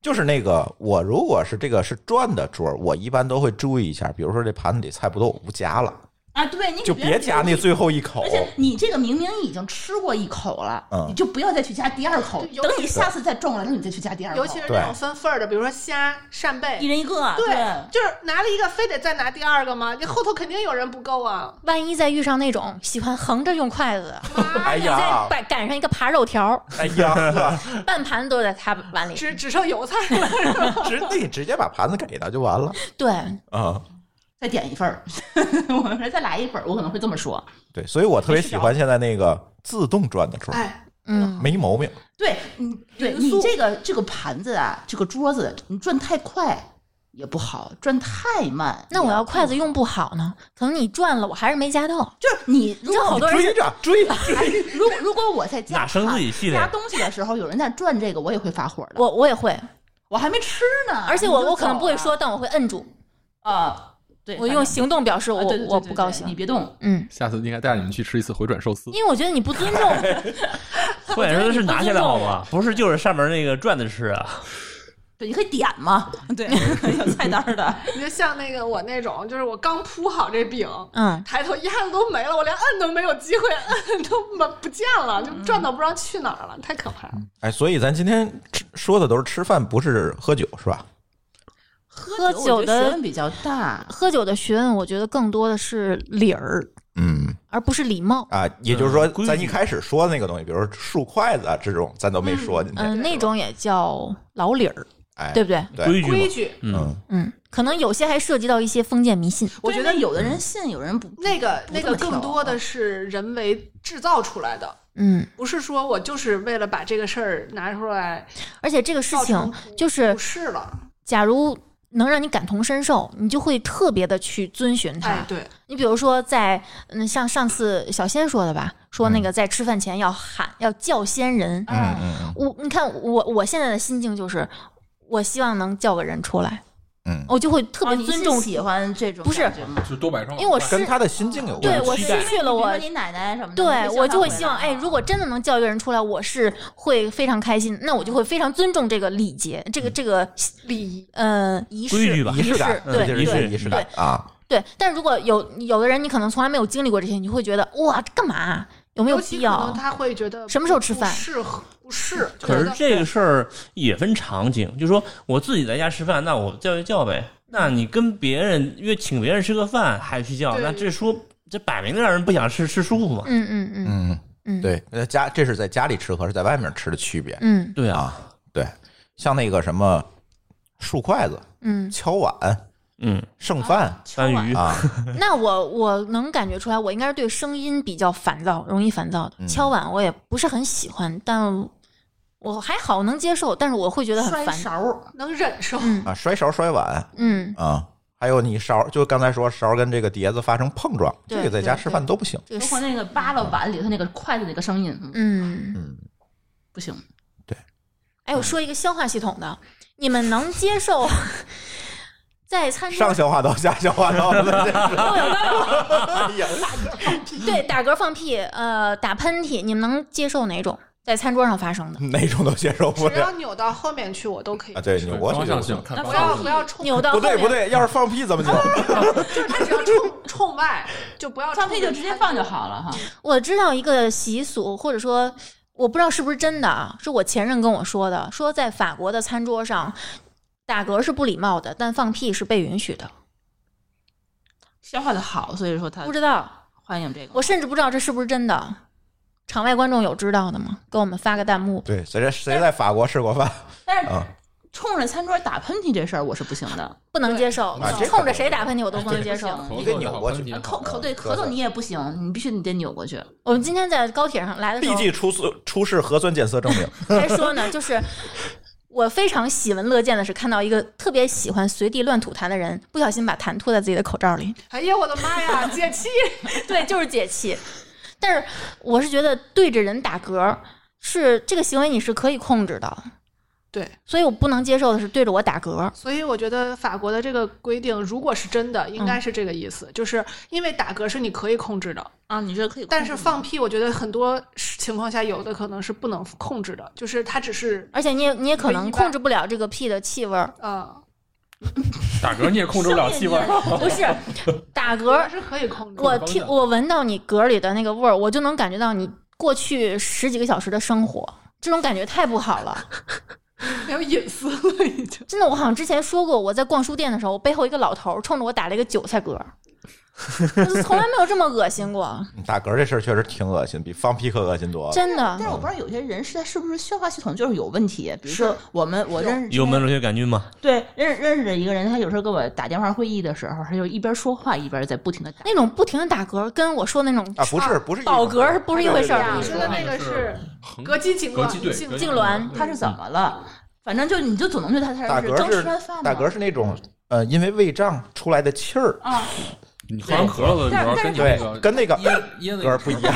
S1: 就是那个我如果是这个是转的桌，我一般都会注意一下，比如说这盘子里菜不多，我不夹了。
S6: 啊，对，你
S1: 就
S6: 给别人
S1: 别夹那最后一口
S6: 而。且你这个明明已经吃过一口了，
S1: 嗯
S6: 你就不要再去加第二口。
S4: 对尤
S6: 等
S4: 其
S6: 你
S4: 是
S6: 下次再中了，然后你再去加第二口。
S4: 尤其是那种分份儿的，比如说虾、扇
S6: 一
S4: 贝，
S6: 人一个，对，
S4: 就是拿了一个，非得再拿第二个吗？你后头肯定有人不够啊！
S2: 万一再遇上那种喜欢横着用筷子的，
S1: 哎呀
S2: 再，赶赶上一个扒肉条儿，
S1: 哎呀，
S2: 半盘都在他碗里。
S4: 只只剩油菜了，是吧
S1: 直那你直接把盘子给他就完了
S2: 对，嗯
S1: 啊、
S6: 再点一份儿， 我们说再来一份儿，我可能会这么说。
S1: 对，所以我特别喜欢现在那个自动转的桌，
S4: 哎，
S2: 嗯，
S1: 没毛病。
S6: 对，你对
S4: 匀速
S6: 你这个这个盘子啊，这个桌子，你转太快也不好，转太慢。
S2: 那我要筷子用不好呢？可能你转了，我还是没夹到。
S6: 就是你，如
S2: 这好
S6: 果
S2: 多人
S1: 追
S2: 是
S1: 着追，
S6: 如果如果我在家啊
S3: 哪生自己气的
S6: 加
S3: 呀？
S6: 东西的时候，有人在转这个，我也会发火的。
S2: 我我也会，
S6: 我还没吃呢，
S2: 而且
S6: 啊你就
S2: 我我可能
S6: 走
S2: 不会
S6: 了
S2: 说，但我会摁住，
S6: 啊，对，
S2: 我
S6: 反
S2: 用
S6: 正
S2: 行动表示
S6: 啊
S2: 我
S6: 对对对
S2: 我
S6: 对
S2: 不高
S6: 对你
S2: 兴。
S6: 别动，
S2: 嗯，
S5: 下次应该带着你们去吃一次回转寿司。
S2: 因为我觉得你不尊重，
S3: 或者说是拿下来好吗？不是，就是上面那个转着吃啊。
S6: 对，你可以点 嘛，对， 有菜单儿的，
S4: 你就像那个我那种，就是我刚铺好这饼，
S2: 嗯，
S4: 抬头一下子都没了，我连摁都没有机会摁，都没不见了，就转到不知道去哪儿了，太可怕了。
S5: 嗯
S1: 哎，所以咱今天吃说的都是吃饭，不是喝酒，是吧？
S2: 喝
S6: 我
S2: 酒
S6: 觉得学
S2: 的
S6: 问比较大，
S2: 喝酒的学问，我觉得更多的是理儿，
S1: 嗯
S2: 而不是礼貌。
S1: 啊，也就是说
S3: 嗯，规矩
S1: 咱一开始说的那个东西，比如说竖筷子啊这种，咱都没说进去。
S2: 嗯，那种也叫老理儿，
S1: 哎，
S2: 对不对？
S1: 对
S3: 规矩
S4: 规
S3: 嘛，
S4: 矩，
S3: 嗯，
S1: 嗯，
S2: 嗯，可能有些还涉及到一些封建迷信。
S6: 我觉得有的人信，有人不啊
S4: 那个那个更多的
S2: 啊
S6: 是
S4: 是人为制造出来的，
S2: 嗯，
S4: 不是说我就是为了把这个事儿拿出来
S2: 而且这个事
S4: 造
S2: 情
S4: 成
S2: 就是
S4: 不，是了。
S2: 假如能让你感同身受，你就会特别的去遵循它。
S4: 哎，对，
S2: 你比如说在，嗯，像上次小仙说的吧，说那个在吃饭前要喊，要叫先人。
S1: 嗯嗯
S2: 我你看我我现在的心境就是，我希望能叫个人出来，
S1: 嗯嗯，
S2: 我就会特别
S6: 啊你
S2: 尊
S6: 是
S2: 重。
S6: 喜欢这种
S2: 不是
S6: 感觉吗，
S5: 就多摆上碗
S2: 因为我
S1: 跟
S2: 失
S1: 他的心境有
S2: 对
S1: 关系。
S2: 我
S3: 期
S2: 失
S3: 待
S2: 去了
S6: 比如
S2: 我
S6: 说，你奶奶什么的，
S2: 对
S6: 你
S2: 我就会
S6: 想
S2: 希
S6: 法啊
S2: 望，
S6: 回来
S2: 哎，
S6: 了
S2: 如果真的能叫一个人出来，我是会非常开心。那我就会非常尊重这个礼节，这
S1: 嗯
S2: 个这个
S4: 礼仪
S2: 呃仪式
S3: 规矩吧
S1: 仪式感，
S2: 对
S1: 这
S3: 仪
S1: 就
S3: 式
S1: 是
S2: 对
S1: 一个仪式感啊！
S2: 对。但如果有有的人，你可能从来没有经历过这些，你会觉得哇，干嘛？啊有没有
S4: 尤其
S2: 必
S4: 可能
S2: 要？啊
S4: 他会觉得
S2: 什么时候吃饭
S4: 不适合不适。
S3: 可是
S4: 觉得
S3: 这个事儿也分场景，就说我自己在家吃饭，那我叫一叫呗。那你跟别人约请别人吃个饭还去叫，
S4: 对
S3: 那这说这摆明了让人不想吃，吃舒服嘛？
S2: 嗯嗯嗯
S1: 嗯，
S2: 嗯，
S1: 对，那家这是在家里吃和是在外面吃的区别
S2: 嗯
S3: 对啊，
S1: 啊。对，像那个什么竖筷子、
S2: 嗯。
S1: 敲碗、
S3: 嗯，
S1: 剩饭
S3: 川渝
S1: 啊，
S2: 那我我能感觉出来，我应该是对声音比较烦躁，容易烦躁的。
S1: 嗯
S2: 敲碗我也不是很喜欢，但我还好能接受，但是我会觉得很
S6: 摔
S2: 烦。
S6: 勺儿，
S4: 能忍 受，
S2: 嗯
S1: 啊，摔勺摔碗
S2: 嗯，
S1: 啊，还有你勺，就刚才说勺跟这个碟子发生碰撞，
S2: 对
S1: 这个在家
S2: 对
S1: 吃饭都不行。
S2: 这个
S6: 包
S2: 是
S6: 括那个扒拉碗里头那个筷子那个声音，嗯
S2: 嗯，
S1: 嗯，
S6: 不行，
S2: 哎，我说一个消化系统的，你们能接 受在餐桌
S1: 上消化道，下消化道，
S2: 都有道理
S1: 哎呀，
S2: 对打嗝、放屁、呃打喷嚏，你们能接受哪种在餐桌上发生的？
S1: 哪种都接受不
S4: 只要
S1: 了
S4: 扭到后面去，我都可以
S1: 啊！。对，扭过
S5: 方
S1: 去
S5: 向
S1: 就
S5: 性
S1: 行。
S5: 看
S6: 那
S5: 方
S4: 不
S5: 向
S4: 要
S5: 性
S4: 不要冲，
S2: 扭到
S1: 嗯不对
S2: 后面
S1: 不，对，要是放屁 怎么扭？
S4: 就是他只要冲冲外，就不要
S6: 放屁就直接放就好了哈。
S2: 我知道一个习俗，或者说我不知道是不是真的啊，是我前任跟我说的，说在法国的餐桌上。打嗝是不礼貌的，但放屁是被允许的。
S6: 消化的好，所以说他
S2: 不知道，
S6: 欢迎这个。
S2: 我甚至不知道这是不是真的。场外观众有知道的吗？给我们发个弹幕。
S1: 对，谁在谁在法国吃过 饭
S6: 但是
S1: 啊？
S6: 冲着餐桌打喷嚏这事儿我是不行的，
S2: 不能接受，
S1: 啊这
S2: 冲着谁打喷嚏我都不能接受。
S6: 哎
S5: 头
S1: 一
S5: 头
S1: 个扭过去
S5: 也好
S6: 口口对
S1: 咳
S6: 咳
S1: 嗽
S6: 嗽你也不行，你必须你得扭过去。
S2: 我们今天在高铁上来的时
S1: 必
S2: 候
S1: 记出示出示核酸检测证明。
S2: 还说呢，就是 我非常喜闻乐见的是看到一个特别喜欢随地乱吐痰的人，不小心把痰吐在自己的口罩里，
S4: 哎呀，我的妈呀，解气！
S2: 对，就是解气。但是我是觉得对着人打嗝是这个行为你是可以控制的，
S4: 对，
S2: 所以我不能接受的是对着我打嗝。
S4: 所以我觉得法国的这个规定，如果是真的，
S2: 嗯
S4: 应该是这个意思，就是因为打嗝是你可以控制的，
S6: 啊，你这可以控制吗，
S4: 但是放屁，我觉得很多情况下有的可能是不能控制的，就是它只是
S2: 而且你也你也可能
S4: 一般
S2: 控制不了这个屁的气味儿，
S4: 呃，
S5: 打嗝你也控制不了气味儿，
S2: 不 是打嗝，
S4: 是可以哦控制的。
S2: 我
S5: 方
S2: 听
S5: 向
S2: 我闻到你嗝里的那个味儿，我就能感觉到你过去十几个小时的生活，这种感觉太不好了。
S4: 没有隐私了，已经。
S2: 真的，我好像之前说过，我在逛书店的时候，我背后一个老头儿冲着我打了一个韭菜嗝儿，就是从来没有这么恶心过，
S4: 哦
S1: 打嗝这嗯事儿确实挺恶心，比放屁可恶心多了。
S2: 真的
S6: 但。是我不知道有些人是他是不是消化系统就是有问题，比如说我们我认识
S3: 幽门螺旋杆菌吗？
S6: 对认认识的一个人，他有时候给我打电话会议的时候，他就一边说话一边在不停的打。
S2: 那种不停的打嗝，跟我说那种
S1: 啊，不是不是一种
S2: 饱嗝儿不是一回事
S1: 对
S2: 儿
S1: 对
S4: 你
S1: 对
S4: 说的那个是膈肌痉
S5: 膈肌对
S4: 挛，
S5: 膈肌
S2: 痉挛
S5: 对
S6: 他是怎么了？反正就你就总能觉得他他
S1: 打
S6: 是
S1: 嗝
S6: 刚
S1: 是
S6: 吃完饭
S1: 打嗝
S6: 嘛
S1: 是那种
S2: 嗯
S1: 呃，因为胃胀出来的气儿，
S5: 你喝完咳嗽的时候跟你那
S1: 对，
S5: 个
S1: 跟那个
S5: 噎噎的
S1: 嗝儿不一样。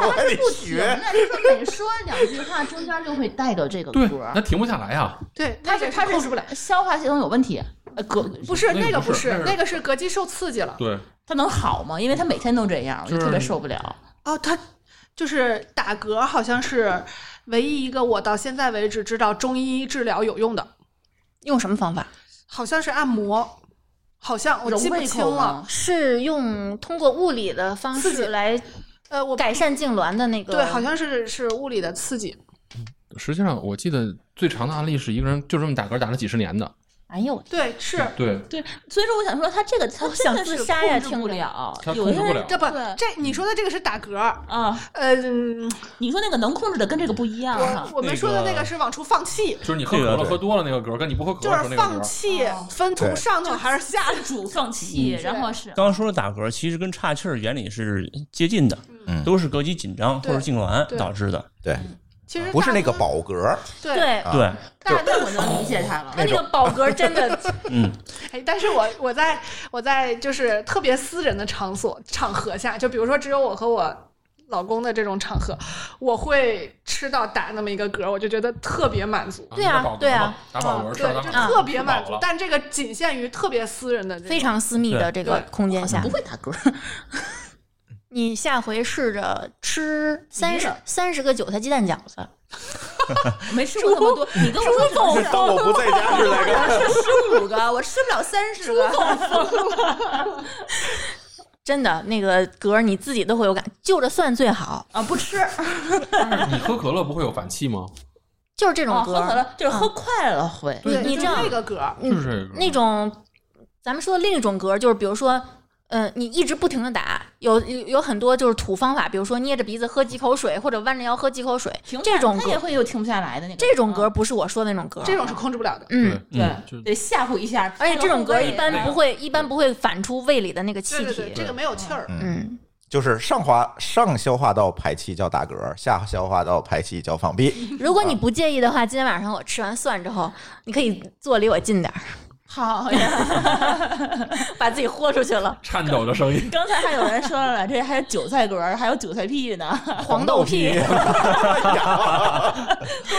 S1: 我还得
S6: 不停的，
S1: 学。
S6: 就是说每说两句话中间就会带个这个
S5: 对，
S6: 嗝
S5: 那。停不下来呀。
S4: 对，
S6: 他
S4: 那
S6: 是
S4: 个
S6: 他
S4: 控制不了，
S6: 消化系统有问题，呃，嗝
S4: 不是
S5: 那个
S4: 那个
S5: 不
S4: 不
S5: 是那
S4: 是
S5: 是
S4: 那个是膈肌受刺激了。
S5: 对，
S6: 他能好吗？因为他每天都这样，我就
S5: 就是
S6: 特别受不了。
S4: 哦，他就是打嗝，好像是唯一一个我到现在为止知道中医治疗有用的，
S2: 用什么方法？
S4: 好像是按摩，好像我
S6: 容
S4: 记不
S6: 胃
S4: 清
S6: 口
S4: 了。
S6: 吗？
S2: 是用通过物理的方
S4: 刺激
S2: 式来
S4: 呃，我
S2: 改善痉挛的那个。
S4: 对，好像是是物理的刺激。
S5: 实际上我记得最长的案例是一个人就这么打嗝打了几十年的。
S6: 哎呦，我天
S4: 对，是
S5: 对，
S6: 对，所以说我想说，他这个他
S2: 我
S6: 真
S2: 想
S6: 的是
S2: 自杀呀
S6: 控制
S2: 听
S6: 不
S2: 着
S6: 了，
S5: 他
S6: 有
S5: 控
S6: 些
S5: 制不
S6: 人
S5: 了
S4: 这不
S6: 对
S4: 这你说的这个是打嗝，
S6: 啊。
S4: 呃，嗯
S6: 你说那个能控制的跟这个不一样啊
S2: 嗯
S4: 我
S6: 哈，
S4: 我们说的那个是往出放气，
S5: 就是你喝
S3: 这
S5: 咳
S3: 个
S5: 了
S3: 对
S5: 喝多了那个嗝儿，跟你不喝
S4: 就
S5: 咳的时候
S4: 是
S5: 那个
S4: 放
S5: 嗝儿。
S4: 气
S6: 哦
S4: 分
S1: 对
S4: 图上头还是下
S6: 下主放弃，
S5: 嗯
S6: 然后是
S3: 刚刚说的打嗝其实跟岔气儿原理是接近的，
S1: 嗯
S3: 都是膈肌紧张或
S4: 对
S3: 者痉挛
S4: 对
S3: 导致的。
S1: 对，
S4: 其实
S1: 不是那个
S4: 大
S1: 饱 嗝，
S4: 对
S2: 对，
S1: 啊
S3: 对，
S6: 大概我能理解他了。
S2: 他那个饱嗝真 的
S3: 嗯，
S4: 哎，但是我我在我在就是特别私人的场所场合下，就比如说只有我和我老公的这种场合，我会吃到打那么一个嗝，我就觉得特别满足，
S2: 对啊
S5: 打饱嗝
S2: 对啊
S5: 嘛打饱嗝
S4: 哦对，
S5: 吃了，
S4: 就
S2: 嗯
S5: 打饱
S4: 特别满
S5: 吃
S4: 足
S5: 饱。了
S4: 但这个仅限于特别私人的这种，
S2: 非常私密的这个
S4: 对
S2: 空间下
S6: 不，会打嗝，
S2: 你下回试着吃三十三十个韭菜鸡蛋饺子，
S6: 没吃过那么多。你跟我说
S2: 猪狗
S1: 当我不在家是在 干
S6: 我吃 十五个，我吃不了三十个。
S2: 真的那个嗝儿你自己都会有感，就着蒜最好，
S6: 啊，不吃，
S5: 你喝可乐不会有反气吗？
S2: 就是这种
S6: 哦，
S2: 嗝
S6: 喝
S2: 儿，
S6: 可乐就是喝
S2: 嗯
S6: 快了会。
S4: 对，
S2: 你
S4: 就
S2: 这样
S4: 那个嗝，
S2: 嗯
S5: 就是这个
S2: 那种，咱们说的另一种嗝儿，就是比如说，呃，你一直不停的打，有有有很多就是土方法，比如说捏着鼻子喝几口水，或者弯着腰喝几口水
S6: 停，不下
S2: 这种
S6: 嗯他
S2: 嗝
S6: 也
S2: 儿，
S6: 会有停不下来的那个。
S2: 这种嗝儿不是我说的那种嗝儿，
S4: 嗯这种是控制不了的。
S2: 嗯。
S5: 对
S6: 对
S5: 嗯，就是
S6: 得吓唬一下。
S2: 而且这种嗝儿一般
S5: 那
S2: 不
S5: 个
S2: 会，一般不会反出胃里的那个气
S4: 对对对，
S2: 体。
S4: 这个没有气儿。
S2: 嗯，
S1: 就是上滑上消化道排气叫打嗝，下消化道排气叫放屁。
S2: 如果你不介意的话，今天晚上我吃完蒜之后，你可以坐离我近点儿，
S6: 好呀，
S2: 把自己豁出去了。
S5: 颤抖的声音。
S6: 刚才还有人说了，这还有韭菜嗝儿，还有韭菜屁呢，
S2: 黄豆屁，
S6: 都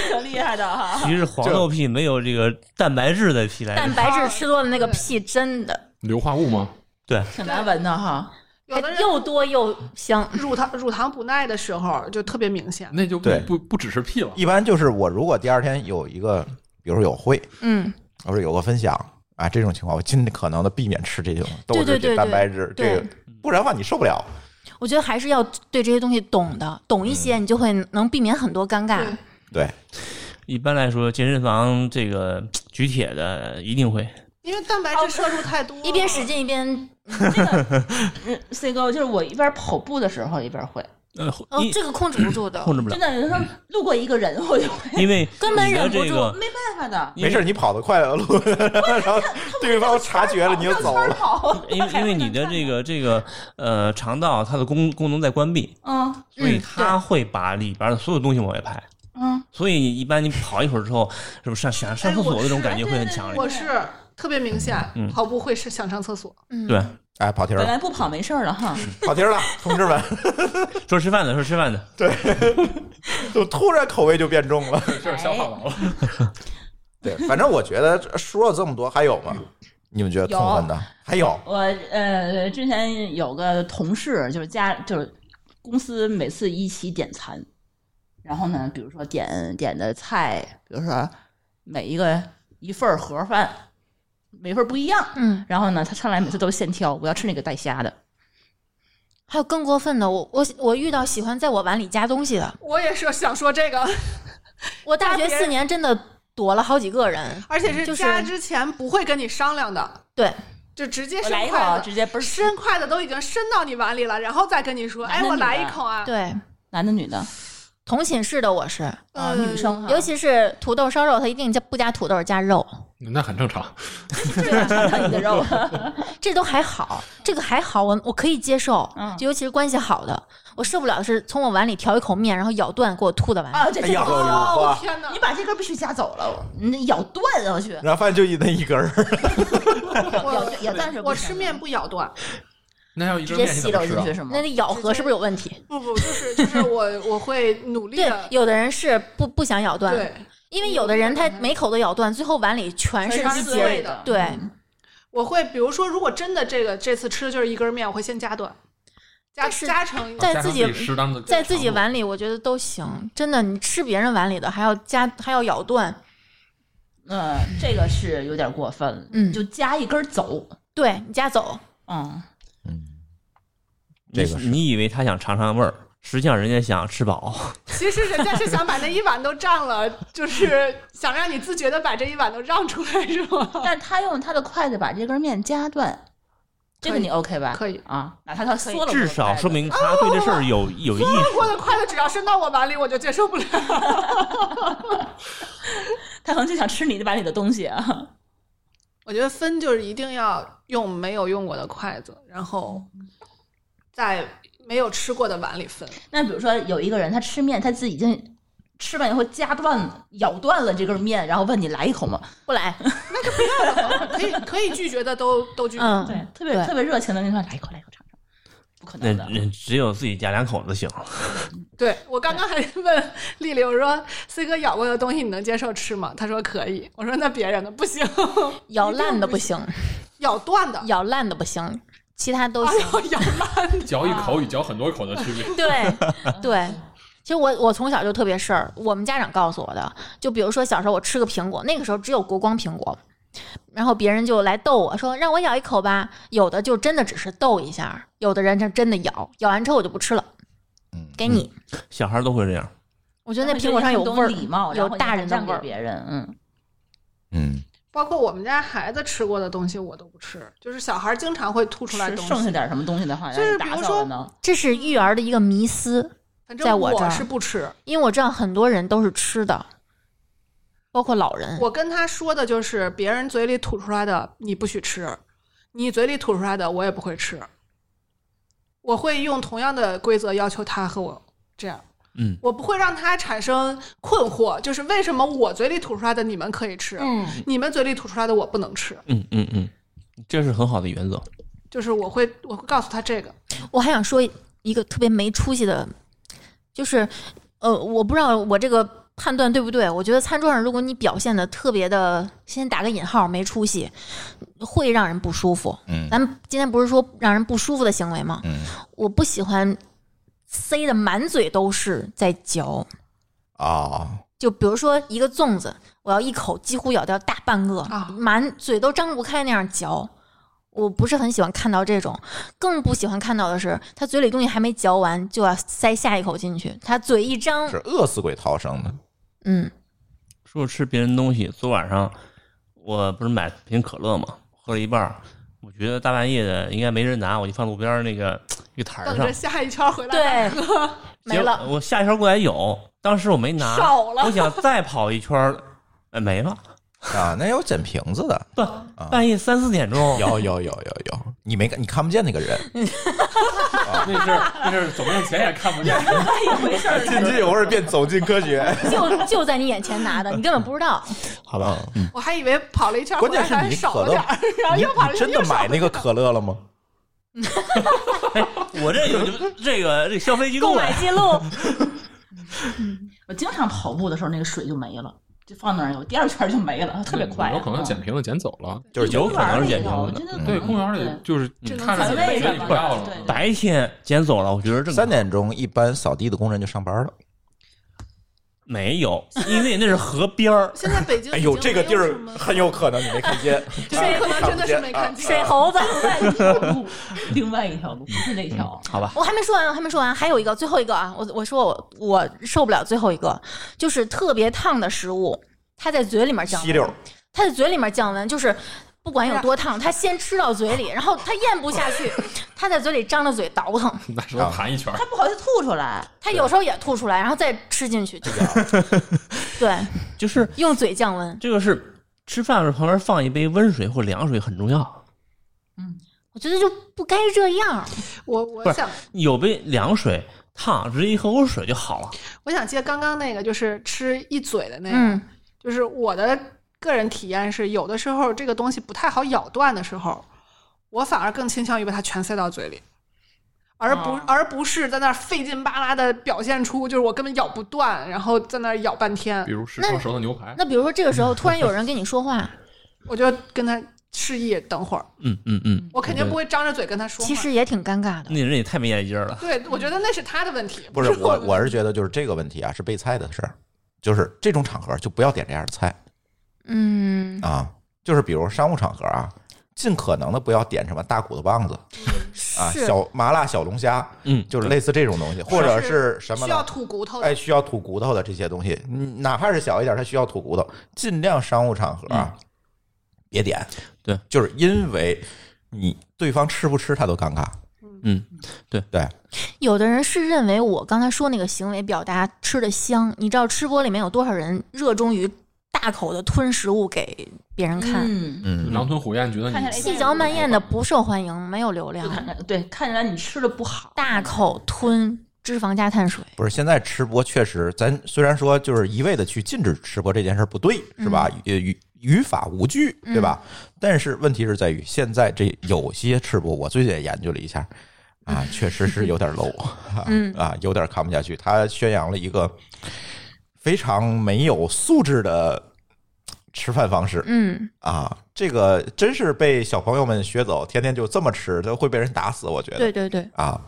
S6: 挺厉害的哈。
S3: 其实黄豆屁没有这个蛋白质的
S4: 哎
S3: 屁来
S2: 蛋
S3: 得，
S2: 白质吃多了那个屁真的
S5: 硫化物吗？
S3: 对，
S6: 挺难闻的哈，
S4: 有的人
S2: 哎又多又香。
S4: 乳糖乳糖不耐的时候就特别明显。
S5: 那就不
S1: 对
S5: 不不只是屁了。
S1: 一般就是我如果第二天有一个，比如说有会，
S2: 嗯，
S1: 或者有个分享啊，这种情况我尽可能的避免吃这种豆制
S2: 对
S1: 品、
S2: 对对
S1: 蛋白质，
S2: 对
S1: 这个不然的话你受不了。
S2: 我觉得还是要对这些东西懂的，懂一
S3: 嗯
S2: 些，你就会能避免很多尴尬。
S4: 对
S1: 对，
S3: 一般来说健身房这个举铁的一定会，
S4: 因为蛋白质摄入太多了，
S2: 哦一边使劲一边，
S6: 嗯，C 哥就是我一边跑步的时候一边会，
S3: 呃，
S2: 哦，
S3: 一
S2: 这个控制不住的
S3: 控，制不了
S6: 真，的，有时候路过一个人我就会，
S3: 因为
S2: 根本
S3: 你的
S2: 忍不
S3: 这
S2: 住
S3: 个
S6: 没办法的。
S1: 没事，你跑得快乐 路，然后对方察觉了你就走了。
S6: 了
S3: 因为因为你的这个这个呃肠道它的功功能在关闭，
S6: 嗯
S3: 所以
S2: 嗯
S3: 它会把里边的所有东西往外排。
S6: 嗯，
S3: 所以一般你跑一会儿之后，是不是上想上厕所那种感觉会很强烈？
S4: 我是特别明显，跑步会是想上厕所。
S2: 嗯，
S3: 对，
S1: 哎，跑题儿
S6: 本
S1: 了，
S6: 来不跑没事儿了哈，
S1: 跑题儿了，同志们，
S3: 说吃饭的，说吃饭的，
S1: 就突然口味就变重了。
S5: 这是消化完了。
S1: 对， 反正我觉得说了这么多，还有吗？你们觉得痛恨的还有？
S6: 我呃之前有个同事，就是家就是公司每次一起点餐，然后呢，比如说点点的菜，比如说每一个一份儿盒饭，每份不一样。
S2: 嗯，
S6: 然后呢，他上来每次都是现挑，我要吃那个带虾的。
S2: 还有更过分的，我我我遇到喜欢在我碗里加东西的，
S4: 我也是想说这个，
S2: 我大学
S4: 别
S2: 四
S4: 人
S2: 年真的躲了好几个人，
S4: 而且
S2: 就是是
S4: 加之前不会跟你商量的，
S2: 对，
S4: 就直接
S6: 我
S4: 伸
S6: 来一口
S4: 筷
S6: 啊，
S4: 子
S6: 直，接不是
S4: 伸筷子都已经伸到你碗里了，然后再跟你说，
S6: 男
S4: 哎，
S6: 的
S4: 我
S6: 女的
S4: 来一口啊。
S2: 对，
S6: 男的女的
S2: 同寝室的我是，
S6: 啊，
S4: 呃
S6: 女生哈
S2: 尤其是土豆烧肉，他一定加不加土豆加 肉，
S5: 那很正常。
S4: 啊
S6: 尝尝你的肉，
S2: 这都还好，这个还好，我我可以接受，
S6: 嗯
S2: 就尤其是关系好的，我受不了的是从我碗里挑一口面，然后咬断给我吐的碗里。
S6: 啊，这
S1: 哎
S6: 这
S1: 呀，
S6: 个
S1: 我
S4: 哦，我
S1: 哇
S4: 天哪
S6: 你！把这根必须夹走了，我你咬断啊我去，
S1: 然后发现就一那一根儿，
S6: 咬咬咬断是不
S4: 我
S6: 行
S4: 吃面不咬断，
S5: 那要一
S6: 直
S5: 根
S6: 接
S5: 面你
S6: 吸
S5: 怎么
S6: 溜
S5: 吃
S6: 进
S5: 啊
S6: 去？是吗
S2: 那？那咬合是不是有问题？
S4: 不不，就是就是我我会努力
S2: 对
S4: 的，，
S2: 有的人是不不想咬断，
S4: 对，嗯
S2: 因为有的人他每口都咬断，最后碗里全是
S4: 全
S2: 一
S4: 是
S2: 节
S4: 碎
S2: 儿。
S4: 的嗯
S2: 对，
S4: 我会比如说，如果真的这个这次吃的就是一根面，我会先夹断，夹
S2: 但是
S4: 夹成一
S2: 在
S5: 加上
S2: 自己
S5: 适当的
S2: 在自己
S5: 长度
S2: 碗里我觉得都行，真的，你吃别人碗里的还要加还要咬断，
S6: 嗯，这个是有点过分了，
S2: 嗯
S6: 就夹一根儿走，
S2: 对你夹走，
S6: 嗯，
S1: 这个是
S3: 你以为他想尝尝味儿，实际上人家想吃饱。
S4: 其实人家是想把那一碗都占了，就是 想让你自觉的把这一碗都让出来，是吗？
S6: 但是他用他的筷子把这根面夹断，这个你 OK 吧？
S4: 可以
S6: 啊，哪怕他缩了我的筷子，
S3: 至少说明他对这事儿有有意
S4: 中国
S3: 识。
S4: 的筷子只要伸到我碗里，我就接受不了。
S6: 他可能就想吃你的把你的东西啊。
S4: 我觉得分就是一定要用没有用过的筷子，然后在没有吃过的碗里分。
S6: 那比如说有一个人他吃面，他自己已经吃完以后夹断、咬断了这根面，然后问你来一口吗？
S2: 不 来，
S4: 可以可以拒绝的都都拒绝。
S2: 嗯，
S6: 对，特别特别热情的跟你说来一口，来一口尝尝，不可
S3: 那
S6: 能的。
S3: 那只有自己夹两口子行。
S4: 对我刚刚还问丽丽，我说 C 哥咬过的东西你能接受吃吗？他说可以。我说那别人的不行，
S2: 咬烂的不行，
S4: 咬断的。
S2: 咬烂的不行，其他都
S4: 哎
S2: 行。
S4: 呦，咬烂的！
S5: 嚼一口与嚼很多口的区别。
S2: 对对，其实我我从小就特别事儿，我们家长告诉我的。就比如说小时候我吃个苹果，那个时候只有国光苹果，然后别人就来逗我说让我咬一口吧，有的就真的只是逗一下，有的人是真的咬，咬完之后我就不吃了，给你。
S3: 小孩都会这样。
S2: 我觉得那苹果上有味儿，
S6: 礼貌，
S2: 有大人的味
S6: 给
S2: 儿。
S6: 别人，嗯，
S1: 嗯，
S4: 包括我们家孩子吃过的东西我都不吃，就是小孩经常会吐出来
S6: 吃
S4: 东
S6: 剩下
S4: 西。
S6: 点什么东西的话，
S4: 就是
S6: 让
S4: 比
S6: 你打
S4: 如
S6: 扫了
S4: 说
S6: 呢。
S2: 这是育儿的一个迷思，
S4: 反
S2: 在
S4: 正
S2: 我这儿
S4: 是不吃。
S2: 因为我知道很多人都是吃的，包括老人。
S4: 我跟他说的就是别人嘴里吐出来的你不许吃，你嘴里吐出来的我也不会吃。我会用同样的规则要求他和我这样，
S3: 嗯，
S4: 我不会让他产生困惑，就是为什么我嘴里吐出来的你们可以吃，
S6: 嗯，
S4: 你们嘴里吐出来的我不能吃，
S3: 嗯嗯嗯，这是很好的原则。
S4: 就是我会我会告诉他这个。
S2: 我还想说一个特别没出息的，就是呃，我不知道我这个判断对不对。我觉得餐桌上如果你表现的特别的，先打个引号，没出息，会让人不舒服。
S1: 嗯
S2: 咱们今天不是说让人不舒服的行为吗？
S1: 嗯
S2: 我不喜欢塞的满嘴都是在嚼。
S1: 啊，
S2: 就比如说一个粽子，我要一口几乎咬掉大半个，
S4: 啊
S2: 满嘴都张不开那样嚼。我不是很喜欢看到这种，更不喜欢看到的是，他嘴里东西还没嚼完就要塞下一口进去，他嘴一张
S1: 是，饿死鬼逃生的，
S2: 嗯，
S3: 说吃别人东西，昨晚上我不是买瓶可乐嘛，喝了一半儿，我觉得大半夜的应该没人拿，我就放路边儿那个一个台儿
S4: 等
S3: 上
S4: 着，下一圈回来
S2: 对
S4: 吧，，
S2: 没
S3: 结
S2: 了，
S3: 果我下一圈过来有，当时我没拿，
S4: 少了
S3: 我想再跑一圈儿，哎，没了。
S1: 啊，那有捡瓶子的，
S3: 不，半夜三四点钟，
S1: 有有有有有，你没你看不见那个 人，
S5: 啊那是那是怎么用钱也看不见。
S1: 哎进去一会儿变走进科 学，
S2: 就就在你眼前拿的，你根本不知 道。
S3: 好吧，
S1: 嗯
S4: 我还以为跑了一圈回
S1: 关键
S4: 来
S1: 是
S4: 还
S1: 你
S4: 少
S1: 可
S4: 了
S1: 乐
S4: 点儿， 然后
S1: 你
S4: 又跑了
S1: 你
S4: 一圈
S1: 真的
S4: 又少
S1: 买
S4: 了
S1: 那个可乐了吗？
S3: 哎，我这 有这个这消费记
S2: 购
S3: 录啊
S2: 买，记录，
S6: 我经常跑步的时候，那个水就没了，就放那儿，我第二圈就没了，特别快啊。
S5: 有可能捡
S6: 嗯
S5: 瓶子捡走了。
S1: 就是
S3: 有可能是捡
S6: 公园里
S3: 瓶子的嗯
S6: 头真的
S5: 对，
S6: 可能
S5: 公园里
S6: 对
S5: 就是你
S4: 只能
S5: 看着
S4: 残
S5: 你就
S4: 胃
S5: 觉得
S4: 什
S5: 你
S4: 么，
S5: 不
S6: 的
S5: 要了
S6: 对。
S3: 白天捡走了，我觉得正常
S1: 三点钟一般扫地的工人就上班了，
S3: 没有，因为那是河边儿
S4: 现在北京
S1: 哎
S4: 已
S1: 呦，
S4: 经
S1: 这个
S4: 没
S1: 地
S4: 有
S1: 儿
S4: 什么
S1: 很有可能你没看见，
S4: 这可能真的是没看见。
S2: 水猴子。
S6: 另外一条路，不是那条。
S3: 嗯好吧？
S2: 我还没说完，我还没说完，还有一个，最后一个啊，我我说我我受不了最后一个，就是特别烫的食物，它在嘴里面 降
S1: 七
S2: 温
S1: 六，，
S4: 嗯
S2: 它在嘴里面降温，就是不管有多烫，它先吃到嘴里，然后它咽不下去，它在嘴里张着嘴倒腾，
S5: 拿舌头弹一圈儿
S6: 他，不好意思吐出来，
S2: 它有时候也吐出来，然后再吃进去，就对，
S3: 就是
S2: 用嘴降温，
S3: 这个是吃饭的时候旁边放一杯温水或凉水很重要，
S2: 我觉得就不该这样。
S4: 我我想
S3: 有杯凉水烫，直接一喝口水就好了。
S4: 我想接刚刚那个，就是吃一嘴的那个，
S2: 嗯，
S4: 就是我的个人体验是，有的时候这个东西不太好咬断的时候，我反而更倾向于把它全塞到嘴里，而不、
S6: 哦
S4: 而不是在那儿费劲巴拉的表现出就是我根本咬不断，然后在那儿咬半天
S5: 比。如十双舌头牛排，
S2: 那比如说这个时候突然有人跟你说话，
S4: 我就跟他示意等会儿，
S3: 嗯嗯嗯，
S4: 我肯定不会张着嘴跟他说话。
S2: 其实也挺尴尬的。
S3: 那人也太没眼力劲儿了。
S4: 对，我觉得那是他的问题，
S1: 不是
S4: 是
S1: 我，
S4: 的
S1: 我是觉得就是这个问题啊，是备菜的事儿，就是这种场合就不要点这样的菜
S2: 嗯，
S1: 啊，就是比如商务场合啊，尽可能的不要点什么大骨头棒子
S4: 嗯
S1: 啊、
S2: 是。
S1: 小麻辣小龙虾，
S3: 嗯，
S1: 就是类似这种东西，或者是什么
S4: 需要
S1: 呢？
S4: 吐骨头的。
S1: 哎，需要吐骨头的这些东西，嗯哪怕是小一点，它需要吐骨头，尽量商务场合啊，别点。
S3: 对，
S1: 就是因为你对方吃不吃他都尴尬。
S3: 嗯，对
S1: 对，
S2: 有的人是认为我刚才说那个行为表达吃的香，你知道吃播里面有多少人热衷于大口的吞食物给别人看，
S6: 嗯，
S1: 嗯，
S5: 狼吞虎咽，觉得
S6: 看起来
S5: 你
S2: 细嚼慢咽的不受欢迎，没有流
S6: 就
S2: 量，
S6: 看着对，看起来你吃的不好，
S2: 大口吞脂肪加碳水，
S1: 不是，现在吃播确实，咱虽然说就是一味的去禁止吃播这件事儿不对，是吧？呃语语法无据，对吧？但是问题是在于现在这有些吃播，我最近也研究了一下。啊，确实是有点 low，啊
S2: 嗯
S1: 啊，有点看不下去。他宣扬了一个非常没有素质的吃饭方式
S2: 嗯，
S1: 啊，这个真是被小朋友们学走，天天就这么吃，都会被人打死，我觉得
S2: 对对对，
S1: 啊。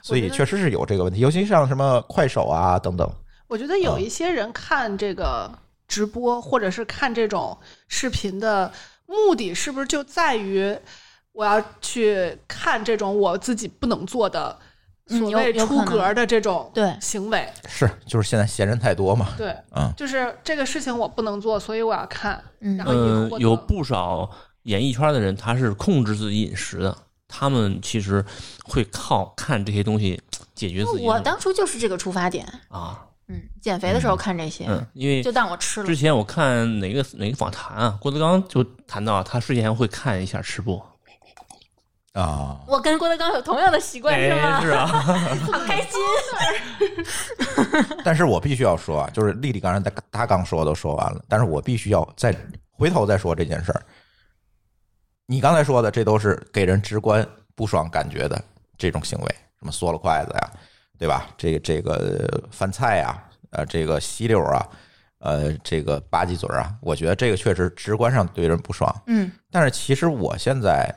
S1: 所
S4: 我
S1: 以
S4: 觉得
S1: 确实是有这个问题，尤其像什么快手啊等等，
S4: 我觉得
S1: 嗯
S4: 有一些人看这个直播，或者是看这种视频的目的，是不是就在于我要去看这种我自己不能做的
S2: 嗯
S4: 所
S2: 有
S4: 谓
S2: 有可
S4: 出
S2: 能
S4: 格的这种
S2: 对
S4: 行为？
S1: 是，就是现在闲人太多嘛。
S4: 对，
S1: 嗯
S4: 就是这个事情我不能做，所以我要看。
S2: 嗯
S4: 然后
S3: 呃
S4: 一，获得
S3: 有不少演艺圈的人，他是控制自己饮食的，他们其实会靠看这些东西解决自己
S2: 我当初就是这个出发点，
S3: 啊，
S2: 嗯，减肥的时候看这些，
S3: 嗯，因为
S2: 就当我吃了
S3: 之，前我看哪个哪个访谈啊，郭德纲就谈到他睡前会看一下吃播，
S1: 啊，
S2: 我跟郭德纲有同样的习惯是
S3: 哎，
S2: 吗？
S3: 是啊，
S2: 好开心，
S1: 但是我必须要说啊，就是丽丽刚才她她刚说都说完了，但是我必须要再回头再说这件事儿。你刚才说的，这都是给人直观不爽感觉的这种行为，什么缩了筷子呀，对吧？这个这个翻菜呀，呃，这个吸溜啊，呃，这个吧唧嘴儿啊，我觉得这个确实直观上对人不爽。
S2: 嗯，
S1: 但是其实我现在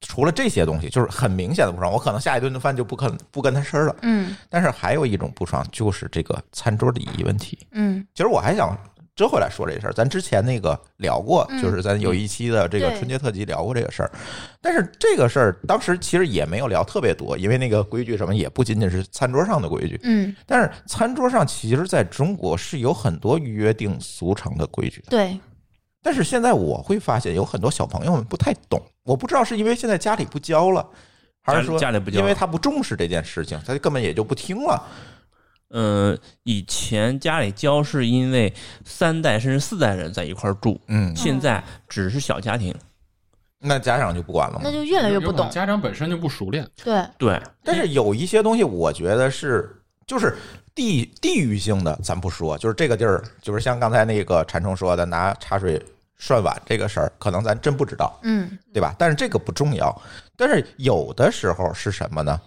S1: 除了这些东西，就是很明显的不爽，我可能下一顿饭就不肯不跟他吃了。
S2: 嗯
S1: 但是还有一种不爽，就是这个餐桌礼仪问题。
S2: 嗯，
S1: 其实我还想折回来说这事儿，咱之前那个聊过，
S2: 嗯
S1: 就是咱有一期的这个
S2: 对
S1: 春节特辑聊过这个事儿。但是这个事儿当时其实也没有聊特别多，因为那个规矩什么也不仅仅是餐桌上的规矩，
S2: 嗯，
S1: 但是餐桌上其实在中国是有很多约定俗成的规矩的。
S2: 对，
S1: 但是现在我会发现有很多小朋友们不太懂，我不知道是因为现在家里不教了，还是
S3: 家里
S1: 说
S3: 家里不教
S1: 因为
S3: 了
S1: 他不重视这件事情，他根本也就不听了。
S3: 呃，以前家里教是因为三代甚至四代人在一块儿住，
S1: 嗯，
S3: 现在只是小家庭，
S1: 那家长就不管了吗
S2: 那？就越来越
S5: 有
S2: 不
S5: 可能
S2: 懂，
S5: 家长本身就不熟练，
S2: 对，
S3: 对，
S1: 但是有一些东西，我觉得是就是地地域性的，咱不说，就是这个地儿，就是像刚才那个馋虫说的，拿茶水涮碗这个事儿，可能咱真不知道，
S2: 嗯
S1: 对吧？但是这个不重要。但是有的时候是什么呢？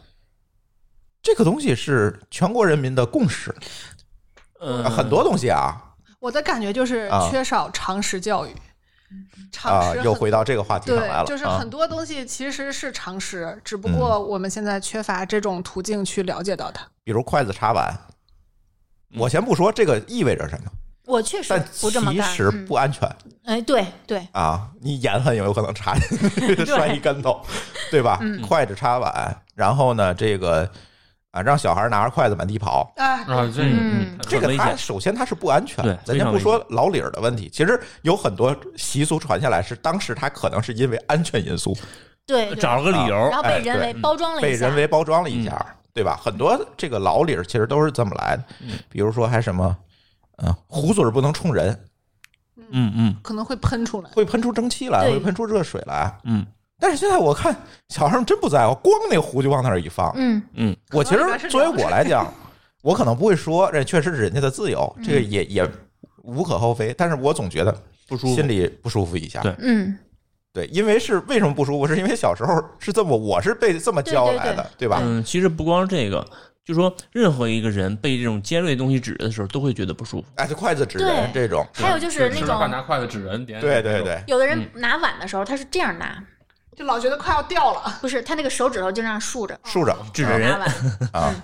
S1: 这个东西是全国人民的共识，
S3: 呃，
S2: 嗯
S1: 啊很多东西啊，
S4: 我的感觉就是
S1: 啊
S4: 缺少常识教育，
S2: 嗯
S4: 常
S1: 啊
S4: 识，很
S1: 又回到这个话题上来
S4: 对，
S1: 了，
S4: 就是
S1: 啊嗯
S4: 很多东西其实是常识，只不过我们现在缺乏这种途径去了解到它。
S1: 比如筷子插碗，我先不说这个意味着什么，
S2: 我确实
S1: 但
S2: 嗯不这么
S1: 其
S2: 干。
S1: 实
S2: 嗯
S1: 不安全
S2: 哎，对对，
S1: 啊！你严了也有可能插进去 摔一跟头，对吧？
S2: 嗯
S1: 筷子插碗，然后呢，这个啊，让小孩拿着筷子满地跑，
S4: 哎，
S5: 啊，这
S2: 嗯
S1: 这个
S3: 危
S1: 它
S3: 险
S1: 首先它是不安全
S3: 对，
S1: 咱
S3: 非
S1: 先
S3: 常
S1: 不说老理儿的问题，其实有很多习俗传下来是当时它可能是因为安全因素
S2: 对，对
S3: 找个理由
S2: 然后被
S1: 哎
S2: 人
S1: 对
S2: 为包装了
S1: 被
S2: 一下
S1: 人，为包装了一下，
S3: 嗯
S1: 对吧？很多这个老理儿其实都是这么来的，
S3: 嗯
S1: 比如说还什么，嗯，壶嘴儿不能冲人，
S3: 嗯嗯
S4: 可能会喷出来。
S1: 会喷出蒸汽来，
S2: 对
S1: 会喷出热水来。
S3: 嗯，
S1: 但是现在我看小孩们真不在乎，光那壶就往那儿一放。
S2: 嗯，
S1: 我其
S4: 可能里边
S1: 实
S4: 是
S1: 作为
S4: 凉水
S1: 我来讲，我可能不会说，这确实是人家的自由，
S4: 嗯
S1: 这个也也无可厚非。但是我总觉得
S3: 不舒服
S1: 心里不舒服一下。
S3: 对
S2: 嗯，
S1: 对，因为是为什么不舒服？是因为小时候是这么，我是被这么教来的，对吧？
S3: 嗯，其实不光是这个，就说任何一个人被这种尖锐的东西指的时候，都会觉得不舒服。
S1: 哎，就筷子指人这
S2: 对
S1: 种，
S2: 还有就是那
S5: 吃着饭
S2: 种
S5: 拿筷子指人，点
S1: 对对，对，
S2: 有的人拿碗的时候他是这样拿，
S4: 就老觉得快要掉了。
S2: 不是他那个手指头就这样竖着
S1: 竖
S4: 哦
S1: 着
S3: 指着
S2: 拿
S3: 人，
S2: 碗
S1: 啊，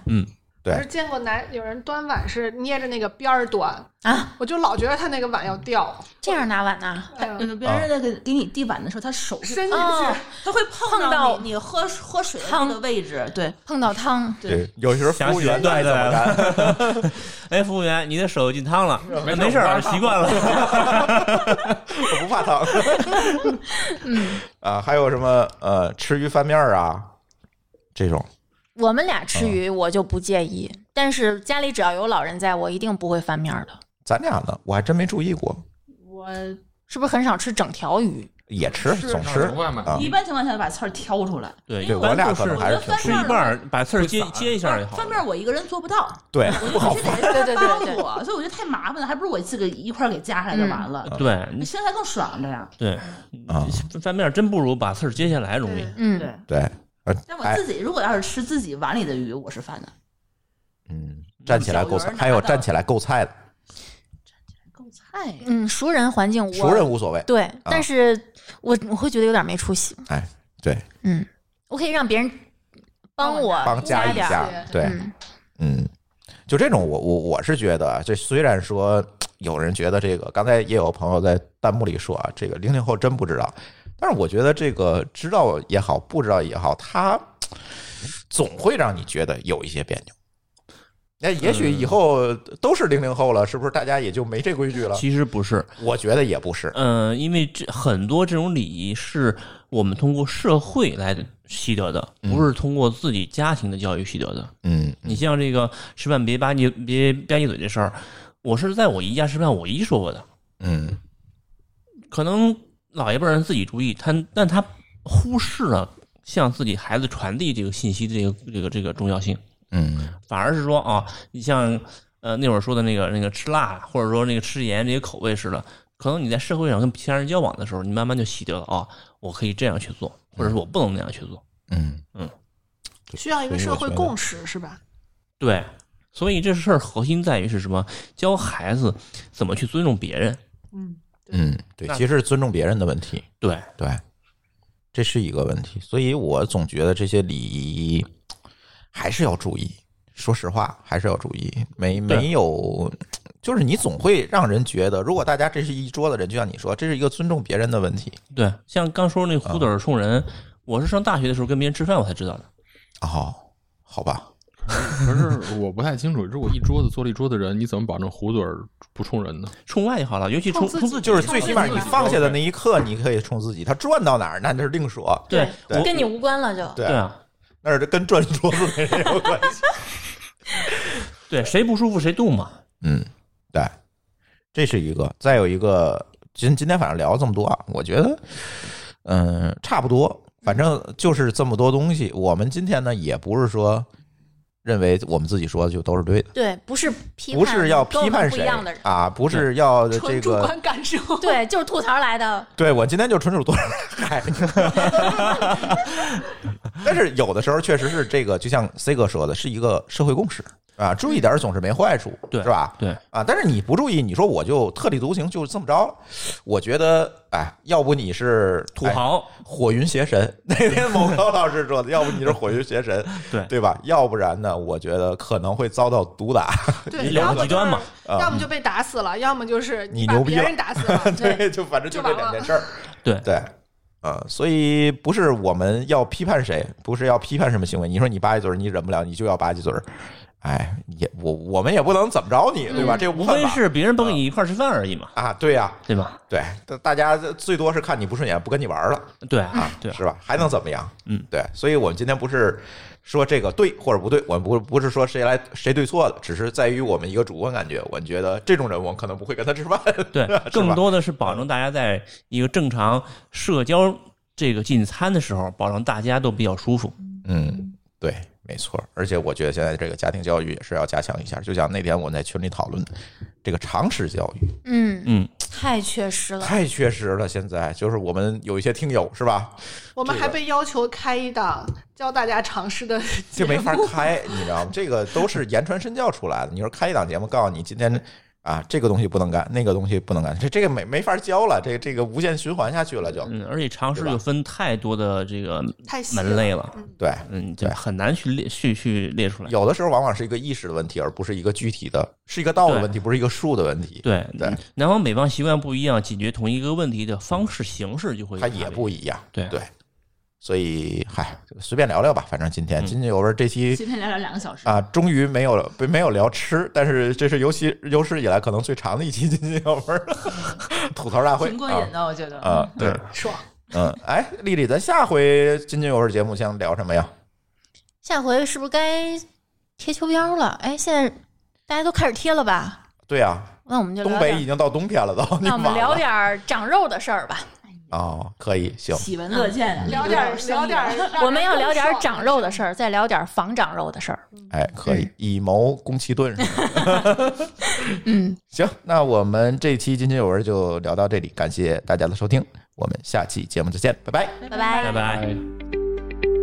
S1: 对
S4: 我是见过男有人端碗是捏着那个边儿端，
S2: 啊，
S4: 我就老觉得他那个碗要掉，
S1: 嗯
S2: 这样拿碗呢？
S4: 哎呦
S6: 呃别人在给给你递碗的时候，他手是
S4: 伸进
S2: 哦
S4: 去，，
S6: 他会碰
S2: 碰到
S6: 你你喝喝水的那
S2: 汤
S6: 个位置，对
S2: 碰到汤，
S1: 对，有时候服务员
S3: 想起
S1: 怎么
S3: 来了
S1: 干？
S3: 哎，服务员，你的手进汤了，
S5: 没事
S3: 没事儿，啊习惯了。
S1: 我不怕 疼。
S2: 嗯
S1: 啊，还有什么呃，吃鱼翻面儿啊，这种
S2: 我们俩
S1: 嗯
S2: 吃鱼我就不介意，但是家里只要有老人在，我一定不会翻面儿的。
S1: 咱俩呢，我还真没注意过，
S6: 我
S2: 是不是很少吃整条鱼？
S1: 也吃
S5: 是
S1: 总
S5: 那
S1: 吃
S5: 是外卖
S1: 啊
S6: 一。般情况下把刺儿挑出来，
S3: 对，一
S1: 对我
S3: 般
S1: 俩
S3: 都
S1: 可能
S3: 是
S1: 还是
S6: 我觉
S1: 挺
S6: 得
S1: 吃
S3: 吃一
S6: 翻面
S3: 半儿，把刺儿接
S5: 会散
S3: 接一下就好
S6: 翻
S3: 了。
S6: 面我一个人做不到，
S1: 对
S6: 我
S1: 不
S6: 就
S1: 好
S6: 必须得让
S2: 对对
S6: 人
S2: 对嗯
S6: 帮
S2: 对
S6: 我，所以我觉得太麻烦了，还不如我自己一块儿给夹下来就完了，
S3: 对你
S6: 现在更爽着呀。
S3: 对，
S1: 啊，
S3: 翻面真不如把刺儿接下来容易。
S2: 嗯，
S6: 对，
S1: 对，呃
S6: 但我
S1: 哎，
S6: 自己如果要是吃自己碗里的鱼，我是犯的，
S1: 嗯，站起来够
S6: 小
S1: 菜
S6: 鱼儿，拿
S1: 还有
S6: 到
S1: 站起来够菜的，
S6: 够菜。
S2: 嗯，熟人环境我
S1: 熟人无所谓。
S2: 对，但是我我会觉得有点没出息。
S1: 哎，对，
S2: 嗯，我可以让别人帮我
S1: 帮加一
S2: 点儿
S1: 下，对，
S2: 嗯
S1: 嗯，就这种我，我我是觉得啊，这虽然说有人觉得这个，刚才也有朋友在弹幕里说啊，这个零零后真不知道，但是我觉得这个知道也好，不知道也好，他总会让你觉得有一些别扭。那也许以后都是零零后了，是不是大家也就没这规矩了？
S3: 其实不是，
S1: 我觉得也不是，
S3: 嗯，因为这很多这种礼仪是我们通过社会来习得的，不是通过自己家庭的教育习得的。
S1: 嗯，
S3: 你像这个吃饭别吧唧别吧唧嘴这事儿，我是在我姨家吃饭，我姨说过的。
S1: 嗯，
S3: 可能老一辈人自己注意，他但他忽视了向自己孩子传递这个信息的这个这个这个重要性，
S1: 嗯，
S3: 反而是说啊，你像呃那会儿说的那个那个吃辣或者说那个吃盐这些口味似的，可能你在社会上跟其他人交往的时候，你慢慢就习得了啊，我可以这样去做，或者是我不能那样去做。
S1: 嗯，
S4: 需要一个社会共识是吧？
S3: 对，所以这事儿核心在于是什么？教孩子怎么去尊重别人。
S4: 嗯，
S1: 嗯，对，其实是尊重别人的问题，
S3: 对，
S1: 对，这是一个问题，所以我总觉得这些礼仪还是要注意。说实话，还是要注意，没
S3: 对
S1: 没有，就是你总会让人觉得，如果大家这是一桌子人，就像你说，这是一个尊重别人的问题
S3: 对，嗯像刚说那虎嘴儿冲人，我是上大学的时候跟别人吃饭我才知道的。
S1: 哦，好吧，
S5: 可是我不太清楚，如果一桌子坐了一桌子人，你怎么保证壶嘴儿不冲人呢？
S3: 冲外就好了，尤其冲
S4: 冲自
S3: 冲
S4: 己
S1: 就是最起码你放下的那一刻，你可以冲自己，他转到哪儿那就是另说，
S3: 对
S1: 对
S4: 嗯
S2: 跟你无关了就。
S1: 对
S3: 对啊，
S1: 那是跟转桌子没人有关系，
S3: 对，谁不舒服谁动嘛。
S1: 嗯，对，这是一个，再有一个，今今天反正聊了这么多啊，我觉得，嗯、差不多，反正就是这么多东西。我们今天呢，也不是说认为我们自己说的就都是对的，
S2: 对，不是批判，
S1: 不是要
S2: 跟我
S1: 批
S2: 们
S1: 判
S2: 不
S1: 谁
S2: 一样的人，
S1: 啊，不是要这
S4: 纯主
S1: 个，
S4: 观感受。
S2: 对，就是吐槽来 的。
S1: 对我今天就纯属多少嗨。 但是有的时候确实是这个，就像 C 哥说的，是一个社会共识，啊，注意点儿总是没坏处，
S3: 对
S1: 是吧？
S3: 对
S1: 啊，但是你不注意，你说我就特立独行，就这么着了。我觉得，哎，要不你是
S3: 土
S1: 哎
S3: 豪，
S1: 火云邪神，那 天某高老师说的，要不你是火云邪神，
S3: 对
S1: 对吧？要不然呢，我觉得可能会遭到毒打。
S4: 对，
S3: 你两
S4: 要
S3: 个
S4: 么
S3: 极端嘛
S4: 就是要么就被打死了，要么就是
S1: 嗯你
S4: 把
S1: 牛逼
S4: 别
S1: 了
S4: 人打死了。 对，
S1: 对，就反正就
S4: 就
S1: 这
S4: 完
S1: 两件
S4: 了
S1: 事儿。
S3: 对
S1: 对，呃，所以不是我们要批判谁，不是要批判什么行为。你说你吧唧嘴儿，你忍不了，你就要吧唧嘴儿。哎，也我我们也不能怎么着你，对吧？这无
S3: 无
S1: 犯
S3: 非
S1: 法
S3: 是别人不跟你一块儿吃饭而已嘛，
S1: 啊，对呀、
S3: 对吧？
S1: 对，大大家最多是看你不顺眼，不跟你玩儿了。
S3: 对啊，对啊，
S1: 是吧？还能怎么样？
S3: 嗯，
S1: 对，所以我们今天不是说这个对或者不对，我们不不是说谁来谁对错的，只是在于我们一个主观感觉。我们觉得这种人，我们可能不会跟他吃饭。
S3: 对
S1: 吧，
S3: 更多的 是保证大家在一个正常社交这个进餐的时候，保证大家都比较舒服。
S1: 嗯，对，没错。而且我觉得现在这个家庭教育也是要加强一下。就像那天我们在群里讨论的，这个常识教育
S2: 嗯，
S3: 嗯，
S2: 太缺失了。
S1: 太缺失了。现在就是我们有一些听友是吧，
S4: 我们还被要求开一档教大家尝试的
S1: 就
S4: 节
S1: 没
S4: 目，
S1: 法开，你知道吗？这个都是言传身教出来的。你说开一档节目，告诉你今天啊，这个东西不能干，那个东西不能干，这这个没没法教了，这个这个无限循环下去了就，
S3: 嗯，而且常识
S1: 对吧
S3: 又分太多的这个
S4: 太细
S3: 门类了，
S1: 对。
S3: 嗯，这
S1: 对
S3: 很难去列去去列出来。
S1: 有的时候往往是一个意识的问题，而不是一个具体的，是一个道的
S3: 对
S1: 问题，不是一个数的问题。
S3: 对嗯
S1: 对，
S3: 南方北方习惯不一样，解决同一个问题的方式形式就会
S1: 它
S3: 有
S1: 也
S3: 差别
S1: 不一样。
S3: 对
S1: 对，所以嗨，随便聊聊吧，反正今天
S3: 嗯
S1: 今天我说这期
S6: 今天聊了两个小时，
S1: 啊，终于没有不没有聊吃，但是这是有史有史以来可能最长的一期津 津有味儿吐槽大会
S6: 挺过
S1: 啊
S6: 瘾的，我觉得。
S1: 啊，对，
S4: 爽。
S1: 嗯，哎，丽丽，咱下回津津有味节目想聊什么呀？
S2: 下回是不是该贴秋膘了？哎，现在大家都开始贴了吧？
S1: 对呀、
S2: 那我们就
S1: 东
S2: 聊
S1: 北已
S2: 点，
S1: 经到冬天了，都。你
S2: 那我们
S1: 晚
S2: 聊
S1: 了
S2: 点儿长肉的事儿吧。
S1: 哦，可以，行，
S6: 喜闻乐见呀，
S4: 聊点儿聊 点儿，
S2: 我们要聊点儿长肉的事儿，再聊点儿防长肉的事儿。
S1: 哎，可以，以谋攻其盾是吧？
S2: 嗯，
S1: 行，那我们这期津津有味就聊到这里，感谢大家的收听，我们下期节目再见，拜拜。
S2: 拜拜。
S3: 拜拜。